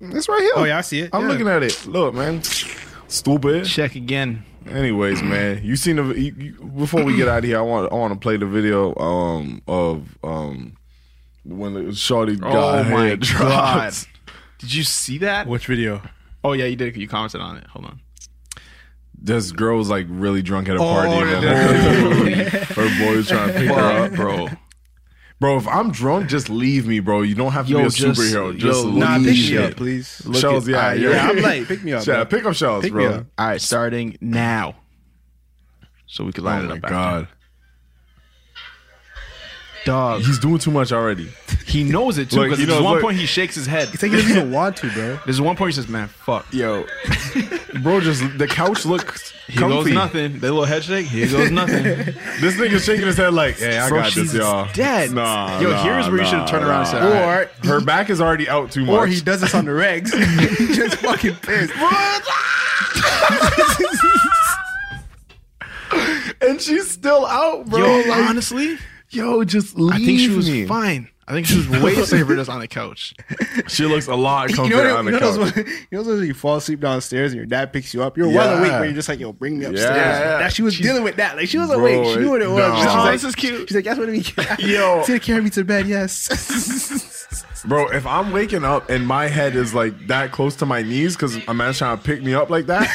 Speaker 3: It's right here.
Speaker 5: Oh yeah, I see it.
Speaker 3: I'm
Speaker 5: Yeah.
Speaker 3: looking at it. Look, man. Stupid.
Speaker 4: Check again.
Speaker 3: Anyways, man, you seen the you, you, before we get out of here. I want I want to play the video um of um when the shorty
Speaker 4: Oh
Speaker 3: got
Speaker 4: my
Speaker 3: head
Speaker 4: god!
Speaker 3: dropped.
Speaker 4: Did you see that?
Speaker 5: Which video?
Speaker 4: Oh yeah, you did. You commented on it. Hold on.
Speaker 3: This girl was like really drunk at a
Speaker 4: Oh,
Speaker 3: party. and
Speaker 4: yeah.
Speaker 3: her boy was trying to pick her up,
Speaker 4: bro.
Speaker 3: Bro, if I'm drunk, just leave me, bro. You don't have to
Speaker 4: Yo,
Speaker 3: be a
Speaker 4: just-
Speaker 3: superhero.
Speaker 4: yo,
Speaker 3: Just leave
Speaker 4: nah, pick me
Speaker 3: it.
Speaker 4: up, please. Look
Speaker 3: Shells,
Speaker 4: at-
Speaker 3: yeah,
Speaker 4: alright, yeah, I'm late. Pick me up,
Speaker 3: Yeah,
Speaker 4: bro.
Speaker 3: pick up Shells,
Speaker 4: Pick me
Speaker 3: bro.
Speaker 4: up. All right, starting now. So we could line it up.
Speaker 3: Oh my
Speaker 4: after.
Speaker 3: God.
Speaker 4: Dog.
Speaker 3: He's doing too much already.
Speaker 4: He knows it too.
Speaker 3: Look,
Speaker 4: Because
Speaker 3: you
Speaker 4: there's
Speaker 3: know,
Speaker 4: one
Speaker 3: look-
Speaker 4: point he shakes his head.
Speaker 3: It's like he doesn't even
Speaker 4: want to, bro. There's one point he says, "Man, fuck, yo,
Speaker 3: bro." Just the couch looks.
Speaker 4: He goes
Speaker 3: comfy.
Speaker 4: nothing. That little head shake. He goes nothing.
Speaker 3: this nigga shaking his head like, "Hey, I
Speaker 4: Bro,
Speaker 3: got
Speaker 4: she's
Speaker 3: this, y'all."
Speaker 4: dead.
Speaker 3: Nah,
Speaker 4: Yo,
Speaker 3: nah,
Speaker 4: here's where you
Speaker 3: nah,
Speaker 4: should've turned around and said,
Speaker 3: nah.
Speaker 4: all right.
Speaker 3: or her back is already out too much.
Speaker 5: Or he does this on the regs. he just fucking pissed.
Speaker 3: and she's still out, bro.
Speaker 4: Yo,
Speaker 3: like,
Speaker 4: honestly,
Speaker 3: yo, just leave
Speaker 4: I think she was
Speaker 3: me.
Speaker 4: fine. I think she was way safer just on the couch.
Speaker 3: She looks a lot
Speaker 5: You
Speaker 3: comfier
Speaker 5: know, what-
Speaker 3: on the
Speaker 5: you, know those,
Speaker 3: couch.
Speaker 5: when- you know those when you fall asleep downstairs and your dad picks you up. You're well
Speaker 3: Yeah.
Speaker 5: awake, but you're just like, yo, bring me upstairs.
Speaker 3: Yeah.
Speaker 5: That she was dealing with that. Like she was
Speaker 3: Bro,
Speaker 5: awake. She knew what it was.
Speaker 3: nah.
Speaker 5: She's
Speaker 3: Aw,
Speaker 5: like,
Speaker 3: "Oh, this
Speaker 5: is cute. She's like, that's what we.
Speaker 3: Yo.
Speaker 5: take care of me to bed. Yes.
Speaker 3: Bro, if I'm waking up and my head is like that close to my knees because a man's trying to pick me up like that,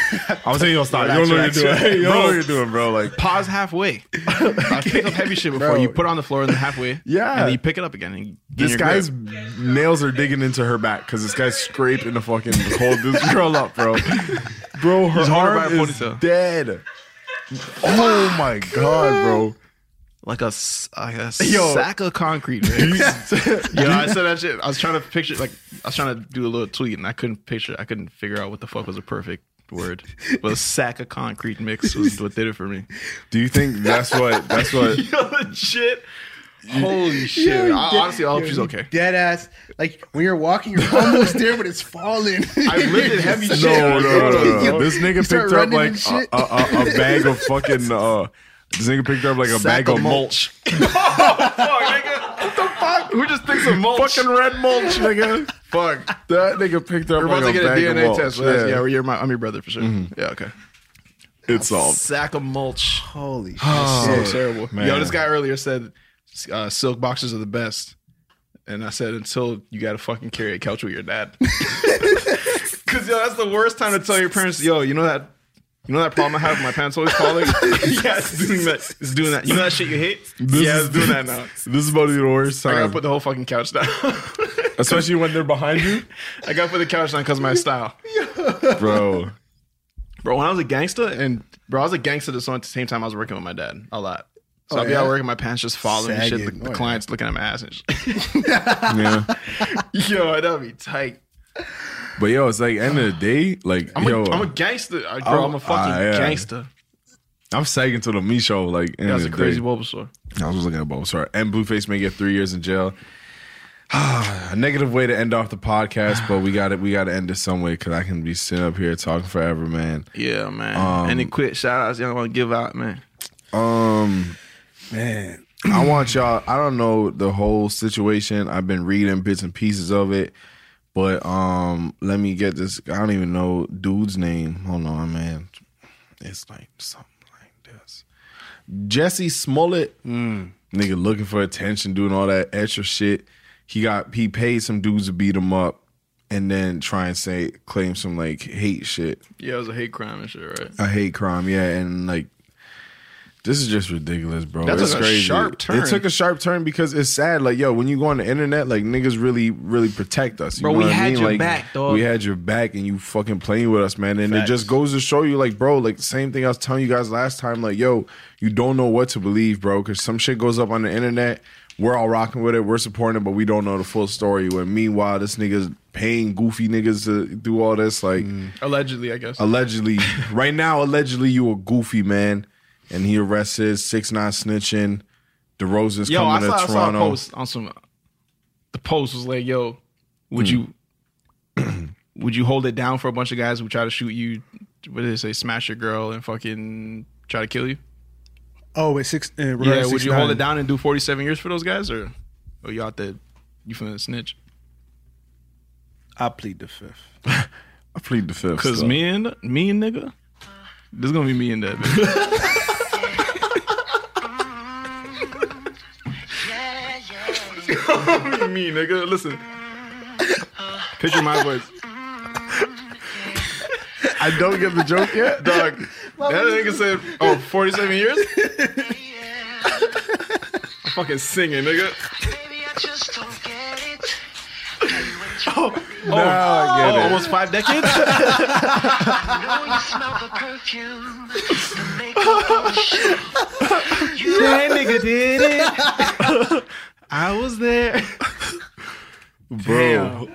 Speaker 3: I'm saying, yo, stop. you don't know what you're doing. You don't know what you're doing, bro. Like,
Speaker 4: Pause halfway. I pick up heavy shit before
Speaker 3: Bro.
Speaker 4: you put it on the floor and then halfway.
Speaker 3: Yeah.
Speaker 4: and then you pick it up again. And get in
Speaker 3: this
Speaker 4: your
Speaker 3: guy's
Speaker 4: grip.
Speaker 3: nails are digging into her back because this guy's scraping the fucking hold this girl up, bro. Bro, her
Speaker 4: He's holding her by
Speaker 3: arm
Speaker 4: her
Speaker 3: is
Speaker 4: ponytail.
Speaker 3: dead. Oh my god, bro.
Speaker 4: like a, s- like a
Speaker 3: Yo.
Speaker 4: sack of concrete. Man. Yo, I said that shit. I was trying to picture, like, I was trying to do a little tweet, and I couldn't picture. I couldn't figure out what the fuck was a perfect word. But a sack of concrete mix was what did it for me.
Speaker 3: Do you think that's what? That's what?
Speaker 4: Yo, shit. Holy shit!
Speaker 5: Yo,
Speaker 4: I,
Speaker 5: dead-
Speaker 4: honestly, I hope
Speaker 5: yo,
Speaker 4: she's
Speaker 5: you
Speaker 4: okay.
Speaker 5: Dead ass. Like when you're walking, you're almost there, but it's falling.
Speaker 4: I lifted heavy
Speaker 3: No,
Speaker 4: shit.
Speaker 3: no, no, no,
Speaker 5: Yo,
Speaker 3: no. This
Speaker 5: you
Speaker 3: nigga
Speaker 5: start
Speaker 3: picked up
Speaker 5: running
Speaker 3: like
Speaker 5: and shit.
Speaker 3: a, a, a, a bag of fucking. Uh, this nigga picked up like a
Speaker 4: Sack
Speaker 3: bag of
Speaker 4: of
Speaker 3: mulch.
Speaker 4: Who just thinks of mulch?
Speaker 3: Fucking red mulch, nigga. Fuck that nigga picked up.
Speaker 4: We're about
Speaker 3: like
Speaker 4: to get a
Speaker 3: bag of
Speaker 4: DNA
Speaker 3: mulch.
Speaker 4: test. for this. Yeah, Mm-hmm. you're my, I'm your brother for sure. Yeah, okay.
Speaker 3: it's solved.
Speaker 4: Sack of mulch.
Speaker 5: Holy shit.
Speaker 4: so
Speaker 3: Oh,
Speaker 4: terrible.
Speaker 3: man.
Speaker 4: Yo, this guy earlier said uh, silk boxes are the best. And I said, until you got to fucking carry a couch with your dad. Because, yo, that's the worst time to tell your parents, yo, you know that. You know that problem I have with my pants always falling? yeah, it's doing that. It's doing that. You know that shit you hate?
Speaker 3: This
Speaker 4: yeah,
Speaker 3: is-
Speaker 4: it's doing that now.
Speaker 3: This is about to be the worst
Speaker 4: I gotta
Speaker 3: time,
Speaker 4: put the whole fucking couch down.
Speaker 3: especially when they're behind you,
Speaker 4: I gotta put the couch down because of my style.
Speaker 3: bro.
Speaker 4: Bro, when I was a gangster, and bro, I was a gangster to someone at the same time I was working with my dad a lot. So
Speaker 5: Oh,
Speaker 4: I'd be
Speaker 5: yeah?
Speaker 4: out working, my pants just falling and shit.
Speaker 5: Sagging.
Speaker 4: The, the
Speaker 5: Oh, yeah.
Speaker 4: clients looking at my ass and shit.
Speaker 3: Yeah,
Speaker 4: Yo, that'd be tight.
Speaker 3: but yo, it's like end of the day, like
Speaker 4: I'm,
Speaker 3: yo,
Speaker 4: a, I'm a gangster, I- bro. I'm a fucking
Speaker 3: Ah, yeah.
Speaker 4: gangster.
Speaker 3: I'm sagging to the Micho. Like end
Speaker 4: That's a
Speaker 3: of the
Speaker 4: crazy
Speaker 3: day.
Speaker 4: Bulbasaur.
Speaker 3: I was just looking at Bulbasaur. And Blueface may get three years in jail. a negative way to end off the podcast, but we got it. We got to end it some way because I can be sitting up here talking forever, man.
Speaker 4: Yeah, man.
Speaker 3: Um,
Speaker 4: Any quick shout outs y'all want to give out, man?
Speaker 3: Um,
Speaker 5: Man.
Speaker 3: I want y'all. I don't know the whole situation. I've been reading bits and pieces of it, but um, let me get this. I don't even know dude's name. Hold on, man. It's like something like this. Jesse Smollett, nigga, looking for attention, doing all that extra shit. He got he paid some dudes to beat him up, and then try and say claim some like hate shit,
Speaker 4: Yeah, it was a hate crime and shit, right?
Speaker 3: a hate crime. Yeah, and like this is just ridiculous, bro.
Speaker 4: That
Speaker 3: it's
Speaker 4: took a
Speaker 3: crazy.
Speaker 4: sharp turn.
Speaker 3: It took a sharp turn because it's sad. Like, yo, when you go on the internet, like niggas really, really protect us. You
Speaker 4: Bro,
Speaker 3: know
Speaker 4: we
Speaker 3: what I
Speaker 4: had
Speaker 3: mean?
Speaker 4: your
Speaker 3: like,
Speaker 4: back, dog.
Speaker 3: We had your back, and you fucking playing with us, man. And it just goes to show you, like, bro, like same thing I was telling you guys last time. Like, yo, you don't know what to believe, bro, because some shit goes up on the internet. We're all rocking with it. We're supporting it, but we don't know the full story. When meanwhile, this nigga's paying goofy niggas to do all this, like
Speaker 4: Mm. Allegedly, I guess.
Speaker 3: allegedly right now allegedly you a goofy man and he arrested six nine snitching DeRozan's
Speaker 4: Yo, I
Speaker 3: coming
Speaker 4: saw, I
Speaker 3: to
Speaker 4: saw a
Speaker 3: Toronto
Speaker 4: post on some. The post was like, "Yo, would
Speaker 3: Hmm.
Speaker 4: you would you hold it down for a bunch of guys who try to shoot you? What did they say? Smash your girl and fucking try to kill you?
Speaker 5: Oh, it's six. Uh,
Speaker 4: Yeah, would you hold it down and do forty seven years for those guys, or or you out there you finna snitch?
Speaker 5: I plead the fifth.
Speaker 3: I plead the fifth
Speaker 4: Cause
Speaker 3: so.
Speaker 4: me and me and nigga, this gonna be me and that. bitch. me and nigga, listen. Picture my voice,
Speaker 3: I don't get the joke yet
Speaker 4: dog. That nigga said, "Oh, 47 years." I'm fucking singing, nigga. oh,
Speaker 3: Now I get
Speaker 4: oh,
Speaker 3: it.
Speaker 4: almost five decades.
Speaker 7: That nigga did it.
Speaker 4: I was there.
Speaker 3: bro.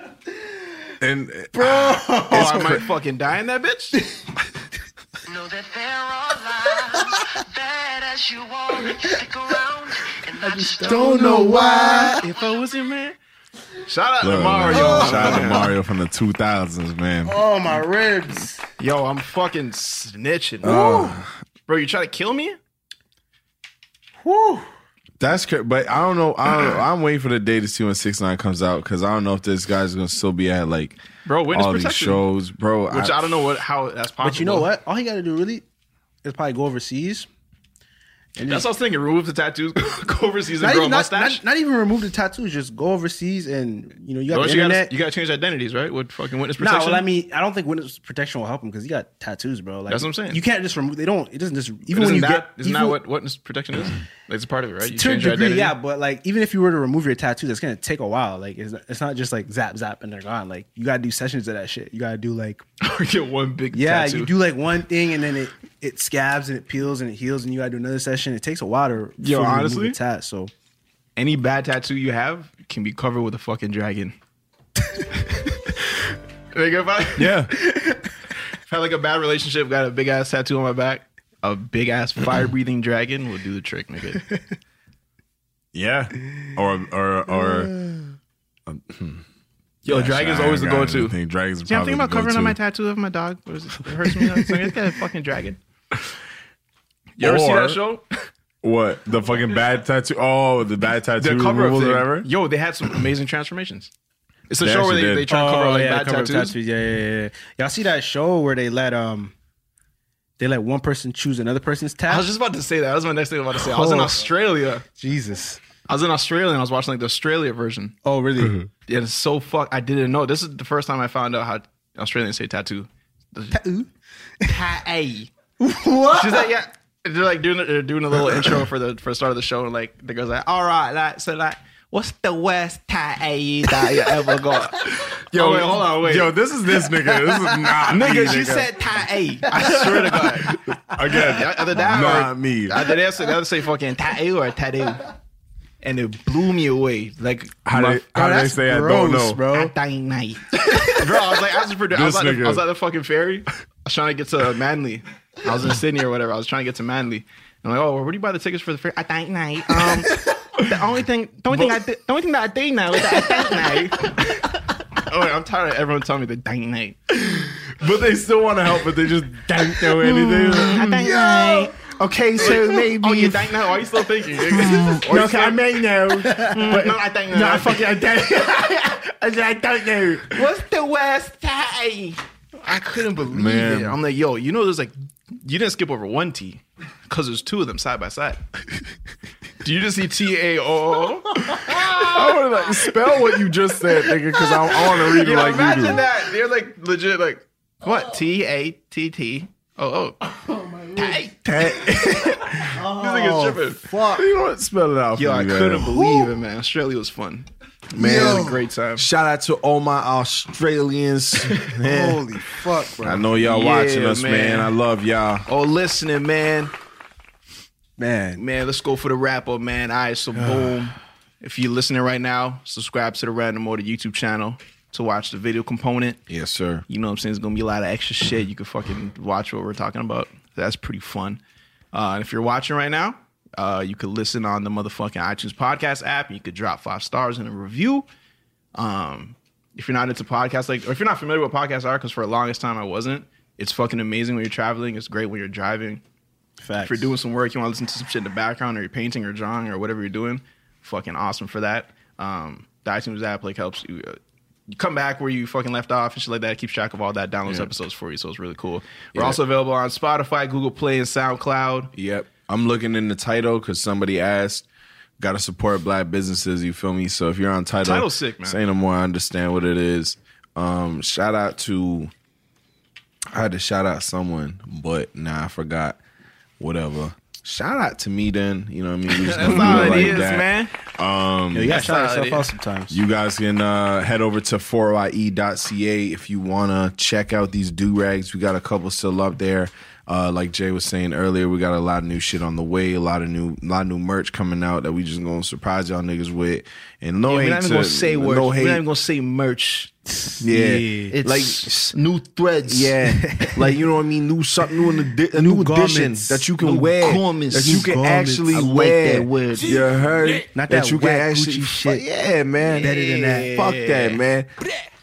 Speaker 3: And
Speaker 4: Bro,
Speaker 3: it's
Speaker 4: I might
Speaker 3: cra-
Speaker 4: fucking die in that bitch. I just
Speaker 3: don't know why.
Speaker 4: If I wasn't man, shout out
Speaker 3: Look, man,
Speaker 4: to Mario.
Speaker 3: Shout out to Mario from the 2000s, man.
Speaker 4: Oh my ribs. Yo, I'm fucking snitching.
Speaker 3: Oh.
Speaker 4: Bro, you try to kill me?
Speaker 3: Woo. That's cra- but I don't know. I don't know. I'm waiting for the day to see when six nine comes out because I don't know if this guy's gonna still be at like
Speaker 4: Bro, witness
Speaker 3: all these
Speaker 4: protection.
Speaker 3: shows, bro.
Speaker 4: Which I, don't know what how that's possible.
Speaker 5: But you know what? All he got to do really is probably go overseas. And
Speaker 4: That's
Speaker 5: just-
Speaker 4: what I was thinking. Remove the tattoos, go overseas and
Speaker 5: not
Speaker 4: grow a
Speaker 5: even, not,
Speaker 4: mustache.
Speaker 5: not- not even remove the tattoos. Just go overseas and you know you got
Speaker 4: Don't
Speaker 5: the
Speaker 4: you,
Speaker 5: internet.
Speaker 4: gotta, you gotta change identities, right? With fucking witness
Speaker 5: No, nah,
Speaker 4: protection.
Speaker 5: well, I mean, I don't think witness protection will help him because he got tattoos, bro. Like,
Speaker 4: That's what I'm saying.
Speaker 5: You can't just remove. They don't. It doesn't just even
Speaker 4: even
Speaker 5: when you
Speaker 4: that,
Speaker 5: get.
Speaker 4: isn't
Speaker 5: even,
Speaker 4: that what witness protection is? It's a part of it, right? You
Speaker 5: to a
Speaker 4: change your
Speaker 5: degree,
Speaker 4: identity.
Speaker 5: yeah, but like even if you were to remove your tattoos, it's gonna take a while. Like it's, it's not just like zap zap and they're gone. Like you gotta do sessions of that shit. You gotta do like
Speaker 4: get one big
Speaker 5: yeah,
Speaker 4: tattoo.
Speaker 5: you do like one thing and then it it scabs and it peels and it heals and you gotta do another session. It takes a while to fully
Speaker 4: Yo,
Speaker 5: remove
Speaker 4: honestly,
Speaker 5: the tat. So
Speaker 4: any bad tattoo you have can be covered with a fucking dragon. like if I
Speaker 3: yeah,
Speaker 4: had like a bad relationship, got a big ass tattoo on my back, a big ass fire breathing dragon will do the trick, nigga.
Speaker 3: Yeah, or or or.
Speaker 4: Yo, dragon's always the go-to.
Speaker 3: I think dragons.
Speaker 4: See, I'm
Speaker 3: probably
Speaker 4: thinking about covering
Speaker 3: the
Speaker 4: up my
Speaker 3: go-to.
Speaker 4: tattoo of my dog. What is it? It hurts me. It's like, it's got a fucking dragon. You ever see
Speaker 3: Or-
Speaker 4: that show?
Speaker 3: What the fucking bad tattoo? Oh, the bad tattoo
Speaker 4: The cover up
Speaker 3: removal
Speaker 4: thing.
Speaker 3: or whatever.
Speaker 4: Yo, they had some amazing transformations. It's a
Speaker 3: They
Speaker 4: show where
Speaker 3: actually
Speaker 4: they,
Speaker 3: did.
Speaker 4: they try to cover
Speaker 5: Oh,
Speaker 4: up like
Speaker 5: yeah,
Speaker 4: bad
Speaker 5: cover up
Speaker 4: tattoos.
Speaker 5: Yeah, yeah, yeah. Y'all see that show where they let um they let one person choose another person's tat?
Speaker 4: I was just about to say that. That was my next thing I was about to say. I was in
Speaker 5: Oh.
Speaker 4: Australia.
Speaker 5: Jesus.
Speaker 4: I was in Australia and I was watching like the Australia version.
Speaker 5: Oh, really?
Speaker 4: yeah, it's so fuck. I didn't know. This is the first time I found out how Australians say tattoo. Tattoo? Tattoo.
Speaker 5: What?
Speaker 4: She's like, yeah. They're like doing they're doing a little intro for the for the start of the show, and like the girl's like, all right, like so like, what's the worst tattoo that you ever got?
Speaker 3: Yo,
Speaker 4: Oh, wait, hold on, wait.
Speaker 3: Yo, this is this nigga. This is not me,
Speaker 4: nigga. She
Speaker 3: nigga.
Speaker 4: said tattoo. I swear to God.
Speaker 3: Again,
Speaker 4: Yeah, either that
Speaker 3: not
Speaker 4: or,
Speaker 3: me.
Speaker 4: Either they say, they say fucking tattoo or tattoo. And it blew me away. Like
Speaker 3: How
Speaker 4: my-
Speaker 3: they- how they say I don't know.
Speaker 4: bro. Dying night, bro. I was like, I was, produ- I,
Speaker 3: This
Speaker 4: was at the, I
Speaker 3: nigga.
Speaker 4: was at the fucking ferry. I was trying to get to Manly. I was in Sydney or whatever. I was trying to get to Manly. I'm like, oh, where do you buy the tickets for the ferry? I think night. Um, the only thing, the only thing I, did, the only thing that I think now is that I think night. oh, wait, I'm tired of everyone telling me the dying night.
Speaker 3: but they still want to help, but they just don't know anything.
Speaker 4: I think night. Okay, so maybe. Oh, you think now? Why are you still thinking? nigga? Or you still-
Speaker 3: may know.
Speaker 4: but- No, I think no.
Speaker 3: I don't. I don't know.
Speaker 4: What's the worst day? I couldn't believe
Speaker 3: Man.
Speaker 4: it. I'm like, yo, you know, there's like, you didn't skip over one T because there's two of them side by side. Do you just see T A O O?
Speaker 3: I want to like spell what you just said, nigga, because I, I want to read it
Speaker 4: Yo,
Speaker 3: like
Speaker 4: imagine
Speaker 3: you do.
Speaker 4: that. They're like legit, like what T A T T O O. Tay. This nigga's tripping.
Speaker 3: You don't spell it out.
Speaker 4: Yo,
Speaker 3: for
Speaker 4: I
Speaker 3: me, man.
Speaker 4: couldn't believe it, man. Australia was fun. Man, it was a great time.
Speaker 3: Shout out to all my Australians. man.
Speaker 4: Holy fuck, bro.
Speaker 3: I know y'all
Speaker 4: Yeah,
Speaker 3: watching us, man. I love y'all.
Speaker 4: Oh, listening, man.
Speaker 5: Man.
Speaker 4: Man, let's go for the wrap up, man. All right, so
Speaker 3: Ah.
Speaker 4: boom. If you're listening right now, subscribe to the Random Order YouTube channel to watch the video component.
Speaker 3: Yes, sir.
Speaker 4: You know what I'm saying? It's gonna be a lot of extra shit. You can fucking watch what we're talking about. That's pretty fun. Uh, and if you're watching right now, uh, you could listen on the motherfucking iTunes podcast app. You could drop five stars in a review. Um, if you're not into podcasts, like, or if you're not familiar with podcasts are, because for the longest time I wasn't. It's fucking amazing when you're traveling. It's great when you're driving. If you're doing some work, you want to listen to some shit in the background, or you're painting, or drawing, or whatever you're doing. Fucking awesome for that. Um, the iTunes app like helps you, uh, you come back where you fucking left off and shit like that. It keeps track of all that. Downloads
Speaker 3: Yeah.
Speaker 4: episodes for you, so it's really cool. We're
Speaker 3: Yeah.
Speaker 4: also available on Spotify, Google Play, and SoundCloud.
Speaker 3: Yep. I'm looking in the title because somebody asked, got to support black businesses. You feel me? So if you're on title,
Speaker 4: Title's sick, man.
Speaker 3: Say no more. I understand what it is. Um, shout out to, I had to shout out someone, but nah, I forgot. Whatever. Shout out to me then. You know what I mean? We just
Speaker 4: That's
Speaker 3: gonna do
Speaker 4: all
Speaker 3: it
Speaker 4: it
Speaker 3: like
Speaker 4: is,
Speaker 3: that.
Speaker 4: man.
Speaker 3: Um,
Speaker 5: Yo, you gotta shout yourself out sometimes.
Speaker 3: You guys can uh, head over to E 4ye.ca if you wanna check out these do rags. We got a couple still up there. Uh, like Jay was saying earlier, we got a lot of new shit on the way, a lot of new, lot of new merch coming out that we just gonna surprise y'all niggas with. And no
Speaker 4: Yeah,
Speaker 3: hate
Speaker 4: we're not even
Speaker 3: to-
Speaker 4: gonna say
Speaker 3: no hate.
Speaker 4: words. we're not even gonna say merch.
Speaker 3: Yeah.
Speaker 4: it's
Speaker 3: Like-
Speaker 4: like new threads.
Speaker 3: Yeah, like you know what I mean. New something, new in the di- a new,
Speaker 4: garments.
Speaker 3: addition that you can
Speaker 4: New
Speaker 3: wear,
Speaker 4: garments.
Speaker 3: that you
Speaker 4: New
Speaker 3: can
Speaker 4: garments.
Speaker 3: actually
Speaker 4: I like
Speaker 3: wear.
Speaker 4: that word.
Speaker 3: You heard?
Speaker 4: Not that
Speaker 3: you
Speaker 4: whack Gucci
Speaker 3: shit. yeah, man. Better than that. Fuck that, man.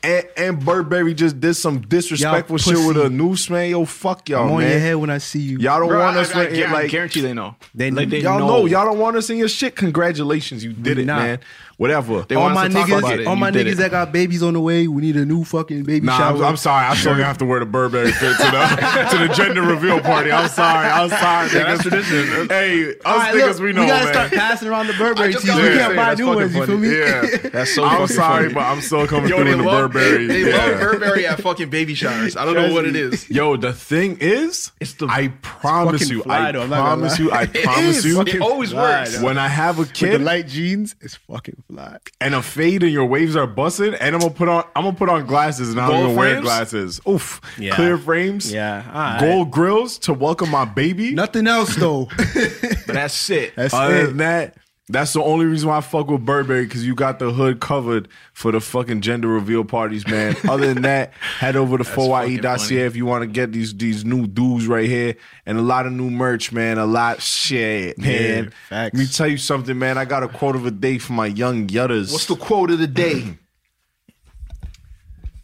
Speaker 3: And, and Burberry just did some disrespectful
Speaker 5: Y'all
Speaker 3: shit with
Speaker 5: pussy.
Speaker 3: a noose, man. Yo, fuck y'all,
Speaker 5: I'm on
Speaker 3: man.
Speaker 5: your head when I see you.
Speaker 3: Y'all don't
Speaker 5: Bro,
Speaker 3: want
Speaker 5: I-
Speaker 3: us
Speaker 5: I
Speaker 3: right here,
Speaker 5: guarantee-
Speaker 3: like
Speaker 4: guarantee they know.
Speaker 5: They-
Speaker 3: like,
Speaker 5: they
Speaker 3: y'all know.
Speaker 5: know.
Speaker 3: y'all don't want us in your shit. Congratulations, you did it,
Speaker 5: not.
Speaker 3: man. Whatever. They
Speaker 5: all
Speaker 3: want us
Speaker 5: my
Speaker 3: to talk about it,
Speaker 5: niggas, all
Speaker 3: and
Speaker 5: my
Speaker 3: you did
Speaker 5: niggas
Speaker 3: it.
Speaker 5: that got babies on the way, we need a new fucking baby
Speaker 3: Nah,
Speaker 5: shower.
Speaker 3: I'm, I'm sorry. I'm still gonna have to wear the Burberry fit to the, to the gender reveal party. I'm sorry. I'm sorry.
Speaker 5: Yeah, that's
Speaker 3: niggas. Hey, us
Speaker 5: All right,
Speaker 3: niggas,
Speaker 5: look,
Speaker 3: we know,
Speaker 5: we gotta
Speaker 3: man.
Speaker 5: start passing around the Burberry
Speaker 3: I just
Speaker 5: tees.
Speaker 3: got
Speaker 5: We
Speaker 3: what
Speaker 5: can't
Speaker 3: I'm
Speaker 5: buy
Speaker 3: saying.
Speaker 5: new ones,
Speaker 3: That's
Speaker 5: you feel
Speaker 3: fucking
Speaker 5: me?
Speaker 3: funny. Yeah, that's so. I'm
Speaker 4: fucking
Speaker 3: sorry,
Speaker 4: funny.
Speaker 3: but I'm still coming
Speaker 4: Yo,
Speaker 3: through
Speaker 4: they
Speaker 3: in the
Speaker 4: love-
Speaker 3: Burberry.
Speaker 4: They
Speaker 3: Yeah.
Speaker 4: love Burberry at fucking baby showers. I don't know what it is.
Speaker 3: Yo, the thing is, it's the, I promise
Speaker 5: fucking
Speaker 3: you,
Speaker 5: fly,
Speaker 3: I
Speaker 5: though, I'm not gonna
Speaker 3: promise
Speaker 5: lie.
Speaker 3: you, I
Speaker 5: It
Speaker 3: promise
Speaker 5: is
Speaker 3: you,
Speaker 5: fucking It always fly, works. though.
Speaker 3: When I have a
Speaker 5: With the
Speaker 3: kid,
Speaker 5: light jeans, it's fucking fly.
Speaker 3: and a fade and your waves are busted, and I'm gonna put on I'm gonna put on glasses and I'm
Speaker 5: Gold
Speaker 3: gonna wear
Speaker 5: frames?
Speaker 3: glasses. Oof.
Speaker 5: Yeah.
Speaker 3: Clear frames.
Speaker 5: Yeah, all right.
Speaker 3: Gold grills to welcome my baby.
Speaker 5: Nothing else though.
Speaker 4: But that's it.
Speaker 5: That's
Speaker 3: Other
Speaker 5: it.
Speaker 3: than that, that's the only reason why I fuck with Burberry because you got the hood covered for the fucking gender reveal parties, man. Other than that, head over to E 4ye.ca if you want to get these these new dudes right here and a lot of new merch, man. A lot shit, man. Let me tell you something, man. I got a quote of a day for my young yutters.
Speaker 4: What's the quote of the day?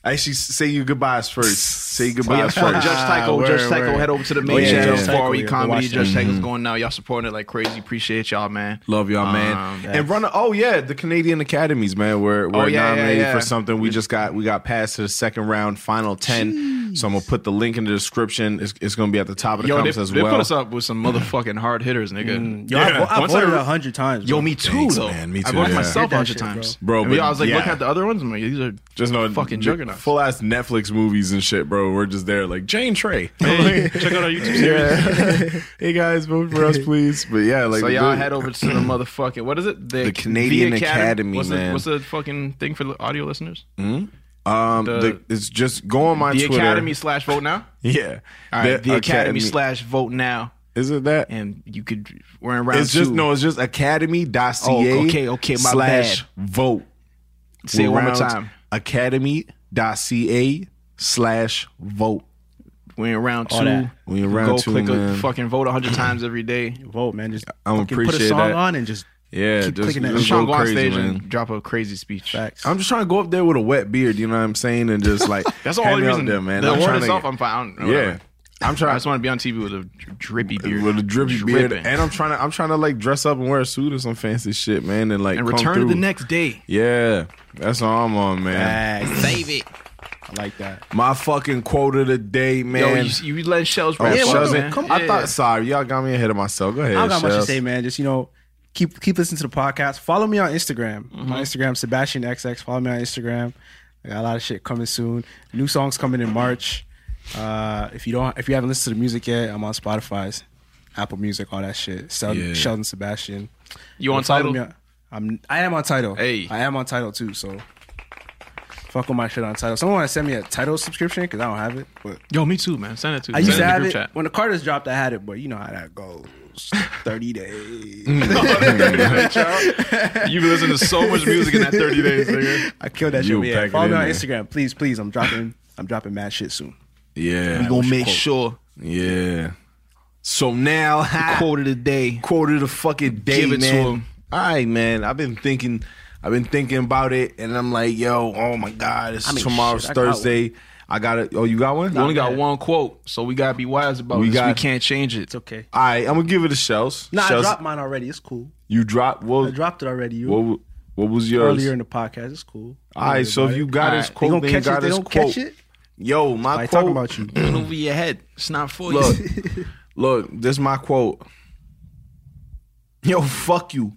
Speaker 3: Actually, say your goodbyes first. Say your
Speaker 4: Oh, yeah,
Speaker 3: goodbyes
Speaker 4: fuck
Speaker 3: first.
Speaker 4: Judge Tycho. Judge Tycho, head over to the main
Speaker 3: Ah, Oh, yeah,
Speaker 4: channel.
Speaker 3: Judge
Speaker 4: Yeah.
Speaker 3: Tycho,
Speaker 4: Far
Speaker 3: yeah, go
Speaker 4: Comedy.
Speaker 3: watch that. Mm-hmm.
Speaker 4: Judge Tycho's going now. Y'all supporting it like crazy. Appreciate y'all, man.
Speaker 3: Love y'all, man.
Speaker 4: Um,
Speaker 3: and run. Oh yeah, the Canadian Academies, man. We're we're
Speaker 4: Oh, yeah, yeah,
Speaker 3: nominated
Speaker 4: yeah.
Speaker 3: for something. We just got we got passed to the second round, final ten. So I'm gonna put the link in the description. It's, it's gonna be at the top of the
Speaker 4: Yo, they,
Speaker 3: comments as
Speaker 4: they
Speaker 3: well. Mm,
Speaker 4: put us up with some motherfucking hard hitters, nigga.
Speaker 5: Yo, I, I
Speaker 4: Once
Speaker 5: voted
Speaker 4: I-
Speaker 5: a hundred times.
Speaker 4: Yo,
Speaker 5: bro.
Speaker 4: me too,
Speaker 3: Thanks,
Speaker 4: though.
Speaker 3: man. Me
Speaker 4: I
Speaker 3: too,
Speaker 4: voted
Speaker 3: yeah.
Speaker 4: myself
Speaker 5: Did
Speaker 4: a
Speaker 5: that
Speaker 4: hundred
Speaker 5: shit, bro.
Speaker 4: times,
Speaker 3: Bro,
Speaker 4: I, mean,
Speaker 3: but
Speaker 4: I was like, look
Speaker 3: yeah.
Speaker 4: at the other ones. I'm like, these are
Speaker 3: just know
Speaker 4: fucking juggernauts.
Speaker 3: full ass Netflix movies and shit, bro. We're just there like Jane Trey.
Speaker 4: check out our YouTube series.
Speaker 3: yeah. hey guys, vote for us, please. But yeah, like
Speaker 4: so y'all
Speaker 3: dude,
Speaker 4: head over to the motherfucking what is it? The,
Speaker 3: The Canadian
Speaker 4: Academ-
Speaker 3: Academy,
Speaker 4: what's
Speaker 3: man. Mm.
Speaker 4: The, what's the fucking thing for the audio listeners?
Speaker 3: um,
Speaker 4: the-
Speaker 3: the- it's just go on my
Speaker 4: the
Speaker 3: Twitter.
Speaker 4: Academy slash vote now.
Speaker 3: Yeah,
Speaker 4: All right, the, Academy slash vote now,
Speaker 3: Is it that?
Speaker 4: and you could we're in round
Speaker 3: it's just
Speaker 4: two.
Speaker 3: no, it's just academy.ca.
Speaker 4: Oh, okay, okay, my
Speaker 3: slash vote.
Speaker 4: Say it
Speaker 3: We're
Speaker 4: one more
Speaker 3: round
Speaker 4: time.
Speaker 3: Academy.ca slash vote.
Speaker 4: We're in round
Speaker 5: All
Speaker 4: two.
Speaker 5: that.
Speaker 3: We in round
Speaker 4: Go
Speaker 3: two,
Speaker 4: click
Speaker 3: man.
Speaker 4: a fucking vote hundred times every day.
Speaker 5: vote, man. Just
Speaker 3: I'm
Speaker 5: fucking put
Speaker 3: appreciate
Speaker 5: a song
Speaker 3: that.
Speaker 5: on and just
Speaker 3: Yeah,
Speaker 5: Keep
Speaker 3: just,
Speaker 5: clicking that.
Speaker 3: just
Speaker 4: Sean,
Speaker 3: go
Speaker 4: go on
Speaker 3: crazy,
Speaker 4: stage
Speaker 3: man.
Speaker 4: and drop a crazy speech.
Speaker 5: facts.
Speaker 3: I'm just trying to go up there with a wet beard. You know what I'm saying? And just like
Speaker 4: That's the
Speaker 3: hand
Speaker 4: only
Speaker 3: me out
Speaker 4: reason,
Speaker 3: there, man.
Speaker 4: The
Speaker 3: I'm
Speaker 4: award
Speaker 3: trying to
Speaker 4: itself,
Speaker 3: get-
Speaker 4: I'm fine. I don't-
Speaker 3: yeah,
Speaker 4: whatever.
Speaker 3: I'm
Speaker 4: I
Speaker 3: trying.
Speaker 4: just want to be on TV with a dri- drippy beard,
Speaker 3: With a drippy beard,
Speaker 4: Dripping.
Speaker 3: and I'm trying to, I'm trying to like dress up and wear a suit or some fancy shit, man, and like
Speaker 4: and
Speaker 3: come
Speaker 4: return to the
Speaker 3: through.
Speaker 4: next day.
Speaker 3: Yeah, that's all I'm on, man.
Speaker 5: Facts.
Speaker 4: Save it.
Speaker 5: I like that.
Speaker 3: My fucking quote of the day, man.
Speaker 4: Yo, you, you let shells
Speaker 3: Oh,
Speaker 4: rap.
Speaker 5: Yeah,
Speaker 3: Shells,
Speaker 5: why
Speaker 4: up,
Speaker 5: don't-
Speaker 4: man.
Speaker 5: come-
Speaker 3: I
Speaker 4: Yeah.
Speaker 3: thought. Sorry, y'all got me ahead of myself. Go ahead.
Speaker 5: I don't got much to
Speaker 3: Shells.
Speaker 5: say, man. Just you know, keep keep listening to the podcast. Follow me on Instagram.
Speaker 3: Mm-hmm.
Speaker 5: My Instagram, Sebastian XX. Follow me on Instagram. I got a lot of shit coming soon. New songs coming in March. Uh, if you don't, if you haven't listened to the music yet, I'm on Spotify's, Apple Music, all that shit. Sheldon,
Speaker 3: Yeah.
Speaker 5: Sheldon Sebastian.
Speaker 4: You on
Speaker 5: Follow
Speaker 4: title?
Speaker 5: me on- I'm I am on title.
Speaker 4: Hey.
Speaker 5: I am on title too. So fuck with my shit on title. Someone want to send me a title subscription because I don't have it. But
Speaker 4: Yo, me too, man. Send it to.
Speaker 5: I
Speaker 4: send
Speaker 5: used to
Speaker 4: in the
Speaker 5: have
Speaker 4: group
Speaker 5: it
Speaker 4: chat.
Speaker 5: when the Carters dropped. I had it, but you know how that goes. Thirty days.
Speaker 4: You've been listening to so much music in that 30 days, nigga.
Speaker 5: I killed that
Speaker 3: You
Speaker 5: shit. Yeah,
Speaker 3: pack it
Speaker 5: follow
Speaker 3: in
Speaker 5: me on
Speaker 3: there.
Speaker 5: Instagram, please, please. I'm dropping, I'm dropping mad shit soon.
Speaker 3: Yeah,
Speaker 4: Gonna make sure.
Speaker 3: yeah. So now, ha,
Speaker 4: Quote of the day.
Speaker 3: quote of the fucking day,
Speaker 4: Give it to
Speaker 3: man.
Speaker 4: him.
Speaker 3: All right, man. I've been thinking, I've been thinking about it, and I'm like, yo, oh my god, it's tomorrow's
Speaker 5: shit, I got one.
Speaker 3: Thursday. I got it. Oh, you got one?
Speaker 4: We only got one quote, so we gotta be wise about
Speaker 3: We
Speaker 4: this. we
Speaker 3: got-
Speaker 4: can't change it.
Speaker 5: Okay.
Speaker 3: All right, I'm gonna give it a shells.
Speaker 5: Nah, I
Speaker 3: Shells,
Speaker 5: dropped mine already. It's cool.
Speaker 3: You dropped. What?
Speaker 5: I dropped it already. You
Speaker 3: What? w- What was yours?
Speaker 5: earlier in the podcast. It's cool.
Speaker 3: All right, so if you got his
Speaker 5: They
Speaker 3: quote,
Speaker 5: gonna
Speaker 3: then you
Speaker 5: catch it.
Speaker 3: got
Speaker 5: They
Speaker 3: his
Speaker 5: don't catch
Speaker 3: quote.
Speaker 5: it.
Speaker 3: Yo, my
Speaker 5: I
Speaker 3: quote.
Speaker 5: talking about you.
Speaker 4: Get over your head. It's not for
Speaker 3: Look,
Speaker 4: you.
Speaker 3: look, this is my quote. Yo, fuck you.